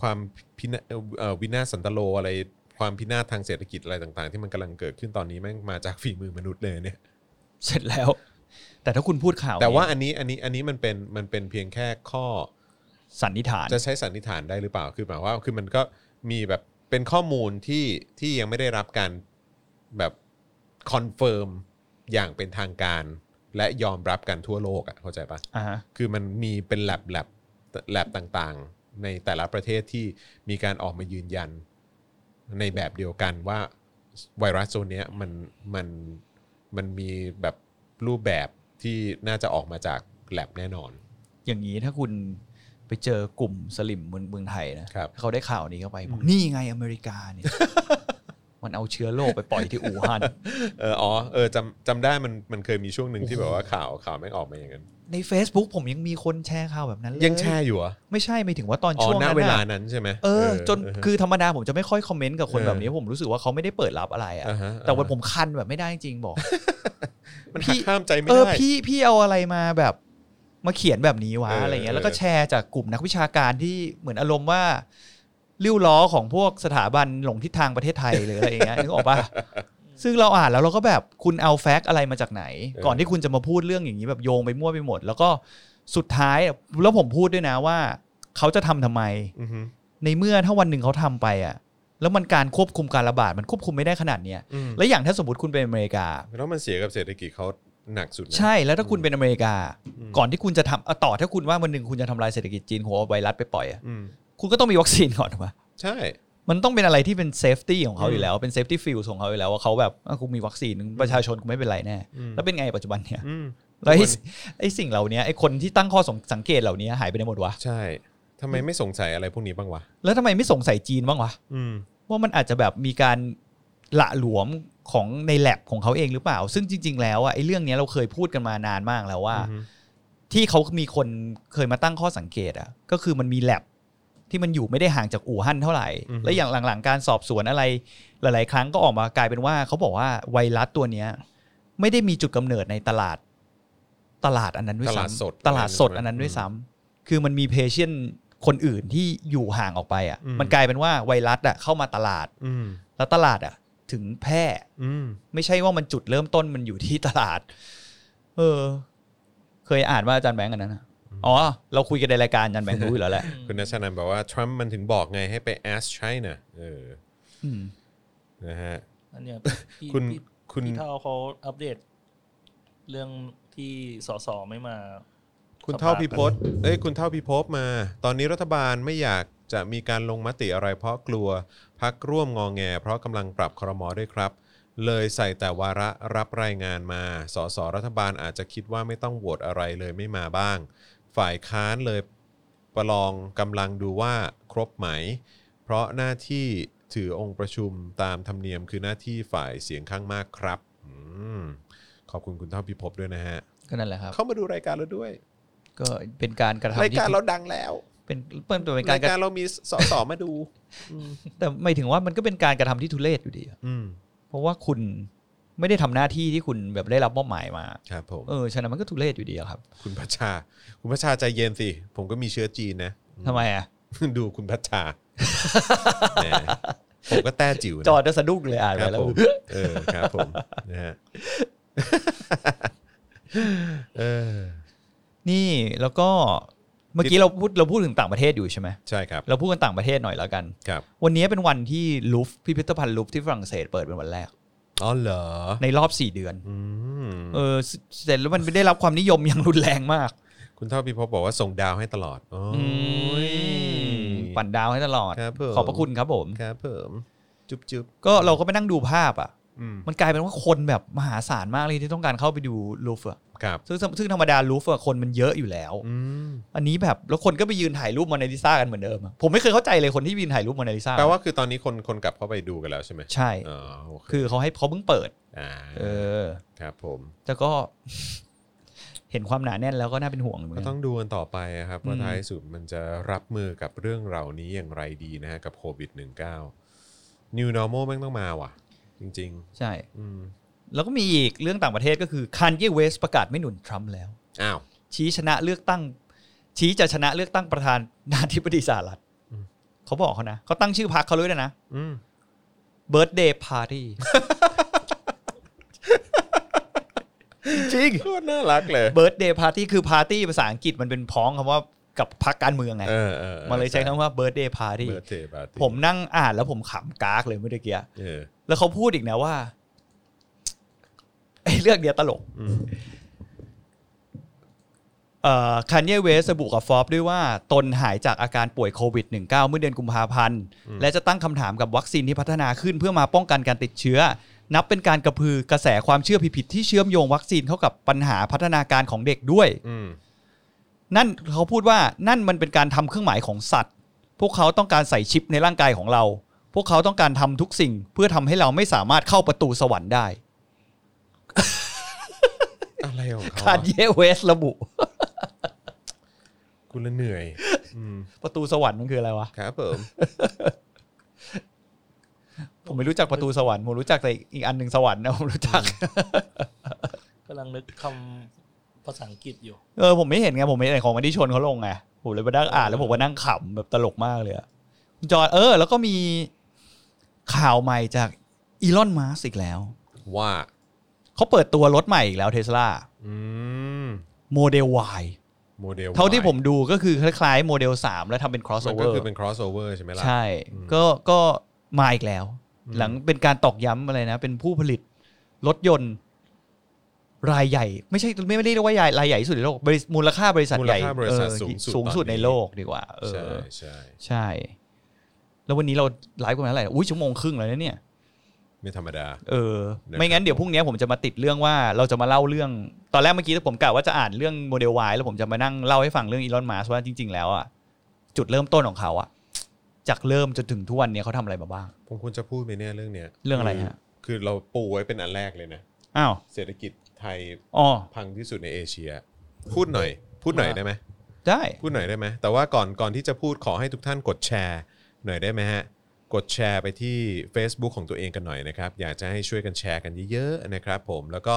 Speaker 2: ความพินาเอ่อเอ่อวินาศสันตโลอะไร ความพินาศทางเศรษฐกิจอะไรต่าง ๆ ที่มันกำลังเกิดขึ้นตอนนี้แม่งมาจากฝีมือมนุษย์เลยเนี่ย
Speaker 3: เสร็จแล้ว แต่ถ้าคุณพูดข่าว
Speaker 2: แต่ว่า
Speaker 3: เนี่ย
Speaker 2: อันนี้อันนี้อันนี้มันเป็นมันเป็นเพียงแค่ข้อ
Speaker 3: สันนิษฐาน
Speaker 2: จะใช้สันนิษฐานได้หรือเปล่า คือหมายว่าคือมันก็มีแบบเป็นข้อมูลที่ที่ยังไม่ได้รับการแบบคอนเฟิร์มอย่างเป็นทางการ และยอมรับกันทั่วโลกอะเข้าใจปะ
Speaker 3: อ่าฮะ
Speaker 2: คือมันมีเป็นแลบแลบแลบต่างๆ ในแต่ละประเทศที่มีการออกมายืนยันในแบบเดียวกันว่าไวรัสโซนเนี้ยมันมันมันมีแบบรูปแบบที่น่าจะออกมาจากแลบแน่นอน
Speaker 3: อย่างนี้ถ้าคุณไปเจอกลุ่มสลิมเมืองเมืองไทยนะครับ เขาได้ข่าวนี้เข้าไปบอกนี่ไงอเมริกาเนี่ย <laughs> มันเอาเชื้อโรคไปปล่อยที่อู่
Speaker 2: <laughs>
Speaker 3: ฮั่น
Speaker 2: เอออ๋อเออจำจำได้มันมันเคยมีช่วงหนึ่งที่แบบว่าข่าวข่าวแม่งออกมาอย่างนั้น
Speaker 3: ใน Facebook ผมยังมีคนแชร์ข่าวแบบนั้นเลย
Speaker 2: ยังแช่อยู่เหรอ
Speaker 3: ไม่ใช่ไม่ถึงว่าตอน
Speaker 2: อ๋อ
Speaker 3: ช่วง
Speaker 2: ณ
Speaker 3: นั้น
Speaker 2: เวลา
Speaker 3: น่ะ
Speaker 2: นั้นใช่ไหม
Speaker 3: เออ จน
Speaker 2: เ
Speaker 3: คือธรรมดาผมจะไม่ค่อยคอมเมนต์กับคน
Speaker 2: เออ
Speaker 3: แบบนี้ผมรู้สึกว่าเขาไม่ได้เปิดรับอะไรอะ
Speaker 2: อ่าฮะ
Speaker 3: แต่วันผมคันแบบไม่ได้จริงบอก
Speaker 2: มันหัก
Speaker 3: พี่
Speaker 2: ข้ามใจไม่
Speaker 3: เออ
Speaker 2: ได้
Speaker 3: พี่พี่เอาอะไรมาแบบมาเขียนแบบนี้วะ
Speaker 2: เอออ
Speaker 3: อะไรเงี้ย
Speaker 2: เออ
Speaker 3: แล้วก็แชร์จากกลุ่มนักวิชาการที่เหมือนอารมณ์ว่าริ้วล้อของพวกสถาบันหลงทิศทางประเทศไทยหรืออะไรเงี้ยนึก <laughs> ออก
Speaker 2: <laughs>
Speaker 3: ปะซึ่งเราอ่านแล้วเราก็แบบคุณเอาแฟกต์อะไรมาจากไหน ก่อนที่คุณจะมาพูดเรื่องอย่างนี้แบบโยงไปมั่วไปหมด แล้วก็สุดท้ายแล้วผมพูดด้วยนะว่า เขาจะทำทำไม
Speaker 2: อือฮึ
Speaker 3: ในเมื่อถ้าวันหนึ่งเขาทำไปอ่ะ แล้วมันการควบคุมการระบาดมันควบคุมไม่ได้ขนาดเนี้ย
Speaker 2: อืม
Speaker 3: และอย่างถ้าสมมติคุณเป็นอเมริกา
Speaker 2: แล้วมันเสียกับเศรษฐกิจเขาหนักสุดนะ
Speaker 3: ใช่แล้วถ้าคุณเป็นอเมริกา
Speaker 2: อืม
Speaker 3: ก่อนที่คุณจะทำเอาต่อถ้าคุณว่าวันหนึ่งคุณจะทำลายเศรษฐกิจจีนหัวเอาไวรัสไปปล่อยอะ
Speaker 2: อืม
Speaker 3: คุณก็ต้องมีวัคซีนก่อนถูกปะ
Speaker 2: ใช่
Speaker 3: มันต้องเป็นอะไรที่เป็นเซฟตี้ของเขา
Speaker 2: อืม
Speaker 3: อยู่แล้ว เป็นเซฟตี้ฟิลของเขาอยู่แล้วว่าเขาแบบอ่ะกูมีวัคซีนประชาชนกูไม่เป็นไรแน่
Speaker 2: อืม
Speaker 3: แล้วเป็นไงปัจจุบันเนี่ย
Speaker 2: อืม
Speaker 3: แล้วไอ้
Speaker 2: ทุกวัน
Speaker 3: ไอ้สิ่งเหล่านี้ไอ้คนที่ตั้งข้อสงสังเกตเหล่านี้หายไปไหนหมดวะ
Speaker 2: ใช่ ทำไมไม่สงสัยอะไรพวกนี้บ้างวะ
Speaker 3: แล้วทำไมไม่สงสัยจีนบ้างวะ
Speaker 2: อืม
Speaker 3: ว่ามันอาจจะแบบมีการละหลวมของในแลบของเขาเองหรือเปล่า ซึ่งจริง ๆ แล้วอะไอ้เรื่องเนี้ยเราเคยพูดกันมานานมากแล้วว่า ที่เขามีคนเคยมาตั้งข้อสังเกตอ่ะก็คือมันมีแลบที่มันอยู่ไม่ได้ห่างจากอู่ฮั่นเท่าไหร่
Speaker 2: อือฮึ
Speaker 3: และอย่างหลังๆการสอบสวนอะไร หลาย ๆ ครั้งก็ออกมากลายเป็นว่าเขาบอกว่าไวรัสตัวเนี้ย ไม่ได้มีจุดกำเนิดในตลาด ตลาดอันนั้นด้วย
Speaker 2: ตลาดสด
Speaker 3: ซ้ำตลาดสดอันนั้นด้วยซ้ำคือมันมีเพเชียนคนอื่นที่อยู่ห่างออกไปอ่ะ
Speaker 2: อืม
Speaker 3: มันกลายเป็นว่าไวรัสอ่ะเข้ามาตลาด
Speaker 2: อืม
Speaker 3: แล้วตลาดอ่ะ ถึงแพร่
Speaker 2: อืม
Speaker 3: ไม่ใช่ว่ามันจุดเริ่มต้นมันอยู่ที่ตลาด เออ เคยอ่านว่าอาจารย์แบงค์อันนั้นน่ะอ๋อ เราคุยกันในรายการอาจารย์แบงค์รู้อยู่แล้วแหละ
Speaker 2: คุณนัชนันบอกว่า ทรัมป์มันถึงบอกไงให้ไป ask China เออ
Speaker 3: อืม
Speaker 2: นะฮะ
Speaker 4: อันเนี้ยพี่
Speaker 2: คุณ
Speaker 4: พี่
Speaker 2: คุณ
Speaker 4: พี่เท่าเขาอัปเดต เรื่องที่สสไม่มา
Speaker 2: คุณเท่าพิภพเอ้ย คุณเท่าพิภพมา ตอนนี้รัฐบาลไม่อยากจะมีการลงมติอะไร เพราะกลัวพักร่วมงองแง เพราะกำลังปรับครมอด้วยครับ เลยใส่แต่วาระรับรายงานมา สสรัฐบาลอาจจะคิดว่าไม่ต้องโหวตอะไรเลยไม่มาบ้าง ฝ่ายค้านเลยประลองกำลังดูว่าครบไหม เพราะหน้าที่ถือองค์ประชุมตามธรรมเนียมคือหน้าที่ฝ่ายเสียงข้างมากครับอมขอบคุณคุณเท่าพิภพด้วยนะฮะ
Speaker 3: ก็นั่นแหละครับ
Speaker 2: เข้ามาดูรายการเราด้วย
Speaker 3: ก็เป็นการกระทำ
Speaker 2: ราย
Speaker 3: ที่
Speaker 2: การเราดังแล้ว
Speaker 3: เป็นเป็นเป็นการ
Speaker 2: ราย
Speaker 3: กระ
Speaker 2: การเรามีสอส <coughs> อมาดู
Speaker 3: แต่ไม่ถึงว่ามันก็เป็นการกระทำที่ทุเรศอยู่ดีอะ
Speaker 2: อืม
Speaker 3: เพราะว่าคุณไม่ได้ทำหน้าที่ที่คุณแบบได้รับมอบหมายมา
Speaker 2: ครับผม
Speaker 3: เออฉะนั้นมันก็ทุเรศอยู่ดีอะครับ
Speaker 2: คุณพัชชา คุณพัชชาใจเย็นสิ ผมก็มีเชื้อจีนนะ
Speaker 3: ทำไมอ่ะ
Speaker 2: <laughs> ดูคุณพัชชา <laughs> แหมผมก็แต้จิ๋วนะ
Speaker 3: จอดจะสะดุ้งเลยอ่าน
Speaker 2: ค
Speaker 3: ไป
Speaker 2: รับ
Speaker 3: แล้ว
Speaker 2: ผมเออครับผม นะ <laughs> ฮะเออ
Speaker 3: นี่แล้วก็เมื่อกี้เราพูดเราพูดถึงต่างประเทศอยู่ใช่ไหม
Speaker 2: ใช่ครับ
Speaker 3: เราพูดกันต่างประเทศหน่อยแล้วกัน
Speaker 2: ครับ
Speaker 3: วันนี้เป็นวันที่ลูฟพิพิธภัณฑ์ลูฟที่ฝรั่งเศสเปิดเป็นวันแรก
Speaker 2: อ๋อเหรอ
Speaker 3: ในรอบ 4 เดือน
Speaker 2: อืม
Speaker 3: เออเสร็จแล้วมันได้รับความนิยมอย่างรุนแรงมาก
Speaker 2: คุณเท่าพิภพบอกว่าส่งดาวให้ตลอดโอ้ย
Speaker 3: ปั่นดาวให้ตลอด
Speaker 2: ครับผม
Speaker 3: ขอบพระคุณครับผม
Speaker 2: ครับผมจุ๊บจุ๊บ
Speaker 3: ก็เราก็ไปนั่งดูภาพอ่ะ
Speaker 2: อืม
Speaker 3: มันกลายเป็นว่าคนแบบมหาศาลมากเลยที่ต้องการเข้าไปดูลูฟอะ
Speaker 2: ครับ
Speaker 3: ซึ่งซึ่งธรรมดาลูฟอะคนมันเยอะอยู่แล้ว
Speaker 2: อืม
Speaker 3: อันนี้แบบแล้วคนก็ไปยืนถ่ายรูปโมนาลิซากันเหมือนเดิมอะผมไม่เคยเข้าใจเลยคนที่ยืนถ่ายรูปโมนาลิซา
Speaker 2: แปลว่าคือตอนนี้คนคนกลับเข้าไปดูกันแล้วใช่ไหม
Speaker 3: ใช่
Speaker 2: อ๋อโอเค
Speaker 3: คือเขาให้เขาเพิ่งเปิด
Speaker 2: อ่า
Speaker 3: เออ
Speaker 2: ครับผม
Speaker 3: แล้วก็ <laughs> เห็นความหนาแน่นแล้วก็น่าเป็นห่วงเหมือน
Speaker 2: ก็
Speaker 3: กัน
Speaker 2: ต้องดูกันต่อไปอะครับว่า
Speaker 3: อืม
Speaker 2: ท้ายสุดมันจะรับมือกับเรื่องเหล่านี้อย่างไรดีนะฮะกับโควิด -19 New Normal แม่งต้องมาว่ะ จริง
Speaker 3: ใช่
Speaker 2: ๆ อืม
Speaker 3: แล้วก็มีอีกเรื่องต่างประเทศก็คือค a นเยเวสประกาศไม่หนุนทรัมป์แล้ว
Speaker 2: อ้าว
Speaker 3: ชี้ชนะเลือกตั้ง ชี้จะชนะเลือกตั้งประธานนาธิบดีสหรัฐ
Speaker 2: อืม
Speaker 3: เขาบอกเขานะเขาตั้งชื่อพรรคเขาเลยด้วยนะ
Speaker 2: อืม
Speaker 3: Birthday
Speaker 2: <laughs>
Speaker 3: Party จริง
Speaker 2: โคตรน่ารักเลย
Speaker 3: Birthday Party คือปาร์ตี้ภาษาอังกฤษมันเป็นพ้องคำว่ากับพรรคการเมืองไง
Speaker 2: เออเออ
Speaker 3: มันเลยใช้คำว่า Birthday
Speaker 2: เบิ
Speaker 3: Party
Speaker 2: ร์ดเดย์ปาร์ตี้
Speaker 3: ผมนั่งอ่านแล้วผมขำกากเลยเมื่อตะกี้
Speaker 2: เออ
Speaker 3: แล้วเขาพูดอีกนะว่าไอ้เรื่องเดียวตลก
Speaker 2: อืม
Speaker 3: คันเยเวสระบุกับฟอบด้วยว่า ตนหายจากอาการป่วยโควิด -19 เมื่อเดือนกุมภาพันธ์ และจะตั้งคำถามกับวัคซีนที่พัฒนาขึ้นเพื่อมาป้องกันการติดเชื้อ นับเป็นการกระพือกระแสความเชื่อผิดๆที่เชื่อมโยงวัคซีนเข้ากับปัญหาพัฒนาการของเด็กด้วย
Speaker 2: อืม
Speaker 3: นั่นเขาพูดว่านั่นมันเป็นการทำเครื่องหมายของสัตว์ พวกเขาต้องการใส่ชิปในร่างกายของเรา พวกเขาต้องการทำทุกสิ่ง เพื่อทำให้เราไม่สามารถเข้าประตูสวรรค์ได้
Speaker 2: อะไรของเขา
Speaker 3: คาน
Speaker 2: วะ
Speaker 3: เยเวสระบุ
Speaker 2: กูละเหนื่อยอืม
Speaker 3: ประตูสวรรค์มันคืออะไรวะ
Speaker 2: ครับผม
Speaker 3: ผมไม่รู้จักประตูสวรรค์ผมรู้จักแต่อีกอันหนึ่งสวรรค์ <laughs> นะผมรู้จัก
Speaker 4: กำลังนึกคำภาษาอังกฤษอยู่
Speaker 3: เออผมไม่เห็นไงผมไม่เห็นของมันที่ชนเขาลงไงผมเลยไปนั่งอ่านแล้วผมก็นั่งขำแบบตลกมากเลยอะคุณจอห์นเออ แล้วก็มีข่าวใหม่จากอีลอนมัสก์อีกแล้ว
Speaker 2: ว่า
Speaker 3: เขาเปิดตัวรถใหม่อีกแล้วเทสลา
Speaker 2: อืม
Speaker 3: โมเดล Y
Speaker 2: โมเดล
Speaker 3: เท่าที่
Speaker 2: Y
Speaker 3: ผมดูก็คือคล้ายๆโมเดล 3 แล้วทำเป็น
Speaker 2: มัน
Speaker 3: crossover
Speaker 2: ก็คือเป็น crossover ใช่ไหมล่ะ
Speaker 3: ใช่
Speaker 2: อืม
Speaker 3: ก็ก็มาอีกแล้ว
Speaker 2: อืม
Speaker 3: หลังเป็นการตอกย้ำอะไรนะ เป็นผู้ผลิตรถยนต์ รายใหญ่ ไม่ใช่ไม่ไม่ได้เรียกว่ารายใหญ่รายใหญ่ที่สุดในโลกบริมูลค่าบริษัท
Speaker 2: มูล
Speaker 3: ใหญ่
Speaker 2: ค่าบริษัท
Speaker 3: เออ
Speaker 2: สูงสุด
Speaker 3: สูงสุด
Speaker 2: ตอนนี้
Speaker 3: ในโลกดีกว่า เอ
Speaker 2: ใช่
Speaker 3: อ
Speaker 2: ใช่
Speaker 3: ใช่ แล้ววันนี้เราไลฟ์กันมาเท่าไหร่อุ้ยชั่วโมงครึ่งแล้วนะเนี่ย
Speaker 2: ไม่ธรรมดา
Speaker 3: เออ
Speaker 2: นะครับ
Speaker 3: ไม่งั้นเดี๋ยวพรุ่งนี้ผมจะมาติดเรื่องว่าเราจะมาเล่าเรื่อง ตอนแรกเมื่อกี้ผมกะว่าจะอ่านเรื่องโมเดล Y แล้วผมจะมานั่งเล่าให้ฟังเรื่องอีลอนมัสว่าจริง ๆ แล้วอ่ะจุดเริ่มต้นของเขาอ่ะจากเริ่มจนถึงทุกวันเนี้ยเขาทำอะไรมาบ้าง
Speaker 2: ผมควรจะพูดไหมเนี่ยเรื่องเนี้ย
Speaker 3: เรื่องอะไร
Speaker 2: คื
Speaker 3: ฮะ
Speaker 2: อคือเราปูไว้เป็นอันแรกเลยนะ
Speaker 3: อ้าว
Speaker 2: เศรษฐกิจไทย
Speaker 3: อ๋อ
Speaker 2: พังที่สุดในเอเชีย พูดหน่อย พูดหน่อย
Speaker 3: ว่า
Speaker 2: ได้ไหม
Speaker 3: ได้
Speaker 2: พูดหน่อยได้ไหมแต่ว่าก่อนก่อนที่จะพูดขอให้ทุกท่านกดแชร์หน่อยได้ไหมฮะ กดแชร์ไปที่ Facebook ของตัวเองกันหน่อยนะครับ อยากจะให้ช่วยกันแชร์กันเยอะๆนะครับผมแล้วก็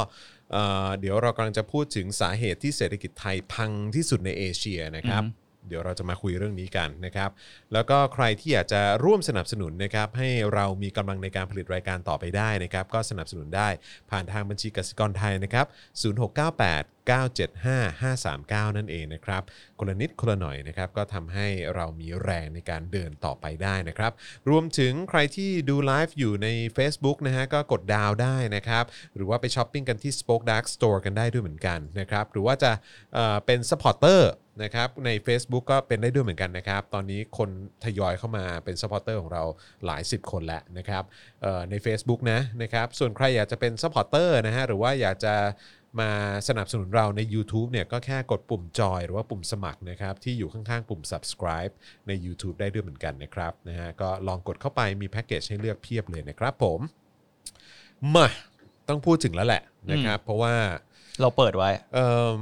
Speaker 2: เอ่อเดี๋ยวเรากำลังจะพูดถึงสาเหตุที่เศรษฐกิจไทยพังที่สุดในเอเชียนะครับ เดี๋ยวเราจะมาคุยเรื่องนี้กันนะครับ แล้วก็ใครที่อยากจะร่วมสนับสนุนนะครับให้เรามีกำลังในการผลิตรายการต่อไปได้นะครับ ก็สนับสนุนได้ผ่านทางบัญชีกสิกรไทยนะครับ 0698 975 539 นั่นเองนะครับคนละนิดคนละหน่อยนะครับ ก็ทำให้เรามีแรงในการเดินต่อไปได้นะครับ รวมถึงใครที่ดูไลฟ์อยู่ใน Facebook นะฮะก็กดดาวได้นะครับ หรือว่าไปช้อปปิ้งกันที่ Spoke Dark Store กันได้ด้วยเหมือนกันนะครับ หรือว่าจะเอ่อเป็น s u p p อร์เตอร์นะครับใน Facebook ก็เป็นได้ด้วยเหมือนกันนะครับ ตอนนี้คนทยอยเข้ามาเป็น s u p p อร์เตอร์ของเราหลาย 10 คนแล้วนะครับเอ่อใน Facebook นะนะครับส่วนใครอยากจะเป็น s u p p อร์เตอร์นะฮะหรือว่าอยากจะ มาสนับสนุนเราใน YouTube เนี่ยก็แค่กดปุ่มจอยหรือว่าปุ่มสมัครนะครับ ที่อยู่ข้างๆ ปุ่ม subscribe ใน YouTube ได้ด้วยเหมือนกันนะครับนะฮะก็ลองกดเข้าไปมีแพ็กเกจให้เลือกเพียบเลยนะครับผมมาต้องพูดถึงแล้วแหละนะครับ เพราะว่า
Speaker 3: เราเปิดไว้
Speaker 2: เอิ่ม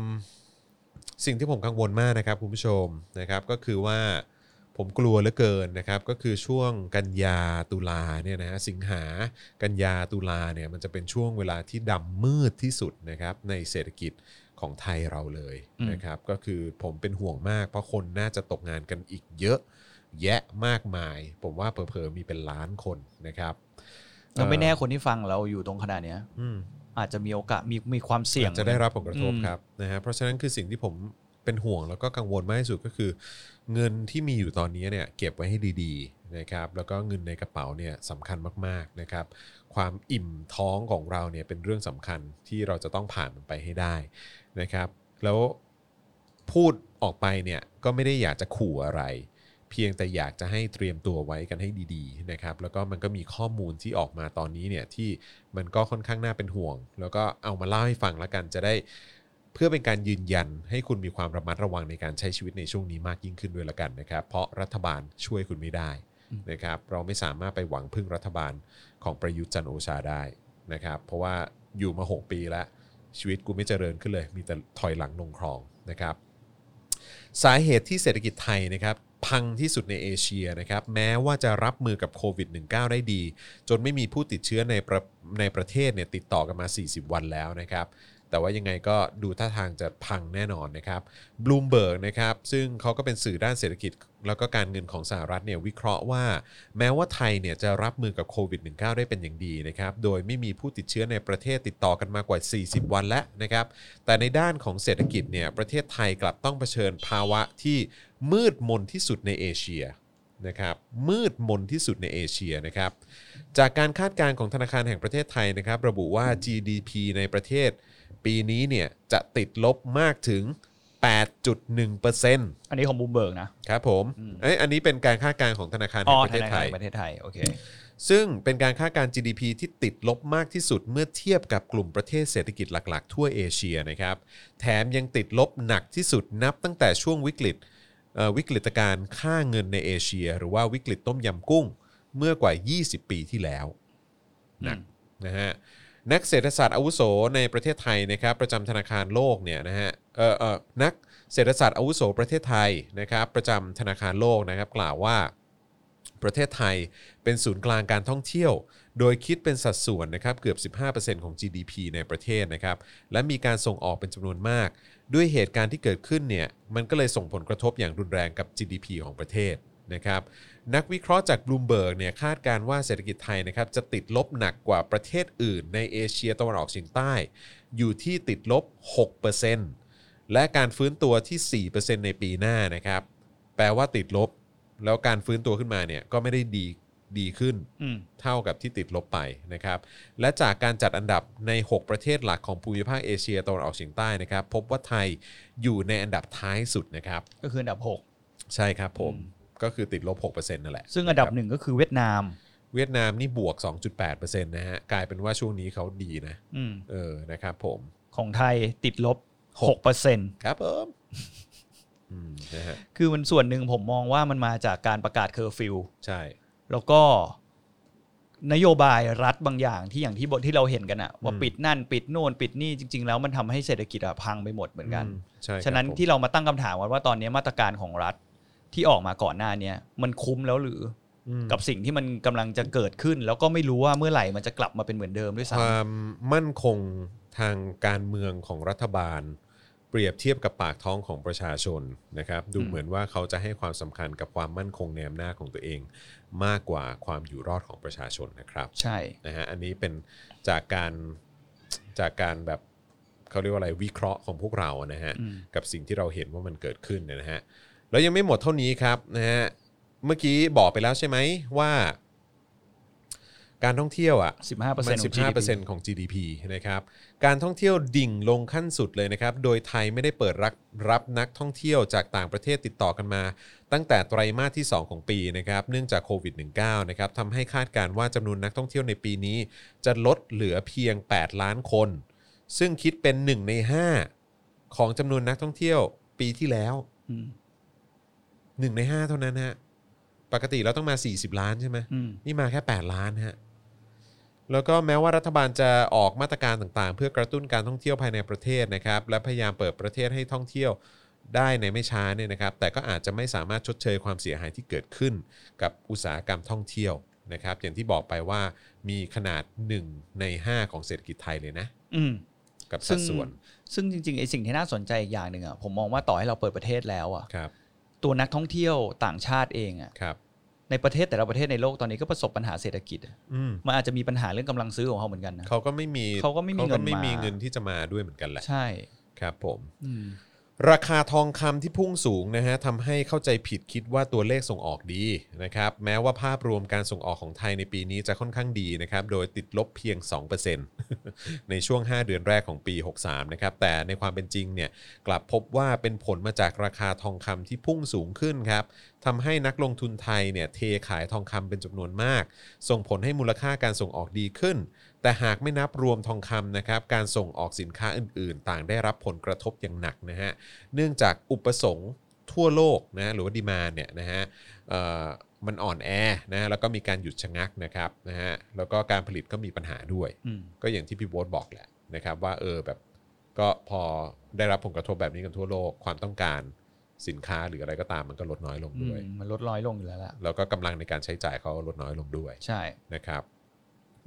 Speaker 2: สิ่งที่ผมกังวลมากนะครับคุณผู้ชมนะครับก็คือว่าผมกลัวเหลือเกินนะครับ ก็คือช่วงกันยาตุลาเนี่ยนะฮะสิงหากันยาตุลาเนี่ยมันจะเป็นช่วงเวลาที่ดำมืดที่สุดนะครับในเศรษฐกิจของไทยเราเลย
Speaker 3: อืม
Speaker 2: นะครับ ก็คือผมเป็นห่วงมาก เพราะคนน่าจะตกงานกันอีกเยอะ แยะมากมาย ผมว่าเผลอๆมีเป็นล้านคนนะครับ
Speaker 3: เราไม่แน่คนที่ฟังเราอยู่ตรงขนาดเนี้ย
Speaker 2: อืม
Speaker 3: อาจจะมีโอกาสมีมีความเสี่ยง
Speaker 2: อาจจะได้รับผลกระทบ
Speaker 3: อืม
Speaker 2: ครับนะฮะเพราะฉะนั้นคือสิ่งที่ผมเป็นห่วงแล้วก็กังวลมากที่สุดก็คือ เงินที่มีอยู่ตอนนี้เนี่ยเก็บไว้ให้ดีๆนะครับแล้วก็เงินในกระเป๋าเนี่ยสำคัญมากๆนะครับ ความอิ่มท้องของเราเนี่ยเป็นเรื่องสำคัญที่เราจะต้องผ่านมันไปให้ได้นะครับ แล้วพูดออกไปเนี่ยก็ไม่ได้อยากจะขู่อะไร เพียงแต่อยากจะให้เตรียมตัวไว้กันให้ดีๆนะครับแล้วก็มันก็มีข้อมูลที่ออกมาตอนนี้เนี่ยที่มันก็ค่อนข้างน่าเป็นห่วง แล้วก็เอามาเล่าให้ฟังแล้วกันจะได้ เพื่อเป็นการยืนยันให้คุณมีความระมัดระวังในการใช้ชีวิตในช่วงนี้มากยิ่งขึ้นด้วยละกันนะครับ เพราะรัฐบาลช่วยคุณไม่ได้นะครับเราไม่สามารถไปหวังพึ่งรัฐบาลของประยุทธ์จันทร์โอชาได้นะครับเพราะว่าอยู่มา 6 ปีแล้ว ชีวิตกูไม่เจริญขึ้นเลย มีแต่ถอยหลังลงคลองนะครับ สาเหตุที่เศรษฐกิจไทยนะครับพังที่สุดในเอเชียนะครับแม้ว่าจะรับมือกับโควิด -19 ได้ดี จนไม่มีผู้ติดเชื้อในประในประเทศเนี่ยติดต่อกันมา 40 วันแล้วนะครับ แต่ว่ายังไงก็ดูท่าทางจะพังแน่นอนนะครับบลูมเบิร์กนะครับซึ่งเขาก็เป็นสื่อด้านเศรษฐกิจ แล้วก็การเงินของสหรัฐเนี่ยวิเคราะห์ว่า แม้ว่าไทยเนี่ยจะรับมือกับโควิด -19 ได้เป็นอย่างดีนะครับโดยไม่มีผู้ติดเชื้อในประเทศติดต่อกันมากว่า 40 วันแล้วนะครับ แต่ในด้านของเศรษฐกิจเนี่ยประเทศไทยกลับต้องเผชิญภาวะที่มืดมนที่สุดในเอเชียนะครับมืดมนที่สุดในเอเชียนะครับ จากการคาดการณ์ของธนาคารแห่งประเทศไทยนะครับ ระบุว่า GDP ในประเทศ ปีนี้เนี่ยจะติดลบมากถึง 8.1%
Speaker 3: อันนี้ของบูมเบิร์กนะ
Speaker 2: ครับผม
Speaker 3: อืม
Speaker 2: เอ้ยอันนี้เป็นการคาดการณ์ของธนาคารแห่งประเทศไทย
Speaker 3: ประเทศไทยโอเค
Speaker 2: ซึ่งเป็นการคาดการณ์ GDP ที่ติดลบมากที่สุดเมื่อเทียบกับกลุ่มประเทศเศรษฐกิจหลัก ๆ ทั่วเอเชียนะครับ แถมยังติดลบหนักที่สุดนับตั้งแต่ช่วงวิกฤตเอ่อวิกฤตการณ์ค่าเงินในเอเชีย หรือว่าวิกฤตต้มยำกุ้งเมื่อกว่า 20 ปีที่แล้ว หนัก นะฮะนักเศรษฐศาสตร์อาวุโสในประเทศไทยนะครับประจำธนาคารโลกเนี่ยนะฮะเออเออนักเศรษฐศาสตร์อาวุโสประเทศไทยนะครับประจำธนาคารโลกนะครับกล่าวว่า ประเทศไทยเป็นศูนย์กลางการท่องเที่ยว โดยคิดเป็นสัดส่วนนะครับเกือบ 15%ของ GDP ในประเทศนะครับและมีการส่งออกเป็นจำนวนมาก ด้วยเหตุการณ์ที่เกิดขึ้นเนี่ยมันก็เลยส่งผลกระทบอย่างรุนแรงกับ GDP ของประเทศนะครับ นักวิเคราะห์จากบลูมเบิร์กเนี่ยคาดการณ์ว่าเศรษฐกิจไทยนะครับจะติดลบหนักกว่าประเทศอื่นในเอเชียตะวันออกเฉียงใต้ อยู่ที่ติดลบ 6%และการฟื้นตัวที่ 4%ในปีหน้านะครับ แปลว่าติดลบ แล้วการฟื้นตัวขึ้นมาเนี่ยก็ไม่ได้ดีดีขึ้น
Speaker 3: อืม
Speaker 2: เท่ากับที่ติดลบไปนะครับ และจากการจัดอันดับใน 6 ประเทศหลักของภูมิภาคเอเชียตะวันออกเฉียงใต้นะครับ พบว่าไทยอยู่ในอันดับท้ายสุดนะครับ
Speaker 3: ก็คืออันดับหก
Speaker 2: ใช่ครับผม
Speaker 3: อืม
Speaker 2: ก็คือติดลบ6%นั่นแหละ
Speaker 3: ซึ่งอันดับหนึ่งก็คือเวียดนาม
Speaker 2: เวียดนามนี่บวก 2.8%นะฮะ กลายเป็นว่าช่วงนี้เขาดีนะ
Speaker 3: อืม
Speaker 2: เออ นะครับผม
Speaker 3: ของไทยติดลบหกเปอร์เซ็นต์
Speaker 2: ครับผม <laughs> อืมนะฮะ
Speaker 3: คือมันส่วนหนึ่งผมมองว่ามันมาจากการประกาศเคอร์ฟิว
Speaker 2: ใช่
Speaker 3: แล้วก็ นโยบายรัฐบางอย่างที่อย่างที่บทที่เราเห็นกันอะว่า
Speaker 2: อืม
Speaker 3: ปิดนั่นปิดโน่นปิดนี่จริง ๆ แล้วมันทำให้เศรษฐกิจอะพังไปหมดเหมือนกัน
Speaker 2: อืมใช่ครับ
Speaker 3: ฉะนั้น
Speaker 2: ผม
Speaker 3: ที่เรามาตั้งคำถามว่าว่าตอนนี้มาตรการของรัฐที่ออกมาก่อนหน้าเนี้ยมันคุ้มแล้วหรือ
Speaker 2: อืม
Speaker 3: กับสิ่งที่มันกำลังจะเกิดขึ้น แล้วก็ไม่รู้ว่าเมื่อไหร่มันจะกลับมาเป็นเหมือนเดิมด้วย
Speaker 2: ค
Speaker 3: ซ้
Speaker 2: วามมั่นคงทางการเมืองของรัฐบาล เปรียบเทียบกับปากท้องของประชาชนนะครับ ดู
Speaker 3: อืม
Speaker 2: เหมือนว่าเขาจะให้ความสำคัญกับความมั่นคงในอำนาจของตัวเอง มากกว่าความอยู่รอดของประชาชนนะครับ
Speaker 3: ำใช่
Speaker 2: นะฮะอันนี้เป็นจากการจากการแบบเขาเรียกว่าอะไรวิเคราะห์ของพวกเรานะฮะ
Speaker 3: อืม
Speaker 2: กับสิ่งที่เราเห็นว่ามันเกิดขึ้นเนี่ยนะฮะแล้วยังไม่หมดเท่านี้ครับนะฮะเมื่อกี้บอกไปแล้วใช่ไหมว่า การท่องเที่ยวอ่ะ
Speaker 3: 15%
Speaker 2: มัน
Speaker 3: ของ GDP
Speaker 2: 15%ของ GDP นะครับ การท่องเที่ยวดิ่งลงขั้นสุดเลยนะครับ โดยไทยไม่ได้เปิดรับรับนักท่องเที่ยวจากต่างประเทศติดต่อกันมา ตั้งแต่ไตรมาสที่ 2 ของปีนะครับ เนื่องจากโควิด -19 นะครับทำให้คาดการณ์ว่าจำนวนนักท่องเที่ยวในปีนี้ จะลดเหลือเพียง 8 ล้านคน ซึ่งคิดเป็น 1 ใน 5 ของจำนวนนักท่องเที่ยวปีที่แล้ว
Speaker 3: อืม
Speaker 2: 1 ใน 5 เท่านั้นฮะ ปกติเราต้องมา 40 ล้านใช่ไหม
Speaker 3: อืม
Speaker 2: นี่มาแค่ 8 ล้านฮะ แล้วก็แม้ว่ารัฐบาลจะออกมาตรการต่างๆ เพื่อกระตุ้นการท่องเที่ยวภายในประเทศนะครับ และพยายามเปิดประเทศให้ท่องเที่ยวได้ในไม่ช้าเนี่ยนะครับ แต่ก็อาจจะไม่สามารถชดเชยความเสียหายที่เกิดขึ้นกับอุตสาหกรรมท่องเที่ยวนะครับ อย่างที่บอกไปว่ามีขนาด 1 ใน 5 ของเศรษฐกิจไทยเลยนะ
Speaker 3: อืม
Speaker 2: กับสัดส่วน
Speaker 3: ซึ่งจริงๆไอ้สิ่งที่น่าสนใจอีกอย่างหนึ่งอ่ะผมมองว่าต่อให้เราเปิดประเทศแล้วอ่ะ
Speaker 2: ครับ
Speaker 3: ตัวนักท่องเที่ยวต่างชาติเองอ่ะ
Speaker 2: ครับ
Speaker 3: ในประเทศแต่ละประเทศในโลกตอนนี้ก็ประสบปัญหาเศรษฐกิจอะ
Speaker 2: อืม
Speaker 3: มันอาจจะมีปัญหาเรื่องกำลังซื้อของเขาเหมือนกันนะ
Speaker 2: เขาก็ไม่มี
Speaker 3: เขาก็ไม่มีเงินมา
Speaker 2: เงินที่จะมาด้วยเหมือนกันแหละ
Speaker 3: ใช่
Speaker 2: ครับผม
Speaker 3: อืม
Speaker 2: ราคาทองคำที่พุ่งสูงนะฮะทำให้เข้าใจผิดคิดว่าตัวเลขส่งออกดีนะครับแม้ว่าภาพรวมการส่งออกของไทยในปีนี้จะค่อนข้างดีนะครับโดยติดลบเพียง <laughs> 2%ในช่วง 5 เดือนแรกของปี 63นะครับแต่ในความเป็นจริงเนี่ยกลับพบว่าเป็นผลมาจากราคาทองคำที่พุ่งสูงขึ้นครับทำให้นักลงทุนไทยเนี่ยเทขายทองคำเป็นจำนวนมาก ส่งผลให้มูลค่าการส่งออกดีขึ้น แต่หากไม่นับรวมทองคำนะครับการส่งออกสินค้าอื่น ๆ ต่างได้รับผลกระทบอย่างหนักนะฮะ เนื่องจากอุปสงค์ทั่วโลกนะหรือว่าดีมาเนี่ยนะฮะเอ่อมันอ่อนแอนะแล้วก็มีการหยุดชะงักนะครับนะฮะแล้วก็การผลิตก็มีปัญหาด้วย
Speaker 3: อืม
Speaker 2: ก็อย่างที่พี่โบ๊ทบอกแหละนะครับว่าเออแบบ ก็พอได้รับผลกระทบแบบนี้กันทั่วโลกความต้องการสินค้าหรืออะไรก็ตามมันก็ลดน้อยลง
Speaker 3: อืม
Speaker 2: ด้วย
Speaker 3: มันลดร้อยลงอยู่แล้วล่ะ
Speaker 2: แล้วก็กำลังในการใช้จ่ายเขาลดน้อยลงด้วย
Speaker 3: ใช่
Speaker 2: นะครับ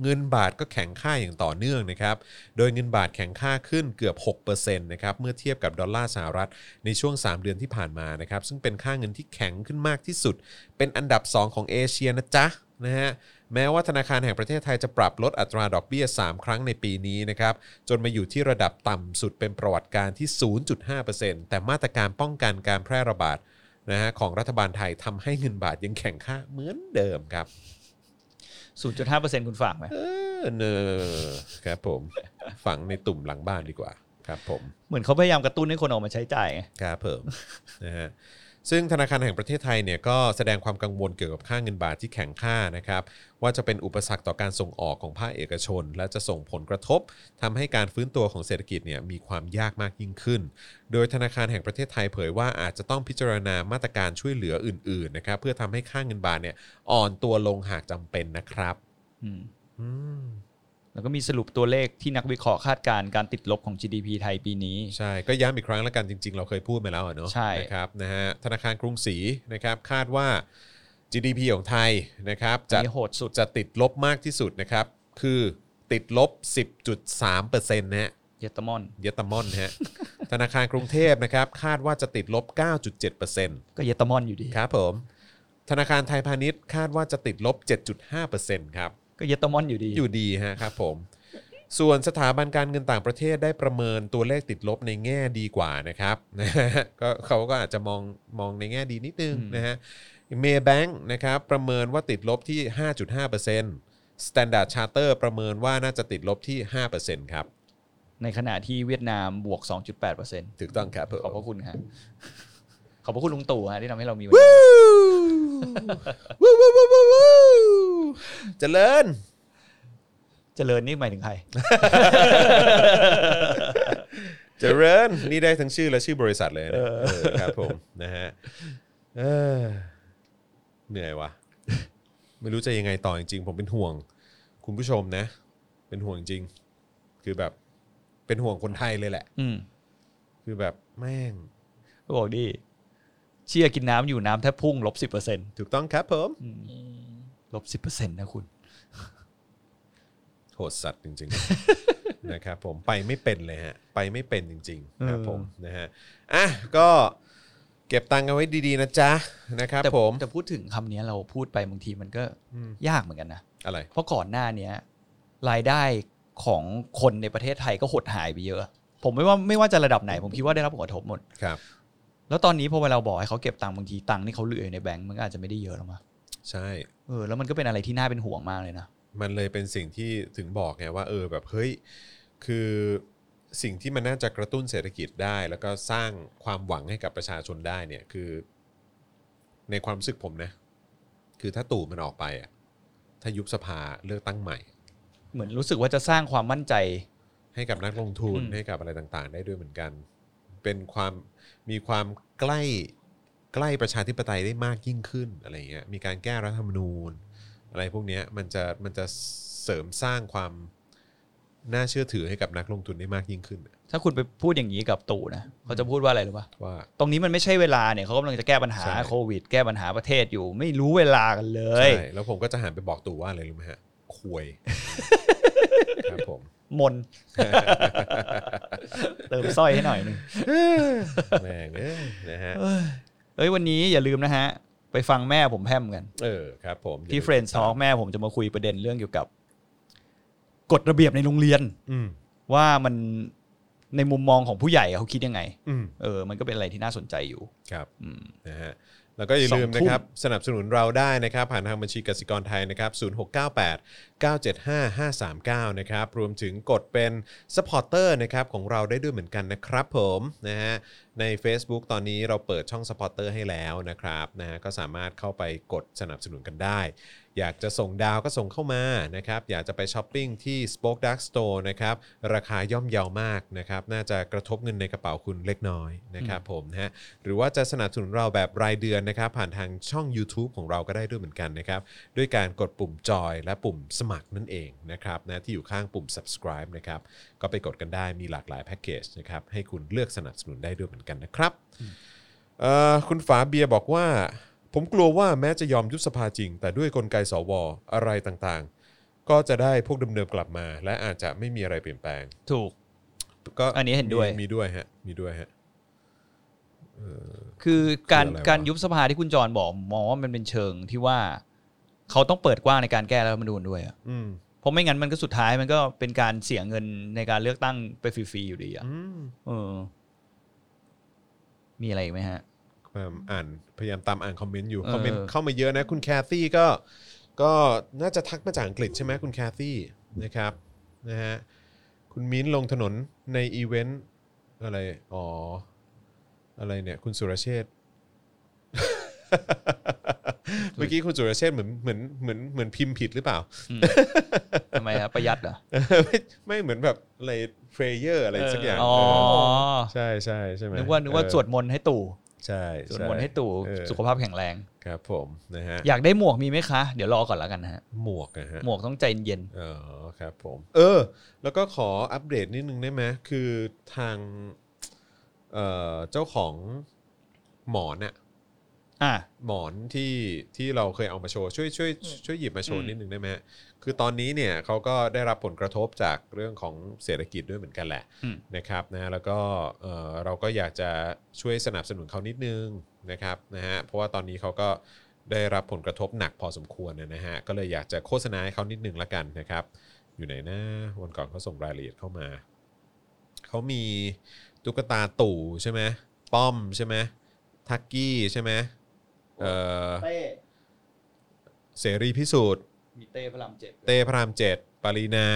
Speaker 2: เงินบาทก็แข็งค่าอย่างต่อเนื่องนะครับ โดยเงินบาทแข็งค่าขึ้นเกือบ6%นะครับเมื่อเทียบกับดอลลาร์สหรัฐในช่วง 3 เดือนที่ผ่านมานะครับ ซึ่งเป็นค่าเงินที่แข็งขึ้นมากที่สุด เป็นอันดับ 2 ของเอเชียนะจ๊ะนะฮะแม้ว่าธนาคารแห่งประเทศไทยจะปรับลดอัตราดอกเบี้ย 3 ครั้งในปีนี้นะครับ จนมาอยู่ที่ระดับต่ำสุดเป็นประวัติการที่ 0.5%แต่มาตรการป้องกันการแพร่ระบาดนะฮะของรัฐบาลไทยทำให้เงินบาทยังแข็งค่าเหมือนเดิมครับ
Speaker 3: ศูนย์จุดห้าเปอร์เซ็นต์คุณฝากไหม
Speaker 2: เออเนอะครับผม ฝังในตุ่มหลังบ้านดีกว่าครับผม
Speaker 3: เหมือนเขาพยายามกระตุ้นให้คนออกมาใช้จ่ายไง
Speaker 2: ครับเพิ่ม นะฮะซึ่งธนาคารแห่งประเทศไทยเนี่ยก็แสดงความกังวลเกี่ยวกับค่าเงินบาทที่แข็งค่านะครับ ว่าจะเป็นอุปสรรคต่อการส่งออกของภาคเอกชน และจะส่งผลกระทบทำให้การฟื้นตัวของเศรษฐกิจเนี่ยมีความยากมากยิ่งขึ้น โดยธนาคารแห่งประเทศไทยเผยว่าอาจจะต้องพิจารณามาตรการช่วยเหลืออื่นๆนะครับเพื่อทำให้ค่าเงินบาทเนี่ยอ่อนตัวลงหากจำเป็นนะครับ
Speaker 3: อืม
Speaker 2: อืม
Speaker 3: แล้วก็มีสรุปตัวเลขที่นักวิเคราะห์คาดการณ์การติดลบของ GDP ไทยปีนี้
Speaker 2: ใช่ ก็ย้ำอีกครั้งแล้วกันจริง ๆ เราเคยพูดมาแล้วอะเนาะ
Speaker 3: ใช่
Speaker 2: นะครับนะฮะธนาคารกรุงศรีนะครับคาดว่า GDP ของไทยนะครับจะ
Speaker 3: อันนี้โหดสุด
Speaker 2: จะติดลบมากที่สุดนะครับ คือติดลบ 10.3%นะฮะ
Speaker 3: เยตมอน
Speaker 2: เยตามอนนะ
Speaker 3: <laughs>
Speaker 2: ฮะ ธนาคารกรุงเทพนะครับคาดว่าจะติดลบ 9.7%
Speaker 3: ก็เยตมอนอยู่ดี
Speaker 2: ครับผม ธนาคารไทยพาณิชย์คาดว่าจะติดลบ 7.5%ครับ
Speaker 3: ก็เยตมอนอยู่ดี
Speaker 2: อยู่ดีฮะครับผม ส่วนสถาบันการเงินต่างประเทศได้ประเมินตัวเลขติดลบในแง่ดีกว่านะครับ นะฮะก็เขาก็อาจจะมองมองในแง่ดีนิดนึงนะฮะเมย์แบงค์นะครับประเมินว่าติดลบที่ 5.5% Standard Charter ประเมินว่าน่าจะติดลบที่ 5%ครับ
Speaker 3: ในขณะที่เวียดนามบวก 2.8%
Speaker 2: ถูกต้องครับผม
Speaker 3: ขอบพระคุณครับขอบพระคุณลุงตู่ฮะที่ทำให้เรามีวันนี้
Speaker 2: วู้วู้วู้วู้วู้เจริญ
Speaker 3: เจริญนี่หมายถึงใคร
Speaker 2: เจริญนี่ได้ทั้งชื่อและชื่อบริษัทเลยนะเออครับผมนะฮะเออเหนื่อยวะไม่รู้จะยังไงต่อจริงๆผมเป็นห่วง คุณผู้ชมนะ เป็นห่วงจริง คือแบบเป็นห่วงคนไทยเลยแหละ
Speaker 3: อืม
Speaker 2: คือแบบแม่ง
Speaker 3: ก็บอกดิเชี่ยกินน้ำอยู่น้ำแทบพุ่งลบสิบเปอร์เซ็นต์
Speaker 2: ถูกต้องครับผม
Speaker 3: ลบสิบเปอร์เซ็นต์นะคุณ
Speaker 2: โหดสัตว์จริง <laughs> ๆ นะครับผมไปไม่เป็นเลยฮะ ไปไม่เป็นจริง ๆ ครับผมนะฮะอ่ะก็เก็บตังค์กันไว้ดีๆนะจ๊ะนะครับ
Speaker 3: แต่
Speaker 2: ผม
Speaker 3: แต่พูดถึงคำนี้เราพูดไปบางทีมันก็
Speaker 2: อืม
Speaker 3: ยากเหมือนกันนะ
Speaker 2: อะไร
Speaker 3: เพราะก่อนหน้าเนี้ยรายได้ของคนในประเทศไทยก็หดหายไปเยอะ ผมไม่ว่าไม่ว่าจะระดับไหน ผมคิดว่าได้รับผลกระทบหมด
Speaker 2: ครับ
Speaker 3: แล้วตอนนี้พอเวลาบอกให้เขาเก็บตังค์บางทีตังค์ที่เขาเหลืออยู่ในแบงก์มันก็อาจจะไม่ได้เยอะหรอกมั้ง
Speaker 2: ใช่
Speaker 3: เออแล้วมันก็เป็นอะไรที่น่าเป็นห่วงมากเลยนะ
Speaker 2: มันเลยเป็นสิ่งที่ถึงบอกไงว่าเออแบบเฮ้ยคือสิ่งที่มันน่าจะกระตุ้นเศรษฐกิจได้ แล้วก็สร้างความหวังให้กับประชาชนได้เนี่ยคือ ในความรู้สึกผมนะ คือถ้าตู่มันออกไปอ่ะถ้ายุบสภาเลือกตั้งใหม่
Speaker 3: เหมือนรู้สึกว่าจะสร้างความมั่นใจ
Speaker 2: ให้กับนักลงทุน
Speaker 3: อืม
Speaker 2: ให้กับอะไรต่างๆ ได้ด้วยเหมือนกัน เป็นความมีความใกล้ใกล้ประชาธิปไตยได้มากยิ่งขึ้นอะไรอย่างเงี้ยมีการแก้รัฐธรรมนูญ อะไรพวกเนี้ยมันจะมันจะเสริมสร้างความน่าเชื่อถือให้กับนักลงทุนได้มากยิ่งขึ้นอะ
Speaker 3: ถ้าคุณไปพูดอย่างนี้กับตู่นะเขาจะพูดว่าอะไรหรือปะ
Speaker 2: ว่า
Speaker 3: ตรงนี้มันไม่ใช่เวลาเนี่ยเขากำลังจะแก้ปัญหา
Speaker 2: ใช่
Speaker 3: โควิด แก้ปัญหาประเทศอยู่ ไม่รู้เวลากันเลย
Speaker 2: ใช่แล้วผมก็จะหันไปบอกตู่ว่าอะไรรู้ไหมฮะควย <laughs> ครับผม
Speaker 3: ม <laughs> น เติมสร้อยให้หน่อยหนึง
Speaker 2: แม่งเอ้ยนะฮะ
Speaker 3: เอ้ยวันนี้อย่าลืมนะฮะ ไปฟังแม่ผมแพร่มกัน
Speaker 2: เออครับผม
Speaker 3: ที่เฟรนด์ทอแม่ผมจะมาคุยประเด็นเรื่องเกี่ยวกับกฎระเบียบในโรงเรียน
Speaker 2: อืม
Speaker 3: ว่ามันในมุมมองของผู้ใหญ่เขาคิดยังไง
Speaker 2: อืม
Speaker 3: เออ มันก็เป็นอะไรที่น่าสนใจอยู่
Speaker 2: ครับ
Speaker 3: อืม
Speaker 2: นะฮะแล้วก็อย่าลืม
Speaker 3: สองทุ่
Speaker 2: นะ
Speaker 3: ม
Speaker 2: ครับ สนับสนุนเราได้นะครับ ผ่านทางบัญชีกสิกรไทยนะครับ0698 975 539นะครับรวมถึงกดเป็น s u p p อร์เตอร์นะครับของเราได้ด้วยเหมือนกันนะครับผมนะฮะ ใน Facebook ตอนนี้เราเปิดช่องสปอร์เตอร์ให้แล้วนะครับนะฮะก็สามารถเข้าไปกดสนับสนุนกันได้ อยากจะส่งดาวก็ส่งเข้ามานะครับอยากจะไปช้อปปิ้งที่ Spoke Dark Store นะครับราคาย่อมเยาวมากนะครับน่าจะกระทบเงินในกระเป๋าคุณเล็กน้อยนะครับผมนะฮะหรือว่าจะสนับสนุนเราแบบรายเดือนนะครับผ่านทางช่อง YouTube ของเราก็ได้ด้วยเหมือนกันนะครับด้วยการกดปุ่มจอยและปุ่มสมัครนั่นเองนะครับนะที่อยู่ข้างปุ่ม subscribe นะครับก็ไปกดกันได้มีหลากหลายแพ็กเกจนะครับให้คุณเลือกสนับสนุนได้ด้วยเหมือนกันนะครับ เอ่อคุณฝาเบียร์บอกว่า ผมกลัวว่าแม้จะยอมยุบสภาจริง แต่ด้วยกลไกสวอะไรต่างๆ ก็จะได้พวกเดิมๆกลับมา และอาจจะไม่มีอะไรเปลี่ยนแปลง
Speaker 3: ถูก
Speaker 2: ก็
Speaker 3: อันนี้เห็นด้วย
Speaker 2: มีมีด้วยฮะมีด้วยฮะ
Speaker 3: คือการ
Speaker 2: คืออะไรวะ
Speaker 3: การยุบสภาที่คุณจรบอกมองว่ามันเป็นเชิงที่ว่าเขาต้องเปิดกว้างในการแก้รัฐธรรมนูญด้วยอะ
Speaker 2: อืม
Speaker 3: เพราะไม่งั้นมันก็สุดท้ายมันก็เป็นการเสียเงินในการเลือกตั้งไปฟรีๆอยู่ดีอะ
Speaker 2: อืม
Speaker 3: เออ มีอะไรอีกไหมฮะ
Speaker 2: พยายามอ่านพยายามตามอ่านคอมเมนต์อยู่
Speaker 3: เออ
Speaker 2: คอมเมนต์เข้ามาเยอะนะ คุณแคซี่ก็ก็น่าจะทักมาจากอังกฤษใช่ไหมคุณแคซี่นะครับนะฮะคุณมิ้นท์ลงถนนในอีเวนต์อะไร อ๋อ อะไรเนี่ย คุณสุรเชษฐ์ <laughs> เมื่อกี้คุณสุรเชษฐ์เหมือนเหมือนเหมือนเหมือนพิมพ์ผิดหรือเปล่า <laughs>
Speaker 3: ทำไมฮะประหยัดเหรอ
Speaker 2: ไม่ไม่เหมือนแบบอะไรเพลเยอร์อะไรสักอย่าง
Speaker 3: อ๋อ
Speaker 2: เออใช่ใช่ใช่ไหม
Speaker 3: นึกว่านึกว่า
Speaker 2: เออ
Speaker 3: สวดมนต์ให้ตู่
Speaker 2: ใช่
Speaker 3: สวด
Speaker 2: ช่
Speaker 3: มนต์ให้ตู่
Speaker 2: เออ
Speaker 3: สุขภาพแข็งแรง
Speaker 2: ครับผมนะฮะ
Speaker 3: อยากได้หมวกมีไหมคะ เดี๋ยวรอก่อนแล้วกันนะฮะ
Speaker 2: หมวกนะฮะ
Speaker 3: หมวกต้องใจเย็น
Speaker 2: อ๋อครับผม เออ แล้วก็ขออัปเดตนิดนึงได้ไหมคือทางเอ่อเจ้าของหมอนอะ
Speaker 3: อ่ะ
Speaker 2: หมอนที่ที่เราเคยเอามาโชว์ช่วยช่วยช่วยหยิบมาโชว์
Speaker 3: อืม
Speaker 2: นิดนึงได้ไหมฮะคือตอนนี้เนี่ยเขาก็ได้รับผลกระทบจากเรื่องของเศรษฐกิจด้วยเหมือนกันแหละ
Speaker 3: อืม
Speaker 2: นะครับนะแล้วก็เอ่อเราก็อยากจะช่วยสนับสนุนเขานิดนึงนะครับนะฮะเพราะว่าตอนนี้เขาก็ได้รับผลกระทบหนักพอสมควรนะฮะก็เลยอยากจะโฆษณาให้เขานิดนึงละกันนะครับ อยู่ไหนนะวันก่อนเขาส่งรายละเอียดเข้ามา เขามีตุ๊กตาตู่ใช่ไหมป้อมใช่ไหมทักกี้ใช่ไหมเอ่อ
Speaker 3: เต้
Speaker 2: เสรีพิสูจน์
Speaker 3: มีเต้พระรามเจ็ด
Speaker 2: เต้พระรามเจ็ดปารีนา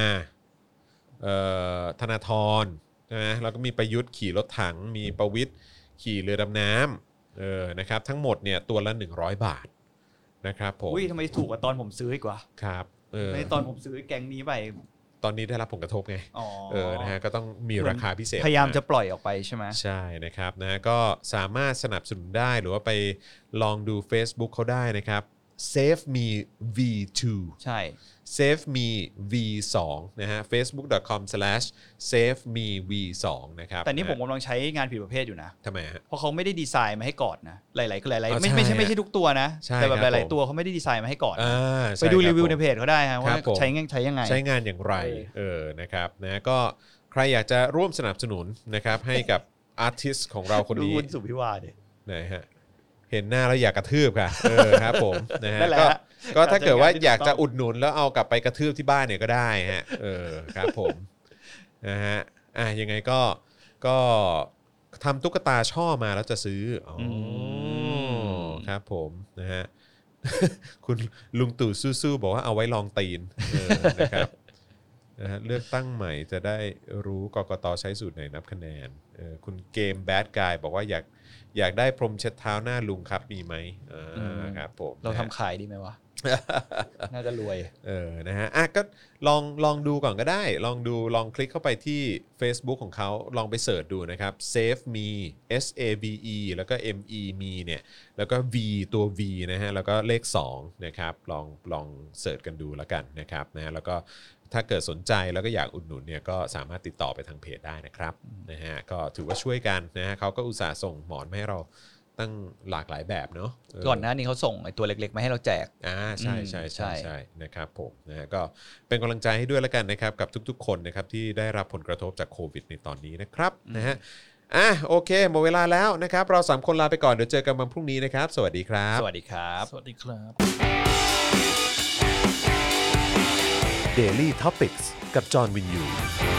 Speaker 2: เอ่อธนาธรใช่ไหมแล้วก็มีประยุทธ์ขี่รถถัง มีประวิทย์ขี่เรือดำน้ำเออนะครับทั้งหมดเนี่ยตัวละ 100 บาทนะครับผม
Speaker 3: อุ้ยทำไมถูกกว่าตอนผมซื้ออีกว่า
Speaker 2: ครับเออ
Speaker 3: ในตอนผมซื้อแกงนี้ไป
Speaker 2: ตอนนี้ได้รับผลกระทบไง
Speaker 3: อ๋อ
Speaker 2: เออนะฮะก็ต้องมีราคาพิเศษ
Speaker 3: พยายามจะปล่อยออกไปใช่ไหม
Speaker 2: ใช่นะครับนะก็สามารถสนับสนุนได้หรือว่าไปลองดู Facebook เขาได้นะครับ Save Me V2
Speaker 3: ใช่
Speaker 2: Save Me V2 นะฮะ facebook.com/saveme v2 นะครับ
Speaker 3: แต่นี่ผม
Speaker 2: ะฮะ
Speaker 3: กำลังใช้งานผิดประเภทอยู่นะ
Speaker 2: ทำไมฮะ
Speaker 3: เพราะเขาไม่ได้ดีไซน์มาให้กอดนะ หลายๆหลาย
Speaker 2: อ๋อ
Speaker 3: ๆไม่
Speaker 2: ใช่
Speaker 3: ไม่ใช่
Speaker 2: ฮะ
Speaker 3: ไม่ใช่ทุกตัวนะ
Speaker 2: ใช่
Speaker 3: แต่แบบ
Speaker 2: ค
Speaker 3: ห
Speaker 2: รับ
Speaker 3: ลาย
Speaker 2: ผม
Speaker 3: ๆตัวเขาไม่ได้ดีไซน์มาให้กอดนะ
Speaker 2: อ่าใช่
Speaker 3: ไปดู
Speaker 2: ค
Speaker 3: รี
Speaker 2: บ
Speaker 3: วิว
Speaker 2: ผม
Speaker 3: ในเพจเขาได้ฮะว่า
Speaker 2: ครับผม
Speaker 3: ใช้งานใช้ยังไง
Speaker 2: ใช้งานอย่างไร เออ นะครับ นะ ก็ใครอยากจะร่วมสนับสนุนนะครับ ให้กับอาร์ติสของเราคน
Speaker 3: ดู
Speaker 2: นี้
Speaker 3: คุณสุพิวาเด
Speaker 2: ไหนฮะ เห็นหน้าแล้วอยากกระทืบค่ะ เออ ครับผม นะฮะ
Speaker 3: นั่นแหละ
Speaker 2: ก็
Speaker 3: ฮะ
Speaker 2: ก็ถ้าเกิดว่าอยากจะอุดหนุนแล้วเอากลับไปกระทืบที่บ้านเนี่ยก็ได้ฮะ เออ ครับผม นะฮะ อ่ะยังไงก็ ก็ทำตุ๊กตาช่อมาแล้วจะซื้อ อ๋ออ
Speaker 3: ม
Speaker 2: ครับผม นะฮะ คุณลุงตู่สู้ๆบอกว่าเอาไว้ลองตีนเออนะครับ นะฮะเลือกตั้งใหม่จะได้รู้กกตใช้สูตรไหนนับคะแนนเออคุณเกมแบดกายบอกว่าอยากอยากได้พรมเช็ดเท้าหน้าลุงครับมีไหมอ่า
Speaker 3: อืม
Speaker 2: ครับผม
Speaker 3: เราทำ
Speaker 2: นะฮะ
Speaker 3: ขายดีไหม
Speaker 2: <laughs>
Speaker 3: วะ น่าจะรวย
Speaker 2: เออนะฮะอ่ะก็ลองลองดูก่อนก็ได้ ลองดูลองคลิกเข้าไปที่ Facebook ของเขาลองไปเสิร์ชดูนะครับ save me s a v e แล้วก็ m e me เนี่ยแล้วก็ v ตัว v นะฮะแล้วก็เลข2นะครับลองลองเสิร์ชกันดูแล้วกันนะครับนะฮะแล้วก็ ถ้าเกิดสนใจแล้วก็อยากอุดหนุนเนี่ยก็สามารถติดต่อไปทางเพจได้นะครับนะฮะก็ถือว่าช่วยกันนะฮะเขาก็อุตส่าห์ส่งหมอนมาให้เราตั้งหลากหลายแบบเนาะเ
Speaker 3: ก่อนหน้านี้เขาส่งไอ้ตัวเล็กๆมาให้เราแจก
Speaker 2: อ่าใช่
Speaker 3: อืม
Speaker 2: ใช่ใช่
Speaker 3: ใช่
Speaker 2: ใช่นะครับผมนะฮะก็เป็นกำลังใจให้ด้วยแล้วกันนะครับ กับทุกๆ คนนะครับที่ได้รับผลกระทบจากโควิดในตอนนี้นะครับนะฮะอ่ะโอเคหมดเวลาแล้วนะครับ เราสามคนลาไปก่อนเดี๋ยวเจอกันวันพรุ่งนี้นะครับ สวัสดีครับ
Speaker 3: สวัสดีครับ
Speaker 4: สวัสดีครับ
Speaker 1: Daily t o p i c กกับจอห์นวินยู